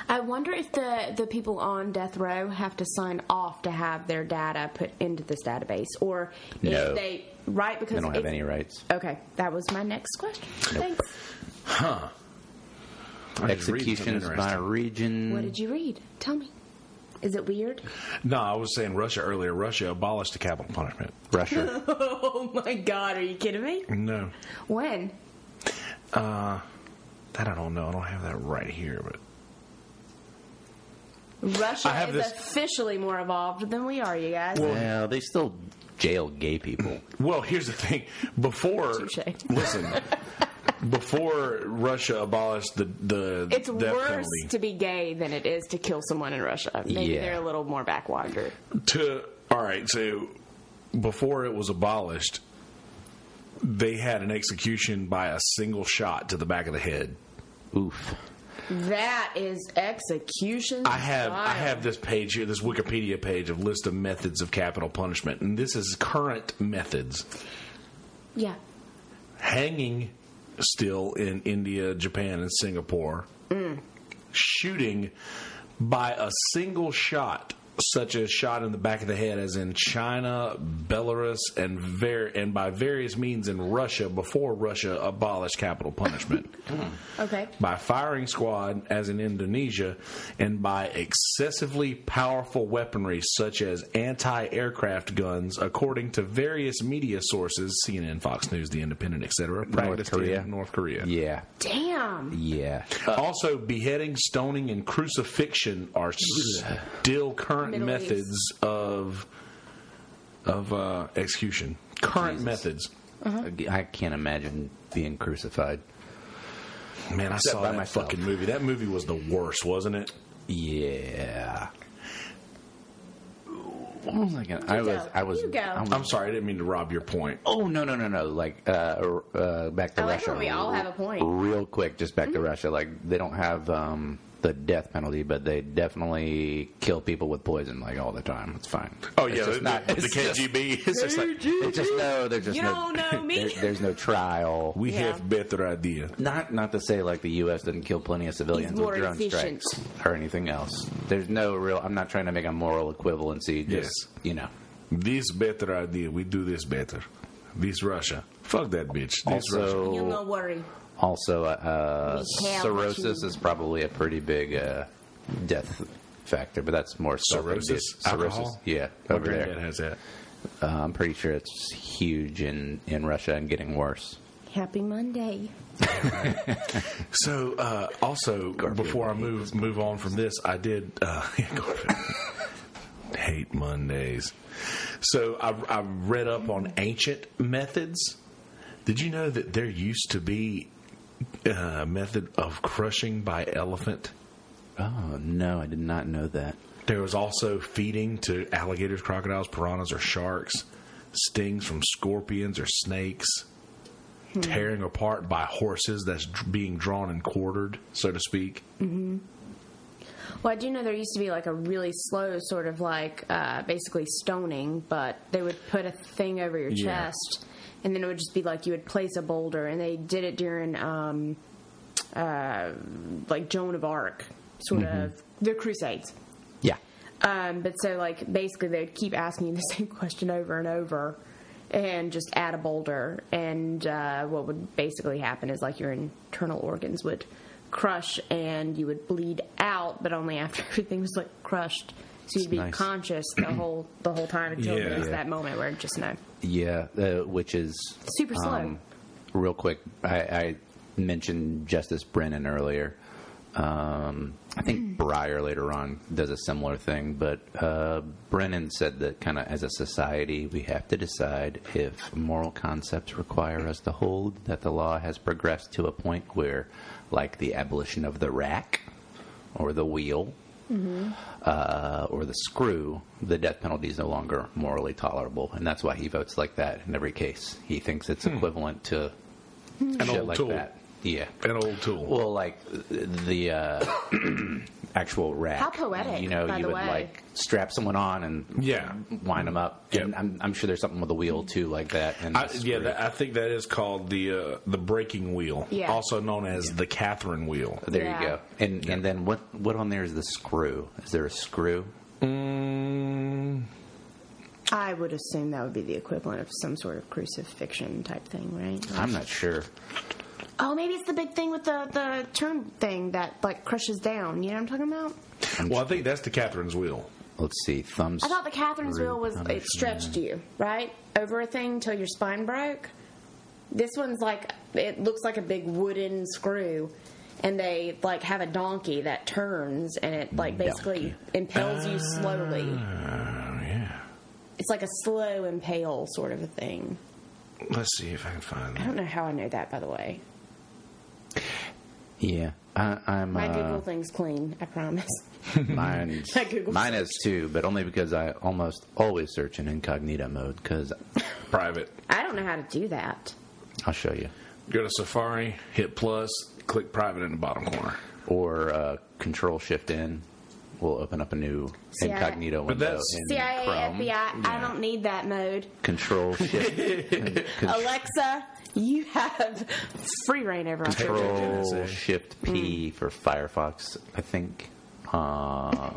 Speaker 4: I wonder if the, the people on death row have to sign off to have their data put into this database, or
Speaker 3: No.
Speaker 4: if they right because
Speaker 3: They don't have
Speaker 4: it's-
Speaker 3: any rights.
Speaker 4: Okay, that was my next question. Thanks.
Speaker 1: I just read something
Speaker 3: Executions by
Speaker 1: interesting.
Speaker 3: region.
Speaker 4: What did you read? Tell me. Is it weird?
Speaker 1: No, I was saying Russia earlier. Russia abolished the capital punishment.
Speaker 3: Russia.
Speaker 2: Oh my God, are you kidding me?
Speaker 1: No,
Speaker 4: When?
Speaker 1: that I don't know. I don't have that right here, but I
Speaker 2: Russia
Speaker 1: have
Speaker 2: is
Speaker 1: this-
Speaker 2: officially more evolved than we are, you guys.
Speaker 3: well, they still jail gay people.
Speaker 1: Well, here's the thing. Before,
Speaker 2: Touche.
Speaker 1: listen, before Russia abolished the the
Speaker 4: It's
Speaker 1: death
Speaker 4: worse
Speaker 1: penalty,
Speaker 4: to be gay than it is to kill someone in Russia. Maybe
Speaker 3: Yeah.
Speaker 4: they're a little more backwater.
Speaker 1: to all right. So before it was abolished, they had an execution by a single shot to the back of the head.
Speaker 3: Oof.
Speaker 2: That is execution.
Speaker 1: I have I
Speaker 2: style.
Speaker 1: have this page here, this Wikipedia page of list of methods of capital punishment, and this is current methods:
Speaker 4: Yeah.
Speaker 1: hanging, still in India, Japan, and Singapore, shooting by a single shot such as shot in the back of the head, as in China, Belarus, and ver- and by various means in Russia before Russia abolished capital punishment.
Speaker 2: Okay.
Speaker 1: by firing squad, as in Indonesia, and by excessively powerful weaponry such as anti aircraft guns, according to various media sources CNN, Fox News, The Independent, etc. practiced in
Speaker 3: Korea.
Speaker 1: North Korea.
Speaker 3: Yeah.
Speaker 2: Damn.
Speaker 3: Yeah.
Speaker 1: Also, beheading, stoning, and crucifixion are still current
Speaker 2: Middle
Speaker 1: methods of of uh, execution. Current methods.
Speaker 2: Uh-huh.
Speaker 3: I can't imagine being crucified.
Speaker 1: Man, I saw
Speaker 3: by
Speaker 1: that
Speaker 3: myself.
Speaker 1: fucking movie. That movie was the worst, wasn't it?
Speaker 3: Yeah. What was I going I
Speaker 2: You go.
Speaker 3: was. I was.
Speaker 2: You go.
Speaker 3: I was-
Speaker 1: I'm sorry, I didn't mean to rob your point.
Speaker 3: Oh no no no no! Like uh, uh, back to
Speaker 2: I like
Speaker 3: Russia.
Speaker 2: when we all have a point. Mm-hmm.
Speaker 3: Real quick, just back to Russia. Like they don't have um, the death penalty, but they definitely kill people with poison like all the time. It's fine.
Speaker 1: Oh
Speaker 3: It's
Speaker 1: yeah,
Speaker 3: just
Speaker 1: the,
Speaker 3: not-
Speaker 1: the, the
Speaker 3: it's just-
Speaker 1: KGB. It's just like
Speaker 3: It's just no. There's just
Speaker 2: You
Speaker 3: no,
Speaker 2: don't know me.
Speaker 3: there- there's no trial.
Speaker 1: we
Speaker 2: Yeah.
Speaker 1: have better idea.
Speaker 3: Not not to say like the U.S. doesn't kill plenty of civilians
Speaker 2: He's more
Speaker 3: with drone
Speaker 2: efficient.
Speaker 3: strikes or anything else. There's no real. I'm not trying to make a moral equivalency. Just
Speaker 1: Yes.
Speaker 3: you know.
Speaker 1: This better idea. We do this better. This Russia. Fuck that bitch. This Russia.
Speaker 2: You no
Speaker 3: Also,
Speaker 2: worry.
Speaker 3: also uh,
Speaker 2: We have
Speaker 3: cirrhosis
Speaker 2: to-
Speaker 3: is probably a pretty big uh, death factor, but that's more
Speaker 1: Cirrhosis?
Speaker 3: self-induced. Cirrhosis,
Speaker 1: Alcohol?
Speaker 3: yeah,
Speaker 1: What
Speaker 3: over
Speaker 1: drink that
Speaker 3: there.
Speaker 1: has that.
Speaker 3: Uh, I'm pretty sure it's huge in in Russia and getting worse.
Speaker 2: Happy Monday.
Speaker 1: So, uh, also before I move move on from this, I did uh, Garfield. hate Mondays. So I, I read up on ancient methods. Did you know that there used to be a method of crushing by elephant?
Speaker 3: Oh no, I did not know that.
Speaker 1: There was also feeding to alligators, crocodiles, piranhas, or sharks, stings from scorpions or snakes,
Speaker 2: Hmm.
Speaker 1: tearing apart by horses that's dr- being drawn and quartered, so to speak.
Speaker 2: Hmm. Well, I do know there used to be like a really slow sort of like uh, basically stoning, but they would put a thing over your
Speaker 1: Yeah.
Speaker 2: chest, and then it would just be like you would place a boulder, and they did it during um, uh, like Joan of Arc, sort of the Crusades.
Speaker 3: Yeah,
Speaker 2: Um, but so like basically they'd keep asking you the same question over and over, and just add a boulder, and uh, what would basically happen is like your internal organs would crush and you would bleed out, but only after everything was like crushed. So you'd be
Speaker 3: nice.
Speaker 2: conscious the whole the whole time until
Speaker 1: Yeah.
Speaker 2: there was
Speaker 1: Yeah.
Speaker 2: that moment where it just no.
Speaker 3: yeah, uh, which is um,
Speaker 2: Super slow.
Speaker 3: real quick, I, I mentioned Justice Brennan earlier. Um, I
Speaker 2: Mm.
Speaker 3: think Breyer later on does a similar thing, but uh, Brennan said that kind of as a society, we have to decide if moral concepts require us to hold that the law has progressed to a point where, like the abolition of the rack or the wheel, uh, or the screw, the death penalty is no longer morally tolerable, and that's why he votes like that in every case. He thinks it's equivalent to
Speaker 1: Hmm. An
Speaker 3: shit
Speaker 1: old
Speaker 3: like
Speaker 1: tool.
Speaker 3: that. Yeah.
Speaker 1: An old tool.
Speaker 3: Well, like the uh, actual rack.
Speaker 2: How poetic,
Speaker 3: You know,
Speaker 2: by
Speaker 3: you
Speaker 2: the
Speaker 3: would
Speaker 2: way.
Speaker 3: like strap someone on and
Speaker 1: Yeah.
Speaker 3: wind them up.
Speaker 1: Yeah.
Speaker 3: And I'm, I'm sure there's something with a wheel too, like that. And
Speaker 1: I,
Speaker 3: the
Speaker 1: yeah,
Speaker 3: screw.
Speaker 1: that, I think that is called the uh, the breaking wheel,
Speaker 2: Yeah.
Speaker 1: also known as the Catherine wheel.
Speaker 3: there
Speaker 2: Yeah.
Speaker 3: you go. And and then what what on there is the screw? Is there a screw?
Speaker 1: Mm,
Speaker 2: I would assume that would be the equivalent of some sort of crucifixion type thing, right?
Speaker 3: I'm not sure.
Speaker 2: Oh, maybe it's the big thing with the the turn thing that like crushes down. You know what I'm talking about?
Speaker 3: I'm
Speaker 1: well, I think that's the Catherine's wheel.
Speaker 3: Let's see. Thumbs.
Speaker 2: I thought the Catherine's
Speaker 3: Rude
Speaker 2: wheel was it
Speaker 3: punishment.
Speaker 2: stretched you right over a thing till your spine broke. This one's like it looks like a big wooden screw, and they like have a donkey that turns and it like basically impels you slowly.
Speaker 1: Oh, yeah.
Speaker 2: It's like a slow impale sort of a thing.
Speaker 1: Let's see if I can find
Speaker 2: I
Speaker 1: that.
Speaker 2: don't know how I know that by the way.
Speaker 3: Yeah. I, I'm.
Speaker 2: My
Speaker 3: uh,
Speaker 2: Google thing's clean. I promise.
Speaker 3: Mine's,
Speaker 2: I Googled
Speaker 3: mine is too, but only because I almost always search in incognito mode because
Speaker 1: Private.
Speaker 2: I don't know how to do that.
Speaker 3: I'll show you.
Speaker 1: Go to Safari, hit plus, click private in the bottom corner.
Speaker 3: Or uh, Control Shift N will open up a new
Speaker 2: See, I-
Speaker 3: incognito
Speaker 1: But
Speaker 3: window.
Speaker 1: that's-
Speaker 3: in
Speaker 2: CIA,
Speaker 3: Chrome.
Speaker 2: FBI. I don't need that mode.
Speaker 3: Control Shift. con-
Speaker 2: Oh. Alexa, you have free reign over us.
Speaker 1: Hey,
Speaker 3: control
Speaker 1: NSA.
Speaker 2: Hmm.
Speaker 3: Shift P for Firefox, I think. Uh,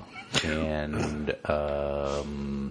Speaker 3: and um,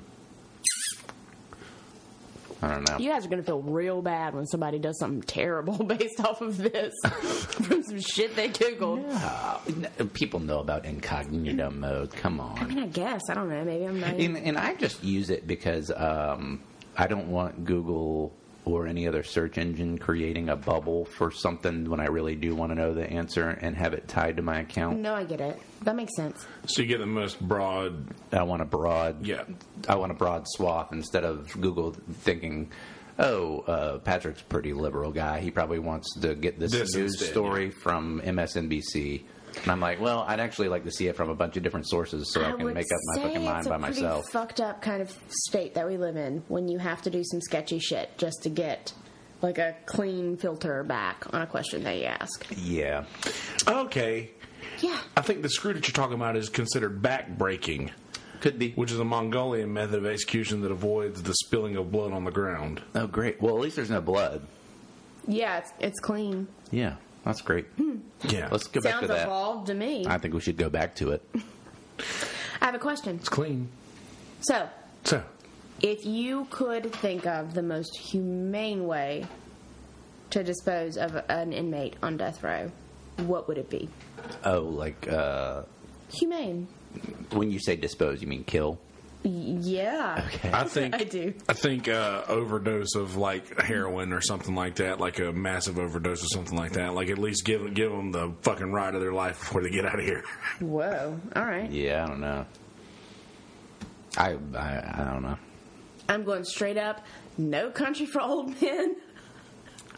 Speaker 3: I don't know.
Speaker 4: You guys are going to feel real bad when somebody does something terrible based off of this from some shit they Googled.
Speaker 3: Uh, n- people know about incognito mode. Come
Speaker 4: I mean,
Speaker 3: on.
Speaker 4: I guess. I don't know. Maybe I'm not.
Speaker 3: And, and I just use it because um, I don't want Google or any other search engine creating a bubble for something when I really do want to know the answer and have it tied to my account.
Speaker 4: no, I get it. That makes sense.
Speaker 1: So you get the most broad.
Speaker 3: I want a broad,
Speaker 1: Yeah.
Speaker 3: I want a broad swath instead of Google thinking, "Oh, uh, Patrick's a pretty liberal guy. He probably wants to get this,
Speaker 1: This
Speaker 3: news
Speaker 1: instead,
Speaker 3: story from MSNBC." And I'm like, "Well, I'd actually like to see it from a bunch of different sources so I, can
Speaker 2: would
Speaker 3: make up my
Speaker 2: say
Speaker 3: fucking mind
Speaker 2: it's a
Speaker 3: by
Speaker 2: pretty
Speaker 3: myself."
Speaker 2: Fucked up kind of state that we live in when you have to do some sketchy shit just to get like a clean filter back on a question that you ask.
Speaker 3: yeah,
Speaker 1: Okay.
Speaker 2: Yeah.
Speaker 1: I think the screw that you're talking about is considered backbreaking,
Speaker 3: could be.
Speaker 1: which is a Mongolian method of execution that avoids the spilling of blood on the ground.
Speaker 3: Oh, great. Well, at least there's no blood.
Speaker 2: Yeah, it's, it's clean.
Speaker 3: Yeah, that's great.
Speaker 1: Yeah.
Speaker 3: Let's go back
Speaker 2: Hmm. Sounds
Speaker 3: to that.
Speaker 2: evolved to me.
Speaker 3: I think we should go back to it.
Speaker 2: I have a question.
Speaker 1: it's clean.
Speaker 2: So,
Speaker 1: So,
Speaker 2: if you could think of the most humane way to dispose of an inmate on death row, what would it be?
Speaker 3: Oh, like uh,
Speaker 2: Humane.
Speaker 3: when you say dispose, you mean kill?
Speaker 2: Y- Yeah.
Speaker 1: I think
Speaker 2: I do.
Speaker 1: I think uh, overdose of like heroin or something like that, like a massive overdose or something like that. Like at least give give them the fucking ride of their life before they get out of here.
Speaker 2: Whoa. All right.
Speaker 3: Yeah, I don't know. I I, I don't know.
Speaker 2: I'm going straight up. No country for old men.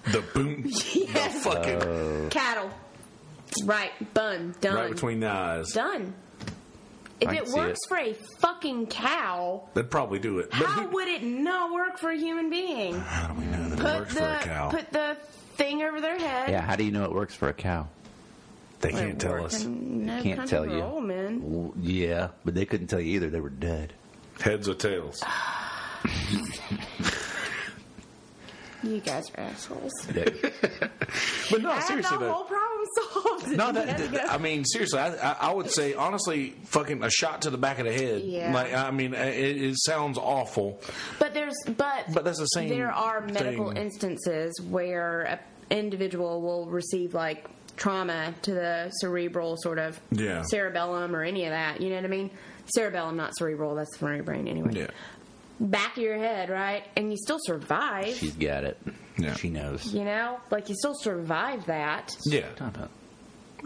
Speaker 1: The boom, the
Speaker 2: Yes.
Speaker 1: fucking
Speaker 2: Cattle. Right. Bun. Done.
Speaker 1: right between the eyes.
Speaker 2: Done. If
Speaker 3: I can
Speaker 2: it
Speaker 3: see
Speaker 2: works
Speaker 3: it.
Speaker 2: for a fucking cow,
Speaker 1: They'd probably do it. But
Speaker 2: how
Speaker 1: who-
Speaker 2: would it not work for a human being?
Speaker 1: how do we know that it
Speaker 2: Put
Speaker 1: works for a
Speaker 2: the
Speaker 1: cow?
Speaker 2: put the thing over their head.
Speaker 3: Yeah, how do you know it works for a cow?
Speaker 1: they can't tell us.
Speaker 2: No
Speaker 3: Can't
Speaker 2: country
Speaker 3: tell
Speaker 2: for
Speaker 3: you.
Speaker 2: Old men.
Speaker 3: Well, yeah, but they couldn't tell you either. They were dead.
Speaker 1: Heads or tails?
Speaker 2: You guys are assholes.
Speaker 1: But no,
Speaker 2: I
Speaker 1: seriously
Speaker 2: had the
Speaker 1: though.
Speaker 2: whole problem solved.
Speaker 1: No,
Speaker 2: You
Speaker 1: that,
Speaker 2: had to
Speaker 1: that-
Speaker 2: go-
Speaker 1: I mean seriously. I, I, I would say honestly, fucking a shot to the back of the head.
Speaker 2: Yeah.
Speaker 1: Like I mean, it, it sounds awful.
Speaker 2: But there's but
Speaker 1: But that's the same
Speaker 2: There are medical
Speaker 1: thing.
Speaker 2: instances where an individual will receive like trauma to the cerebral sort of
Speaker 1: Yeah.
Speaker 2: cerebellum or any of that. You know what I mean? Cerebellum, not cerebral. That's from your brain anyway.
Speaker 1: Yeah.
Speaker 2: Back of your head, right? And you still survive.
Speaker 3: She's got it.
Speaker 1: Yeah.
Speaker 3: She knows.
Speaker 2: you know, like you still survive that.
Speaker 1: Yeah.
Speaker 3: Stop it.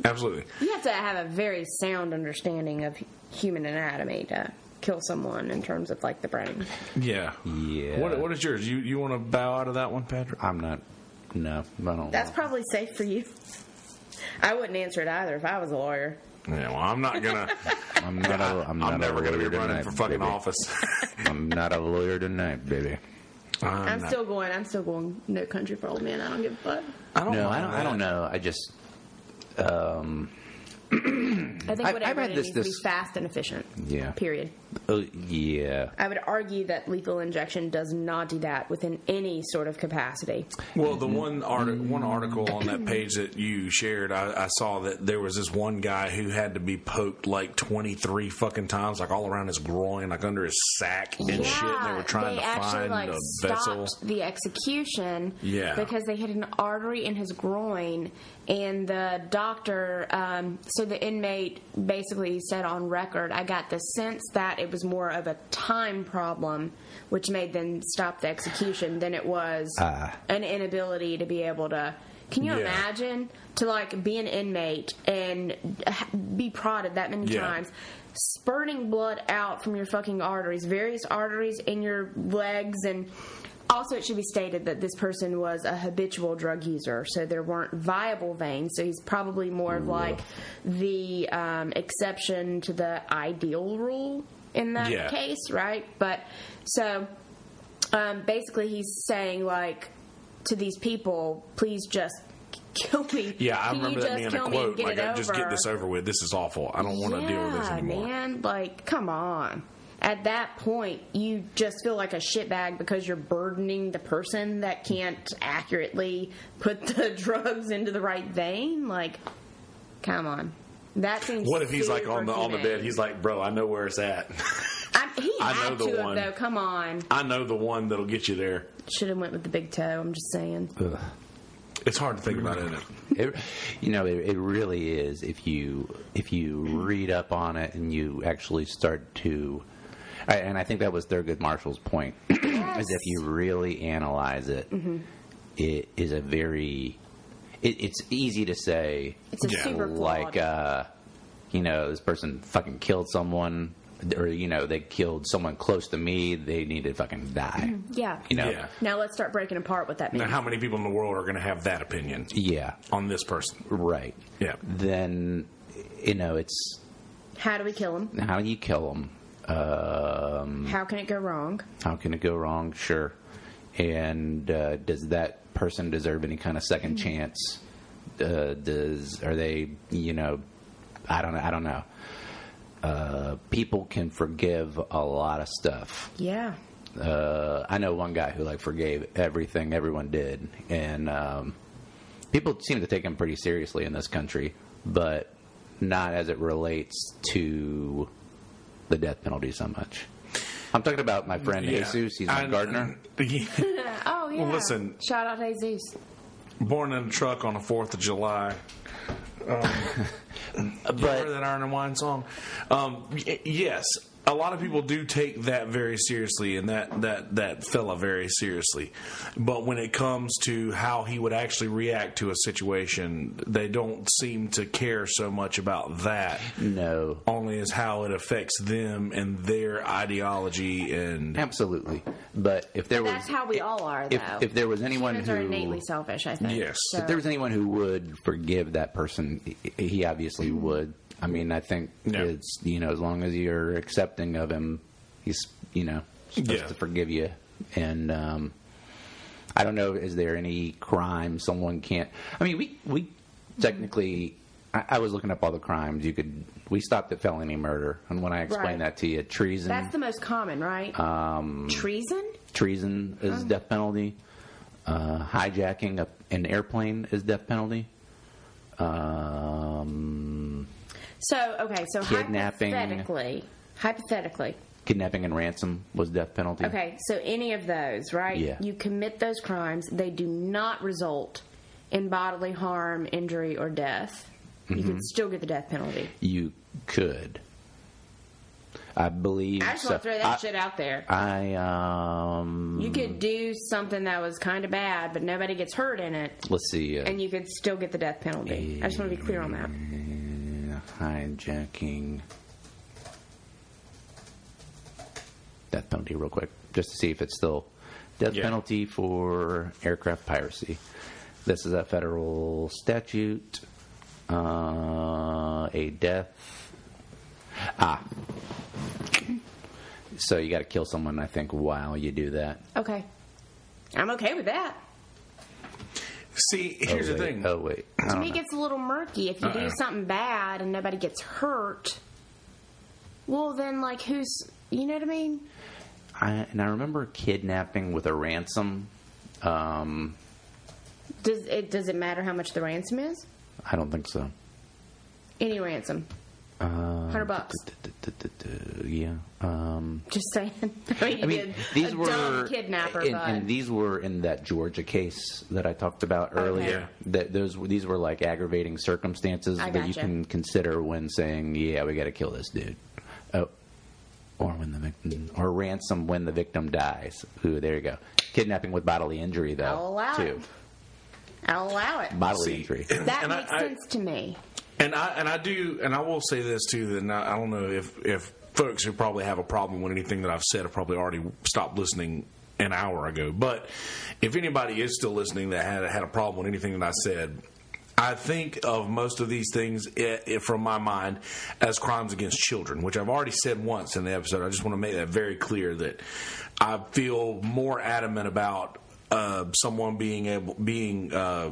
Speaker 1: Absolutely.
Speaker 2: You have to have a very sound understanding of human anatomy to kill someone in terms of like the brain.
Speaker 1: Yeah.
Speaker 3: Yeah.
Speaker 1: What, what is yours? You you want to bow out of that one, Patrick?
Speaker 3: I'm not. No, I don't.
Speaker 2: That's probably safe for you. I wouldn't answer it either if I was a lawyer.
Speaker 1: Yeah. Well, I'm not gonna.
Speaker 3: I'm not. A, I'm,
Speaker 1: I'm,
Speaker 3: not a
Speaker 1: never gonna be
Speaker 3: lawyer
Speaker 1: running
Speaker 3: tonight,
Speaker 1: for fucking
Speaker 3: baby.
Speaker 1: office.
Speaker 3: I'm not a lawyer tonight, baby.
Speaker 2: I'm
Speaker 1: not-
Speaker 2: still going. I'm still going. No country for old men. I don't give a fuck.
Speaker 1: I don't.
Speaker 3: No, I
Speaker 1: mind
Speaker 3: don't. I don't
Speaker 1: that.
Speaker 3: know. I just.
Speaker 2: I think
Speaker 3: I-
Speaker 2: whatever
Speaker 3: I've had
Speaker 2: it
Speaker 3: this-
Speaker 2: needs to be
Speaker 3: this-
Speaker 2: fast and efficient.
Speaker 3: Yeah.
Speaker 2: Period.
Speaker 3: Oh yeah.
Speaker 2: I would argue that lethal injection does not do that within any sort of capacity.
Speaker 1: Well,
Speaker 3: Mm-hmm.
Speaker 1: the one art- one article on that page that you shared, I, I saw that there was this one guy who had to be poked like twenty three fucking times, like all around his groin, like under his sack and shit. And they were trying
Speaker 2: they
Speaker 1: to
Speaker 2: actually
Speaker 1: find
Speaker 2: like
Speaker 1: a vessel.
Speaker 2: stopped the execution.
Speaker 1: Yeah.
Speaker 2: because they hit an artery in his groin, and the doctor. Um, so the inmate basically said on record, "I got the sense that it was more of a time problem, which made them stop the execution, than it was
Speaker 3: Ah.
Speaker 2: an inability to be able to." Can you
Speaker 1: Yeah.
Speaker 2: imagine to like be an inmate and ha- be prodded that many
Speaker 1: Yeah.
Speaker 2: times? spurting blood out from your fucking arteries, various arteries in your legs and also it should be stated that this person was a habitual drug user so there weren't viable veins so he's probably more of like the um, exception to the ideal rule in that
Speaker 1: Yeah.
Speaker 2: case right but so um, basically he's saying like to these people please just kill me
Speaker 1: Yeah, I
Speaker 2: Can you
Speaker 1: remember that
Speaker 2: just
Speaker 1: being a
Speaker 2: kill me and
Speaker 1: quote.
Speaker 2: get
Speaker 1: Like,
Speaker 2: it
Speaker 1: I just get
Speaker 2: over?"
Speaker 1: this over with. This is awful. I don't want to deal with this
Speaker 2: Yeah,
Speaker 1: anymore.
Speaker 2: Man, like, come on. At that point, you just feel like a shitbag because you're burdening the person that can't accurately put the drugs into the right vein. Like, come on. That seems.
Speaker 1: What if he's like on the on the
Speaker 2: superhuman.
Speaker 1: bed? He's like, bro, I know where it's at.
Speaker 2: I, he
Speaker 1: I
Speaker 2: had
Speaker 1: know the
Speaker 2: to have
Speaker 1: one.
Speaker 2: though. Come on,
Speaker 1: I know the one that'll get you there.
Speaker 2: should have went with the big toe. I'm just saying.
Speaker 3: Ugh.
Speaker 1: It's hard to think about, isn't it?
Speaker 3: It, you know, it, it really is. If you if you read up on it and you actually start to, I- and I think that was Thurgood Marshall's point, is if you really analyze it,
Speaker 2: Mm-hmm.
Speaker 3: it is a very. It, it's easy to say,
Speaker 2: It's a
Speaker 1: Yeah.
Speaker 2: super flawed.
Speaker 3: like, uh, you know, this person fucking killed someone, or you know, they killed someone close to me. They need to fucking die.
Speaker 2: yeah.
Speaker 3: You know,
Speaker 1: Yeah.
Speaker 2: Now let's start breaking apart what that means.
Speaker 1: Now, how many people in the world are going to have that opinion
Speaker 3: yeah,
Speaker 1: on this person?
Speaker 3: right.
Speaker 1: Yeah.
Speaker 3: Then, you know, it's
Speaker 2: How do we kill him?
Speaker 3: how do you kill them? Um,
Speaker 2: How can it go wrong?
Speaker 3: how can it go wrong? Sure. And uh, does that person deserve any kind of 2nd chance? Uh, does are they you know? I don't know. I don't know. Uh, people can forgive a lot of stuff.
Speaker 2: Yeah.
Speaker 3: Uh, I know one guy who like forgave everything everyone did, and um, people seem to take him pretty seriously in this country, but not as it relates to the death penalty so much. I'm talking about my friend
Speaker 1: Yeah.
Speaker 3: Jesus. He's my
Speaker 1: I-
Speaker 3: gardener.
Speaker 2: Oh yeah.
Speaker 1: listen.
Speaker 2: Shout out Jesus.
Speaker 1: Born in a truck on the 4th of July.
Speaker 3: But
Speaker 1: Remember that Iron and Wine song? Um, y- yes, a lot of people do take that very seriously, and that that that fella very seriously. But when it comes to how he would actually react to a situation, they don't seem to care so much about that.
Speaker 3: no,
Speaker 1: Only as how it affects them and their ideology, and
Speaker 3: absolutely. But if there was
Speaker 2: That's how we all are, though.
Speaker 3: if, if there was anyone
Speaker 2: Humans
Speaker 3: who
Speaker 2: are innately selfish, I think.
Speaker 1: Yes.
Speaker 2: So-
Speaker 3: if there was anyone who would forgive that person, he- he obviously would. I mean, I think
Speaker 1: Yeah.
Speaker 3: it's you know as long as you're accepting of him, he's you know supposed
Speaker 1: Yeah.
Speaker 3: to forgive you. And um, I don't know, is there any crime someone can't? I mean, we we technically. I, I was looking up all the crimes you could. We stopped at felony murder, and when I explained
Speaker 2: Right.
Speaker 3: that to you, treason,
Speaker 2: That's the most common, right? Um, Treason?
Speaker 3: treason
Speaker 2: Oh.
Speaker 3: is death penalty. Uh, hijacking a, an airplane is death penalty. Um,
Speaker 2: So, okay, so
Speaker 3: Kidnapping.
Speaker 2: hypothetically, hypothetically,
Speaker 3: kidnapping and ransom was death penalty.
Speaker 2: okay, so any of those, right?
Speaker 3: Yeah.
Speaker 2: You commit those crimes, they do not result in bodily harm, injury, or death. You
Speaker 3: Mm-hmm.
Speaker 2: can still get the death penalty.
Speaker 3: You could. I believe.
Speaker 2: I just
Speaker 3: so.
Speaker 2: want to throw that
Speaker 3: I,
Speaker 2: shit out there.
Speaker 3: I um.
Speaker 2: You could do something that was kind of bad, but nobody gets hurt in it,
Speaker 3: Let's see. Uh,
Speaker 2: and you could still get the death penalty. I just want to be clear on that.
Speaker 3: hijacking. Death penalty, real quick, just to see if it's still death
Speaker 1: Yeah.
Speaker 3: penalty for aircraft piracy. This is a federal statute. Uh, a death. Ah. So you got to kill someone, I think, while you do that.
Speaker 2: Okay. I'm okay with that.
Speaker 1: see, here's
Speaker 3: oh,
Speaker 1: the
Speaker 3: wait.
Speaker 1: thing.
Speaker 3: Oh wait. I
Speaker 2: To
Speaker 3: don't
Speaker 2: me, it
Speaker 3: know. Oh,
Speaker 2: gets a little murky. If you
Speaker 1: Uh-uh.
Speaker 2: do something bad and nobody gets hurt, well, then, like, who's. You know what I mean?
Speaker 3: I, and I remember kidnapping with a ransom. Um,
Speaker 2: Does it, does it matter how much the ransom is?
Speaker 3: I don't think so.
Speaker 2: Any ransom.
Speaker 3: Uh,
Speaker 2: 100 bucks.
Speaker 3: Yeah. Um,
Speaker 2: Just saying. I mean, you
Speaker 3: I mean,
Speaker 2: did
Speaker 3: these
Speaker 2: a
Speaker 3: were
Speaker 2: dumb kidnapper,
Speaker 3: and,
Speaker 2: but.
Speaker 3: and these were in that Georgia case that I talked about earlier. That those were- these were like aggravating circumstances
Speaker 2: I
Speaker 3: that you
Speaker 2: gotcha.
Speaker 3: can consider when saying, "Yeah, we got to kill this dude," oh, or when the victim or ransom when the victim dies. Ooh, there you go. Kidnapping with bodily injury, though.
Speaker 2: I'll allow
Speaker 3: too.
Speaker 2: it. I'll allow it.
Speaker 3: Bodily
Speaker 1: See,
Speaker 3: injury.
Speaker 2: That
Speaker 1: And I-
Speaker 2: makes
Speaker 1: I-
Speaker 2: sense to me.
Speaker 1: And I and I do and I will say this too that and I, I don't know if if folks who probably have a problem with anything that I've said have probably already stopped listening an hour ago. But if anybody is still listening that had had a problem with anything that I said. I think of most of these things i i from my mind as crimes against children, which I've already said once in the episode. I just want to make that very clear that I feel more adamant about uh, someone being able being uh,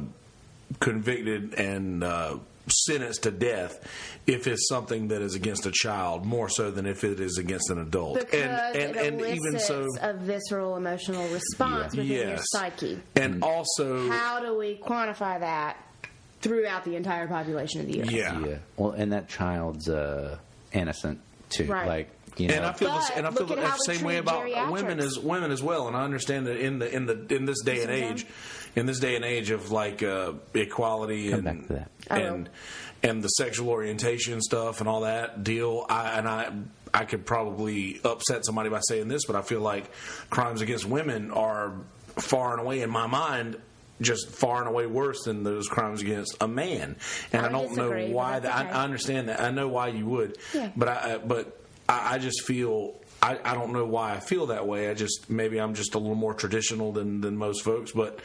Speaker 1: convicted and uh, sentenced to death if it's something that is against a child more so than if it is against an adult.
Speaker 2: Because
Speaker 1: and and,
Speaker 2: it
Speaker 1: and
Speaker 2: elicits
Speaker 1: even so,
Speaker 2: a visceral emotional response within your
Speaker 1: yes.
Speaker 2: psyche.
Speaker 1: And also,
Speaker 2: How do we quantify that throughout the entire population of the U.S.
Speaker 1: Yeah.
Speaker 3: Yeah. Well, and that child's uh, innocent too.
Speaker 2: Right.
Speaker 3: Like you know,
Speaker 1: And I feel this,
Speaker 2: But
Speaker 1: and I feel
Speaker 2: look at
Speaker 1: the
Speaker 2: how we
Speaker 1: same way
Speaker 2: treat
Speaker 1: about
Speaker 2: geriatrics.
Speaker 1: women as women as well. And I understand that in the in the in this day and age, in this day and age of like uh, equality
Speaker 3: Come
Speaker 1: and
Speaker 3: back to that.
Speaker 2: I will.
Speaker 1: and and the sexual orientation stuff and all that deal. I and I I could probably upset somebody by saying this, but I feel like crimes against women are far and away in my mind. Just far and away worse than those crimes against a man, and I,
Speaker 2: I
Speaker 1: don't
Speaker 2: disagree,
Speaker 1: know
Speaker 2: but
Speaker 1: why.
Speaker 2: that's
Speaker 1: That,
Speaker 2: okay.
Speaker 1: I, I understand that. I know why you would,
Speaker 2: Yeah.
Speaker 1: but I I- but I, I just feel I, I don't know why I feel that way. I just maybe I'm just a little more traditional than than most folks, but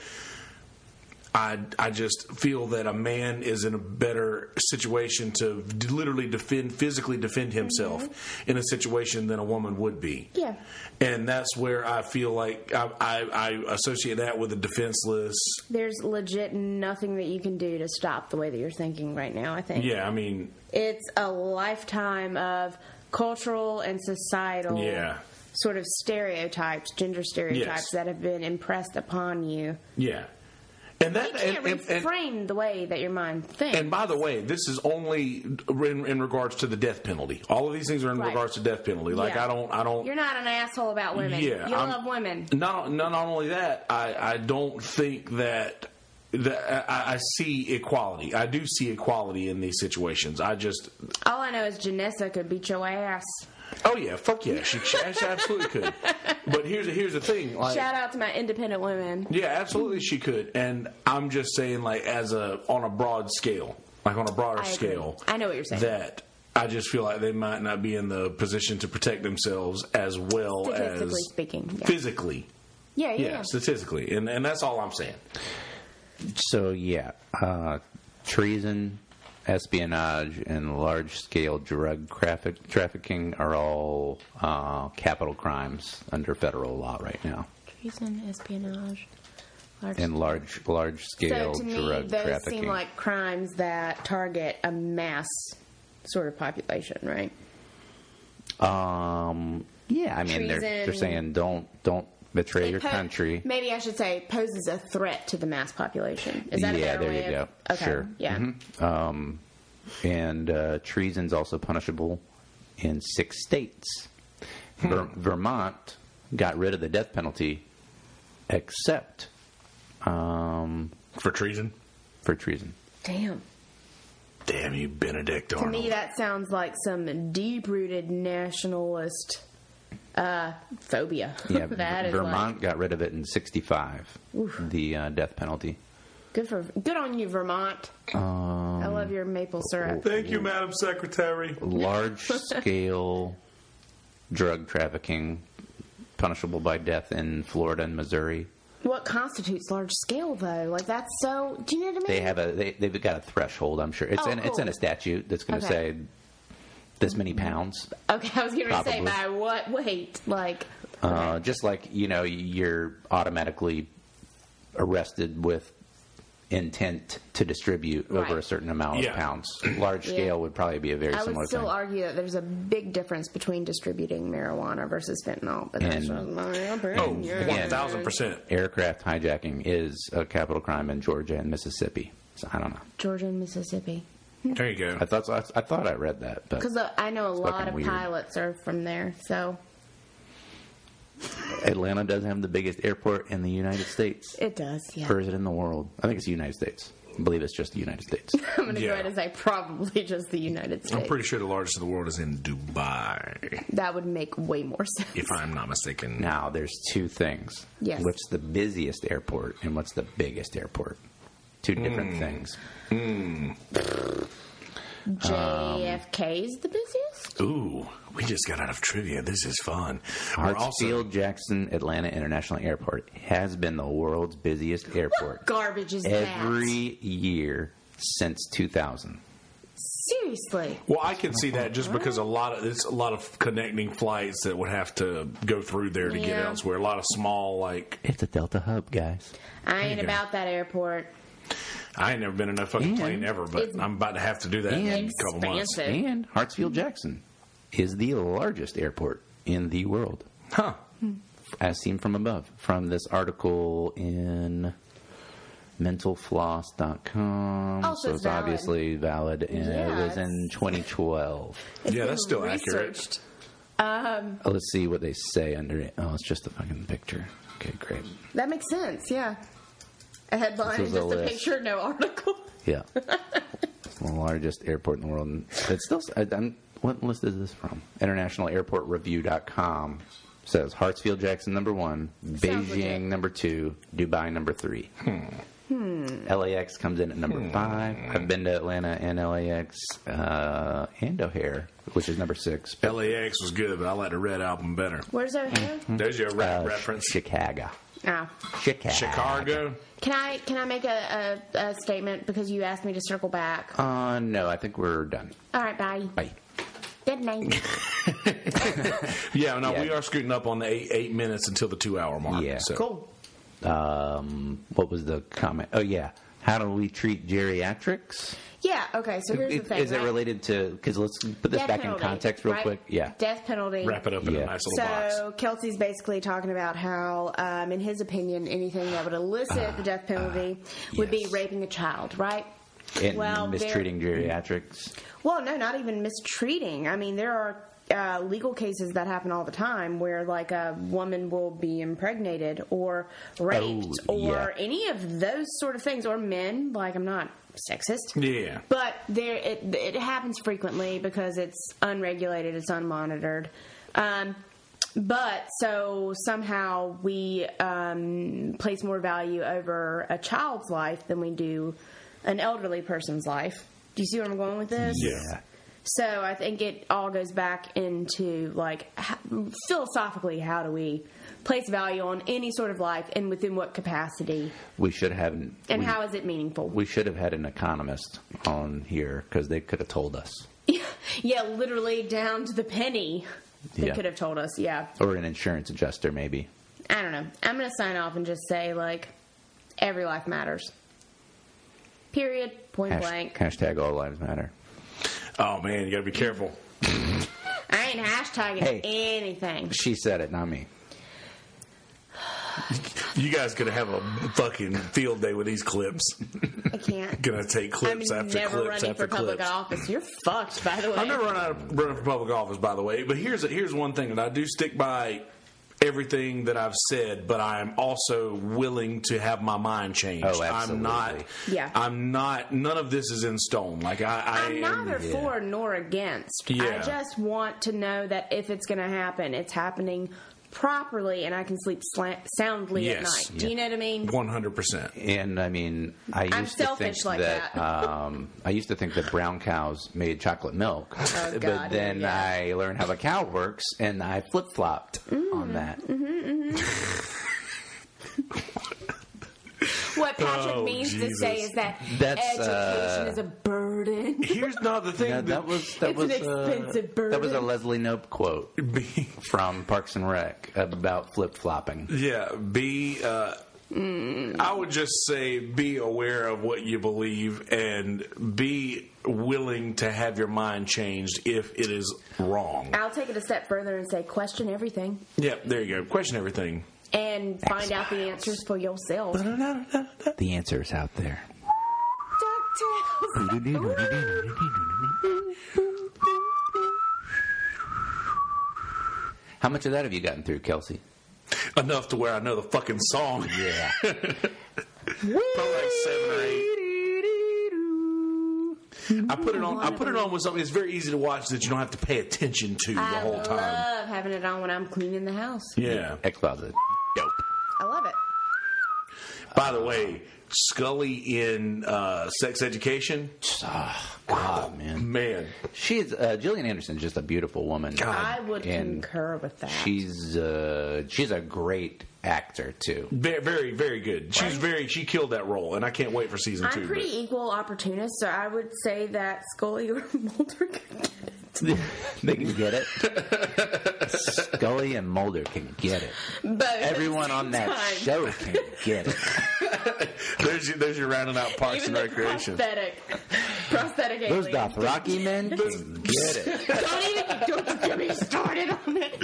Speaker 1: I I just feel that a man is in a better situation to d- literally defend physically defend himself in a situation than a woman would be.
Speaker 2: Mm-hmm. Yeah.
Speaker 1: and that's where I feel like I I, I associate that with a defenseless.
Speaker 2: There's legit nothing that you can do to stop the way that you're thinking right now. I think
Speaker 1: Yeah, I mean,
Speaker 2: it's a lifetime of cultural and societal
Speaker 1: Yeah.
Speaker 2: sort of stereotypes, gender stereotypes that have been impressed upon you.
Speaker 1: yeah, and that
Speaker 2: You can't
Speaker 1: and- and- and-
Speaker 2: reframe the way that your mind thinks.
Speaker 1: And by the way, this is only in, in regards to the death penalty. All of these things are in
Speaker 2: Right.
Speaker 1: regards to death penalty. Like
Speaker 2: Yeah.
Speaker 1: I don't, I don't.
Speaker 2: you're not an asshole about women.
Speaker 1: Yeah,
Speaker 2: you
Speaker 1: I'm-
Speaker 2: love women.
Speaker 1: Not not not only that, I I don't think that. that I, I see equality. I do see equality in these situations. I just,
Speaker 2: All I know is Janessa could beat your ass.
Speaker 1: oh yeah, fuck yeah, she, she absolutely could. But here's here's the thing. Like,
Speaker 2: Shout out to my independent women.
Speaker 1: Yeah, absolutely, she could. And I'm just saying, like, as a on a broad scale, like on a broader
Speaker 2: I agree.
Speaker 1: scale.
Speaker 2: I know what you're saying.
Speaker 1: That I just feel like they might not be in the position to protect themselves as well as
Speaker 2: Statistically speaking, yeah.
Speaker 1: physically.
Speaker 2: Yeah, yeah.
Speaker 1: Yeah, statistically, and and that's all I'm saying.
Speaker 3: so yeah, uh, treason, espionage, and large-scale drug traffic trafficking are all uh, capital crimes under federal law right now,
Speaker 4: Treason, espionage, large.
Speaker 3: and large large-scale
Speaker 2: So to me,
Speaker 3: drug
Speaker 2: those
Speaker 3: trafficking.
Speaker 2: seem like crimes that target a mass sort of population, right?
Speaker 3: um, yeah, I mean they're they're
Speaker 2: Treason.
Speaker 3: saying don't don't betray
Speaker 2: It
Speaker 3: your
Speaker 2: po-
Speaker 3: country.
Speaker 2: Maybe I should say poses a threat to the mass population. Is that a
Speaker 3: yeah,
Speaker 2: better
Speaker 3: there
Speaker 2: way
Speaker 3: you go.
Speaker 2: of- Okay.
Speaker 3: Sure.
Speaker 2: Yeah.
Speaker 3: Mhm. Um, and uh, treason's also punishable in six states.
Speaker 2: Hmm.
Speaker 3: Ver- Vermont got rid of the death penalty, except um,
Speaker 1: For treason,
Speaker 3: for treason.
Speaker 2: Damn.
Speaker 1: damn you, Benedict
Speaker 2: To
Speaker 1: Arnold.
Speaker 2: me, that sounds like some deep-rooted nationalist uh, phobia.
Speaker 3: Yeah,
Speaker 2: that is
Speaker 3: Vermont
Speaker 2: like-
Speaker 3: got rid of it in '65. The uh, death penalty.
Speaker 2: good for good on you, Vermont.
Speaker 3: Um,
Speaker 2: I love your maple syrup.
Speaker 1: Thank you, Madam Secretary.
Speaker 3: large scale drug trafficking, punishable by death in Florida and Missouri.
Speaker 2: What constitutes large scale, though? Like that's so. Do you know what I
Speaker 3: they
Speaker 2: mean?
Speaker 3: have a they, they've got a threshold. I'm sure it's
Speaker 2: Oh,
Speaker 3: in it's in
Speaker 2: cool.
Speaker 3: a statute that's going to
Speaker 2: Okay. Mm-hmm.
Speaker 3: say this many pounds.
Speaker 2: okay, I was going to say
Speaker 3: Probably.
Speaker 2: by what weight? Like
Speaker 3: Uh, just like you know, you're automatically arrested with intent to distribute over
Speaker 2: Right.
Speaker 3: a certain amount
Speaker 1: Yeah.
Speaker 3: of pounds. Large scale would probably be a very
Speaker 2: I
Speaker 3: similar
Speaker 2: would still
Speaker 3: thing.
Speaker 2: argue that there's a big difference between distributing marijuana versus fentanyl, but that's
Speaker 3: And-
Speaker 2: just my
Speaker 1: Oh,
Speaker 2: opinion.
Speaker 1: one thousand percent.
Speaker 3: Aircraft hijacking is a capital crime in Georgia and Mississippi. So I don't know.
Speaker 2: Georgia and Mississippi,
Speaker 1: There you go.
Speaker 3: I thought I, thought I read that, but
Speaker 2: because I know a lot
Speaker 3: fucking
Speaker 2: of
Speaker 3: weird.
Speaker 2: pilots are from there. So
Speaker 3: Atlanta does have the biggest airport in the United States.
Speaker 2: it does. Yeah,
Speaker 3: Or is it in the world? I think it's the United States. I believe it's just the United States.
Speaker 2: I'm going to
Speaker 1: Yeah.
Speaker 2: go ahead and say probably just the United States.
Speaker 1: I'm pretty sure the largest in the world is in Dubai,
Speaker 2: that would make way more sense.
Speaker 1: if I'm not mistaken.
Speaker 3: Now, there's two things.
Speaker 2: Yes.
Speaker 3: What's the busiest airport and what's the biggest airport? Two different things.
Speaker 1: um,
Speaker 2: JFK is the busiest.
Speaker 1: Ooh, we just got out of trivia. This is fun. We're also
Speaker 3: Hartsfield Jackson Atlanta International Airport has been the world's busiest airport
Speaker 2: Garbage is that.
Speaker 3: every year since 2000.
Speaker 2: Seriously,
Speaker 1: well. I can see that just because a lot of it's a lot of connecting flights that would have to go through there to get
Speaker 2: Yeah.
Speaker 1: elsewhere. A lot of small like
Speaker 3: It's a Delta hub, guys.
Speaker 2: I ain't
Speaker 1: you go.
Speaker 2: about that airport.
Speaker 1: I ain't never been in a fucking
Speaker 3: And
Speaker 1: plane ever, but
Speaker 2: it's
Speaker 1: I'm about to have to do that in a couple months.
Speaker 2: Expansive.
Speaker 3: And Hartsfield Jackson is the largest airport in the world,
Speaker 1: Huh?
Speaker 3: as seen from above, from this article in mentalfloss.com.
Speaker 2: Oh, so it's valid.
Speaker 3: obviously valid. And it was in 2012.
Speaker 1: Yeah, that's still accurate.
Speaker 2: Researched.
Speaker 3: Uh, Let's see what they say under it. Oh, it's just a fucking picture. Okay, great.
Speaker 2: That makes sense, yeah. A headline
Speaker 3: This
Speaker 2: is
Speaker 3: was a
Speaker 2: just a
Speaker 3: list.
Speaker 2: picture, no article.
Speaker 3: Yeah. It's the largest airport in the world. And It's still, I, I'm, what list is this from? InternationalAirportReview.com says Hartsfield Jackson number one, Beijing
Speaker 2: legit.
Speaker 3: number two, Dubai number three.
Speaker 1: Hmm.
Speaker 3: LAX comes in at number five. I've been to Atlanta and LAX uh, and O'Hare, which is number six. But,
Speaker 1: LAX was good, but I like the Red Album better.
Speaker 2: Where's O'Hare?
Speaker 1: There's your rap
Speaker 3: uh,
Speaker 1: reference.
Speaker 3: Chicago.
Speaker 2: Ah.
Speaker 3: Chicago.
Speaker 1: Chicago.
Speaker 2: Can I can I make a, a, a statement because you asked me to circle back?
Speaker 3: Uh, no, I think we're done.
Speaker 2: All right, bye.
Speaker 3: Bye.
Speaker 2: Good night.
Speaker 1: Yeah, no,
Speaker 3: Yeah.
Speaker 1: we are scooting up on the eight, eight minutes until the two hour mark.
Speaker 3: Yeah.
Speaker 1: so.
Speaker 2: cool.
Speaker 3: Um, what was the comment? Oh, yeah. How do we treat geriatrics?
Speaker 2: Yeah. Okay. So here's
Speaker 3: Is-
Speaker 2: the thing.
Speaker 3: is it
Speaker 2: right?
Speaker 3: related to? Because let's put this
Speaker 2: Death
Speaker 3: back
Speaker 2: penalty,
Speaker 3: in context real
Speaker 2: right?
Speaker 3: quick. Yeah,
Speaker 2: Death penalty.
Speaker 1: Wrap it up in a
Speaker 3: Yeah.
Speaker 1: nice little box.
Speaker 2: So Kelsey's basically talking about how, um, in his opinion, anything that would elicit the death penalty would
Speaker 3: Uh, yes.
Speaker 2: be raping a child, right?
Speaker 3: and
Speaker 2: well, there-
Speaker 3: mistreating geriatrics.
Speaker 2: Well, no, not even mistreating. I mean, there are uh, legal cases that happen all the time where, like, a woman will be impregnated or raped
Speaker 3: Oh,
Speaker 2: or
Speaker 3: yeah.
Speaker 2: any of those sort of things, or men. Like, I'm not sexist.
Speaker 1: Yeah.
Speaker 2: But there, it, it happens frequently because it's unregulated, it's unmonitored. Um, but so somehow we um, place more value over a child's life than we do an elderly person's life. Do you see where I'm going with this?
Speaker 1: Yeah.
Speaker 2: So I think it all goes back into like h- philosophically, how do we place value on any sort of life and within what capacity
Speaker 3: We should have.
Speaker 2: and
Speaker 3: we,
Speaker 2: how is it meaningful?
Speaker 3: we should have had an economist on here because they could have told us,
Speaker 2: Yeah, literally down to the penny. They
Speaker 3: Yeah.
Speaker 2: could have told us. Yeah.
Speaker 3: or an insurance adjuster maybe.
Speaker 2: I don't know. I'm going to sign off and just say, like, every life matters. Period. Point
Speaker 3: Hash-
Speaker 2: blank.
Speaker 3: Hashtag all lives matter.
Speaker 1: Oh, man, you got to be careful.
Speaker 2: I ain't hashtagging
Speaker 3: Hey.
Speaker 2: anything.
Speaker 3: She said it, not me.
Speaker 1: You guys going to have a fucking field day with these clips.
Speaker 2: I can't.
Speaker 1: Going to take
Speaker 2: I'm
Speaker 1: clips after
Speaker 2: never
Speaker 1: clips
Speaker 2: running
Speaker 1: after
Speaker 2: for public
Speaker 1: clips.
Speaker 2: office. You're fucked, by the way.
Speaker 1: I've never run out of running for public office, by the way. But here's here's one thing, and I do stick by everything that I've said, but I am also willing to have my mind changed.
Speaker 3: Oh,
Speaker 1: I'm not.
Speaker 3: absolutely.
Speaker 2: Yeah.
Speaker 1: I'm not. None of this is in stone. Like I, I
Speaker 2: I'm
Speaker 1: am.
Speaker 2: neither for nor against.
Speaker 1: Yeah.
Speaker 2: I just want to know that if it's going to happen, it's happening properly and I can sleep slant, soundly at
Speaker 1: Yes.
Speaker 2: night. Do you know what I mean?
Speaker 1: One hundred percent.
Speaker 3: And I mean, I used
Speaker 2: I'm
Speaker 3: to
Speaker 2: selfish
Speaker 3: think
Speaker 2: like
Speaker 3: that,
Speaker 2: that.
Speaker 3: um, I used to think that brown cows made chocolate milk, but
Speaker 2: Oh, God,
Speaker 3: then
Speaker 2: yeah. Mm,
Speaker 3: I learned how a cow works, and I flip flopped on that.
Speaker 2: mm-hmm. What Patrick
Speaker 1: Oh,
Speaker 2: means to say
Speaker 1: Jesus.
Speaker 2: is that
Speaker 3: That's,
Speaker 2: education
Speaker 3: uh,
Speaker 2: is a burden.
Speaker 1: Here's another thing
Speaker 3: Yeah, that
Speaker 1: that,
Speaker 3: was that
Speaker 2: It's
Speaker 3: was
Speaker 2: an
Speaker 3: uh,
Speaker 2: expensive
Speaker 3: that was a
Speaker 2: burden.
Speaker 3: Leslie Nope quote
Speaker 1: be,
Speaker 3: from Parks and Rec about flip flopping.
Speaker 1: yeah, be. Uh, I would just say be aware of what you believe and be willing to have your mind changed if it is wrong.
Speaker 2: I'll take it a step further and say question everything
Speaker 1: Yeah, there you go. Question everything.
Speaker 2: and find out the answers for yourself.
Speaker 3: The answer is out there.
Speaker 2: DuckTales.
Speaker 3: How much of that have you gotten through, Kelsey?
Speaker 1: Enough to where I know the fucking song.
Speaker 3: Yeah.
Speaker 1: Probably like seven or eight. I put it on. I put it on with something. It's very easy to watch that you don't have to pay attention to the
Speaker 2: I
Speaker 1: whole time.
Speaker 2: love having it on when I'm cleaning the house.
Speaker 1: Yeah.
Speaker 3: X Files is dope.
Speaker 2: I love it.
Speaker 1: By the way, Scully in uh, Sex Education.
Speaker 3: Ah, God, man.
Speaker 1: Man,
Speaker 3: She's uh, Gillian Anderson's just a beautiful woman.
Speaker 1: God.
Speaker 2: I would
Speaker 3: And
Speaker 2: concur with that.
Speaker 3: She's uh, she's a great actor too.
Speaker 1: very, very, very good. She's very. She killed that role, and I can't wait for season two.
Speaker 2: I'm
Speaker 1: but-
Speaker 2: pretty equal opportunist, so I would say that Scully or Mulder could get it.
Speaker 3: they can get it. Scully and Mulder can get it.
Speaker 2: Both at the
Speaker 3: Everyone on
Speaker 2: same
Speaker 3: that
Speaker 2: time.
Speaker 3: show can get it.
Speaker 1: There's your, there's your rounding out Parks
Speaker 2: Even
Speaker 1: and
Speaker 2: the
Speaker 1: Recreation.
Speaker 2: prosthetic, prosthetic
Speaker 3: Those
Speaker 2: aliens.
Speaker 3: Dothraki men can get it.
Speaker 2: Don't even don't get me started on it.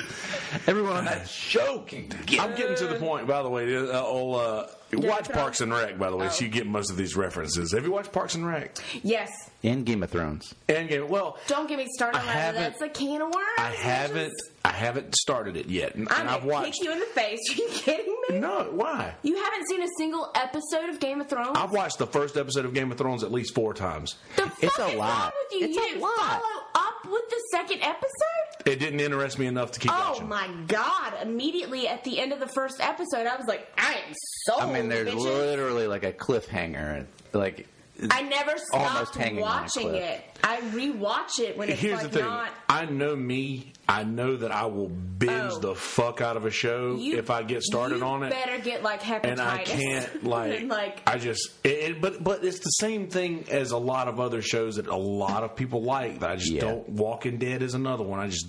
Speaker 1: Everyone on that
Speaker 3: Show can get.
Speaker 1: I'm getting to the point, by the way. Uh, old, uh, watch
Speaker 2: put on-
Speaker 1: Parks and Rec, by the way, so
Speaker 2: Oh.
Speaker 1: you get most of these references. Have you watched Parks and Rec?
Speaker 2: Yes.
Speaker 3: And Game of Thrones.
Speaker 1: And game. Well,
Speaker 2: Don't get me started
Speaker 1: I
Speaker 2: on that.
Speaker 1: haven't-
Speaker 2: That's a can of worms.
Speaker 1: I haven't. I haven't started it yet, and,
Speaker 2: I'm
Speaker 1: and I've
Speaker 2: gonna
Speaker 1: watched.
Speaker 2: kick you in the face. Are you kidding me?
Speaker 1: No, why?
Speaker 2: You haven't seen a single episode of Game of Thrones.
Speaker 1: I've watched the first episode of Game of Thrones at least four times.
Speaker 2: the fuck
Speaker 3: It's a
Speaker 2: is
Speaker 3: lot.
Speaker 2: wrong with you?
Speaker 3: It's
Speaker 2: you
Speaker 3: a
Speaker 2: didn't
Speaker 3: lot.
Speaker 2: follow up with the second episode?
Speaker 1: It didn't interest me enough to keep
Speaker 2: Oh
Speaker 1: watching.
Speaker 2: my god! Immediately at the end of the first episode, I was like, I am so.
Speaker 3: I mean, there's
Speaker 2: Oh, bitches.
Speaker 3: literally like a cliffhanger. Like,
Speaker 2: I never stopped
Speaker 3: hanging on a
Speaker 2: watching
Speaker 3: cliff.
Speaker 2: it. I rewatch it when it's
Speaker 1: Here's
Speaker 2: like
Speaker 1: the thing.
Speaker 2: not.
Speaker 1: I know me. I know that I will binge
Speaker 2: Oh.
Speaker 1: the fuck out of a show
Speaker 2: You,
Speaker 1: if I get started
Speaker 2: you
Speaker 1: on it.
Speaker 2: better get like hepatitis.
Speaker 1: and I can't like,
Speaker 2: And, like
Speaker 1: I just it, it- but but it's the same thing as a lot of other shows that a lot of people like that I just
Speaker 3: Yeah.
Speaker 1: don't Walking Dead is another one I just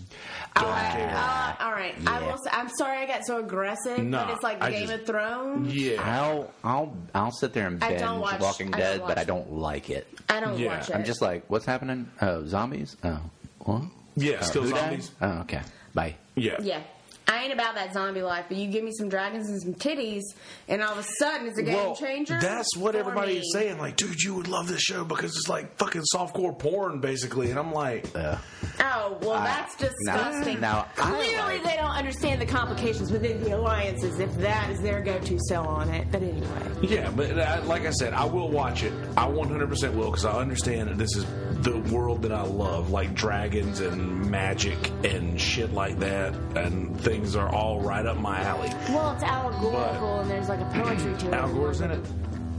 Speaker 1: don't care.
Speaker 2: Uh, all right. I
Speaker 3: Yeah.
Speaker 2: will say, I'm sorry I got so aggressive,
Speaker 1: Nah,
Speaker 2: but it's like
Speaker 1: I
Speaker 2: Game
Speaker 1: just-
Speaker 2: of Thrones.
Speaker 1: yeah.
Speaker 3: I'll I'll I'll sit there and
Speaker 2: I
Speaker 3: binge
Speaker 2: don't watch- I
Speaker 3: Walking
Speaker 2: don't
Speaker 3: Dead, but
Speaker 2: watch.
Speaker 3: I don't like it.
Speaker 2: I don't
Speaker 1: Yeah,
Speaker 2: watch it.
Speaker 3: I'm just like, what's happening? Oh, zombies? Oh, what?
Speaker 1: Yeah,
Speaker 3: Oh,
Speaker 1: still
Speaker 3: who died?
Speaker 1: zombies.
Speaker 3: Oh, okay. Bye.
Speaker 1: Yeah.
Speaker 2: yeah. I ain't about that zombie life, but you give me some dragons and some titties, and all of a sudden it's a game
Speaker 1: Well,
Speaker 2: changer.
Speaker 1: that's what
Speaker 2: for
Speaker 1: everybody
Speaker 2: me.
Speaker 1: is saying. Like, dude, you would love this show because it's like fucking softcore porn, basically. And I'm like,
Speaker 3: Uh,
Speaker 2: Oh, well, that's disgusting.
Speaker 3: now I
Speaker 2: Clearly,
Speaker 3: like-
Speaker 2: they don't understand the complications within the alliances if that is their go to sell on it. But anyway.
Speaker 1: Yeah, but I, like I said, I will watch it. I 100% will because I understand that this is the world that I love, like dragons and magic and shit like that, and things are all right up my alley.
Speaker 4: Well, it's allegorical
Speaker 1: But-
Speaker 4: and there's like a poetry to it.
Speaker 1: Al Gore's in it.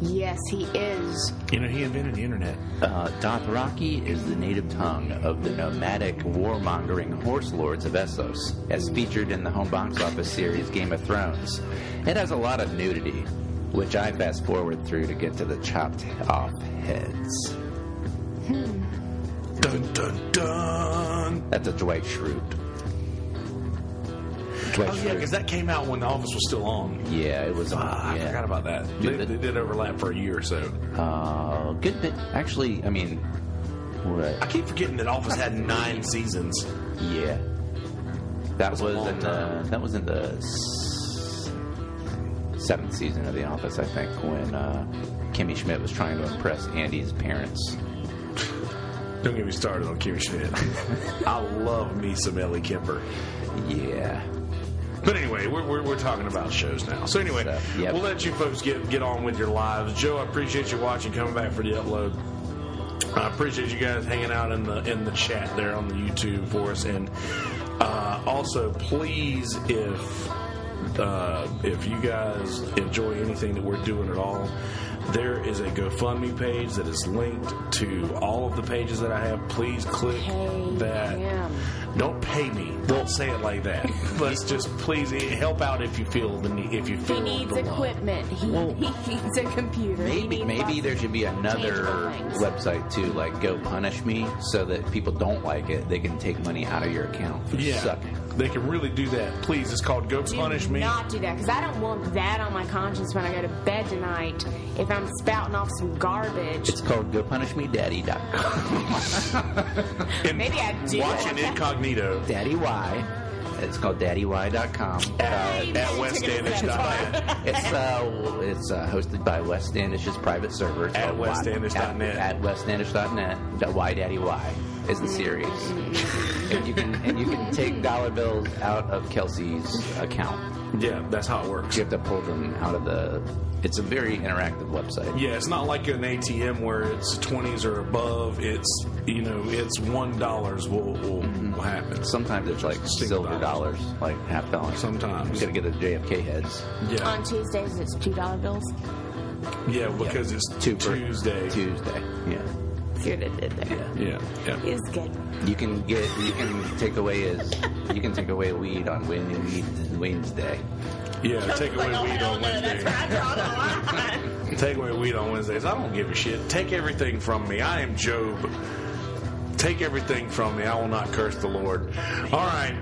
Speaker 4: Yes, he is.
Speaker 1: You know, he invented the internet.
Speaker 3: Uh, Dothraki is the native tongue of the nomadic warmongering horse lords of Essos, as featured in the home box office series Game of Thrones. It has a lot of nudity, which I fast forward through to get to the chopped off heads.
Speaker 1: Dun dun dun.
Speaker 3: That's a Dwight Schrute. Dwight
Speaker 1: Oh yeah,
Speaker 3: Schrute.
Speaker 1: because that came out when The Office was still on.
Speaker 3: Yeah, it was on.
Speaker 1: Ah, I
Speaker 3: yeah.
Speaker 1: forgot about that. They,
Speaker 3: Dude,
Speaker 1: they
Speaker 3: that-
Speaker 1: did overlap for a year or so.
Speaker 3: Uh, good bit. Actually, I mean,
Speaker 1: I
Speaker 3: what?
Speaker 1: keep forgetting that Office had nine seasons.
Speaker 3: Yeah, that was
Speaker 1: a long
Speaker 3: in the
Speaker 1: time.
Speaker 3: that was in the s- seventh season of The Office, I think, when uh, Kimmy Schmidt was trying to impress Andy's parents.
Speaker 1: Don't get me started on Kimmy Schmidt. I love me some Ellie Kemper.
Speaker 3: Yeah,
Speaker 1: But anyway, we're, we're, we're talking about shows now. So anyway,
Speaker 3: So, yep.
Speaker 1: we'll let you folks get, get on with your lives. Joe, I appreciate you watching, coming back for the upload. I appreciate you guys hanging out in the in the chat there on the YouTube for us, and uh, also please if uh, if you guys enjoy anything that we're doing at all, there is a GoFundMe page that is linked to all of the pages that I have. Please click that. Don't pay me. Don't say it like that. Let's just please eh, help out if you feel the need. If you feel
Speaker 2: He needs
Speaker 1: the love.
Speaker 2: equipment. He, he needs a computer. He
Speaker 3: maybe
Speaker 2: needs
Speaker 3: maybe
Speaker 2: lots-
Speaker 3: there should be another
Speaker 2: Changeable things.
Speaker 3: website too, like Go Punish Me, so that people don't like it, they can take money out of your account for
Speaker 1: Yeah,
Speaker 3: sucking.
Speaker 1: they can really do that. Please, it's called Go
Speaker 2: Do
Speaker 1: Punish Me.
Speaker 2: Not do that because I don't want that on my conscience when I go to bed tonight. If I'm spouting off some garbage,
Speaker 3: It's called GoPunishMeDaddy.com.
Speaker 1: And
Speaker 2: maybe I do.
Speaker 1: Watch it incognito
Speaker 3: Daddy Y. It's called DaddyY.com. Uh,
Speaker 1: at westdandish.net.
Speaker 3: It's uh, it's uh, hosted by West Standish's private server It's
Speaker 1: At
Speaker 3: called Y-
Speaker 1: weststandish.net.
Speaker 3: At, at weststandish.net. dot Why Daddy Why is the series, and you can and you can take dollar bills out of Kelsey's account.
Speaker 1: Yeah, that's how it works.
Speaker 3: You have to pull them out of the. It's a very interactive website.
Speaker 1: Yeah, it's not like an ATM where it's twenties or above. It's you know, it's one dollars will will,
Speaker 2: Mm-hmm.
Speaker 1: will happen
Speaker 3: Sometimes it's like silver
Speaker 1: dollars.
Speaker 3: dollars, like half dollars.
Speaker 1: sometimes.
Speaker 3: you gotta get the JFK heads.
Speaker 1: Yeah,
Speaker 4: On Tuesdays, it's two dollar bills.
Speaker 1: yeah, because it's
Speaker 3: Two per-
Speaker 1: Tuesday.
Speaker 3: Tuesday. Yeah.
Speaker 4: See what it did there.
Speaker 1: Yeah, yeah.
Speaker 4: It was good.
Speaker 3: You can get you can take away his you can take away weed on Wednesday. Wednesday.
Speaker 1: Yeah, take away
Speaker 2: Like, oh,
Speaker 1: weed
Speaker 2: hell
Speaker 1: on
Speaker 2: no, that's
Speaker 1: Wednesday.
Speaker 2: where I draw the line.
Speaker 1: Take away weed on Wednesdays. I don't give a shit. Take everything from me. I am Job. Take everything from me. I will not curse the Lord. All right.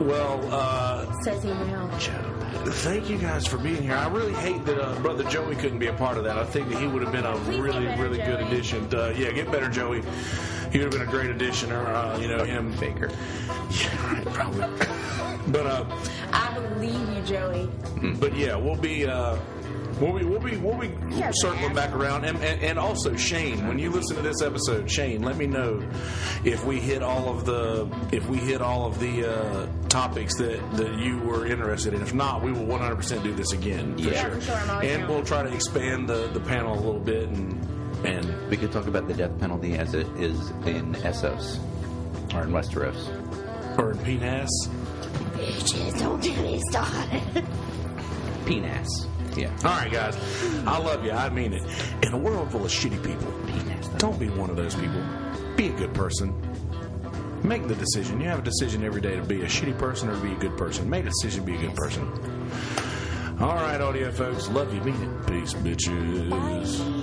Speaker 1: Well, uh,
Speaker 4: Says he now.
Speaker 1: thank you guys for being here. I really hate that uh, Brother Joey couldn't be a part of that. I think that he would have been a really,
Speaker 4: better,
Speaker 1: really good
Speaker 4: Joey.
Speaker 1: addition. Uh, yeah, get better, Joey. He would have been a great addition, or uh, you know him.
Speaker 3: Faker.
Speaker 1: Yeah, right. probably. But uh,
Speaker 4: I believe you, Joey.
Speaker 1: but yeah, we'll be. Uh, We'll be, we'll be, we'll be
Speaker 4: Yeah,
Speaker 1: circling
Speaker 4: man.
Speaker 1: back around. And, and, and also, Shane, when you listen to this episode, Shane, let me know if we hit all of the if we hit all of the uh, topics that, that you were interested in. If not, we will 100% do this again. For
Speaker 3: Yeah. Yeah,
Speaker 1: sure.
Speaker 2: for sure. I'm always
Speaker 1: and
Speaker 2: down.
Speaker 1: we'll try to expand the, the panel a little bit and and
Speaker 3: We could talk about the death penalty as it is in Essos or in Westeros.
Speaker 1: or penis.
Speaker 4: Bitches, don't get me started.
Speaker 3: Penis. Yeah.
Speaker 1: All right, guys, I love you. I mean it. In a world full of shitty people,
Speaker 3: Penis.
Speaker 1: Don't be one of those people. Be a good person. Make the decision. You have a decision every day to be a shitty person or to be a good person. Make a decision to be a good person. All right, audio folks. Love you. Mean it. Peace, bitches.
Speaker 4: Bye.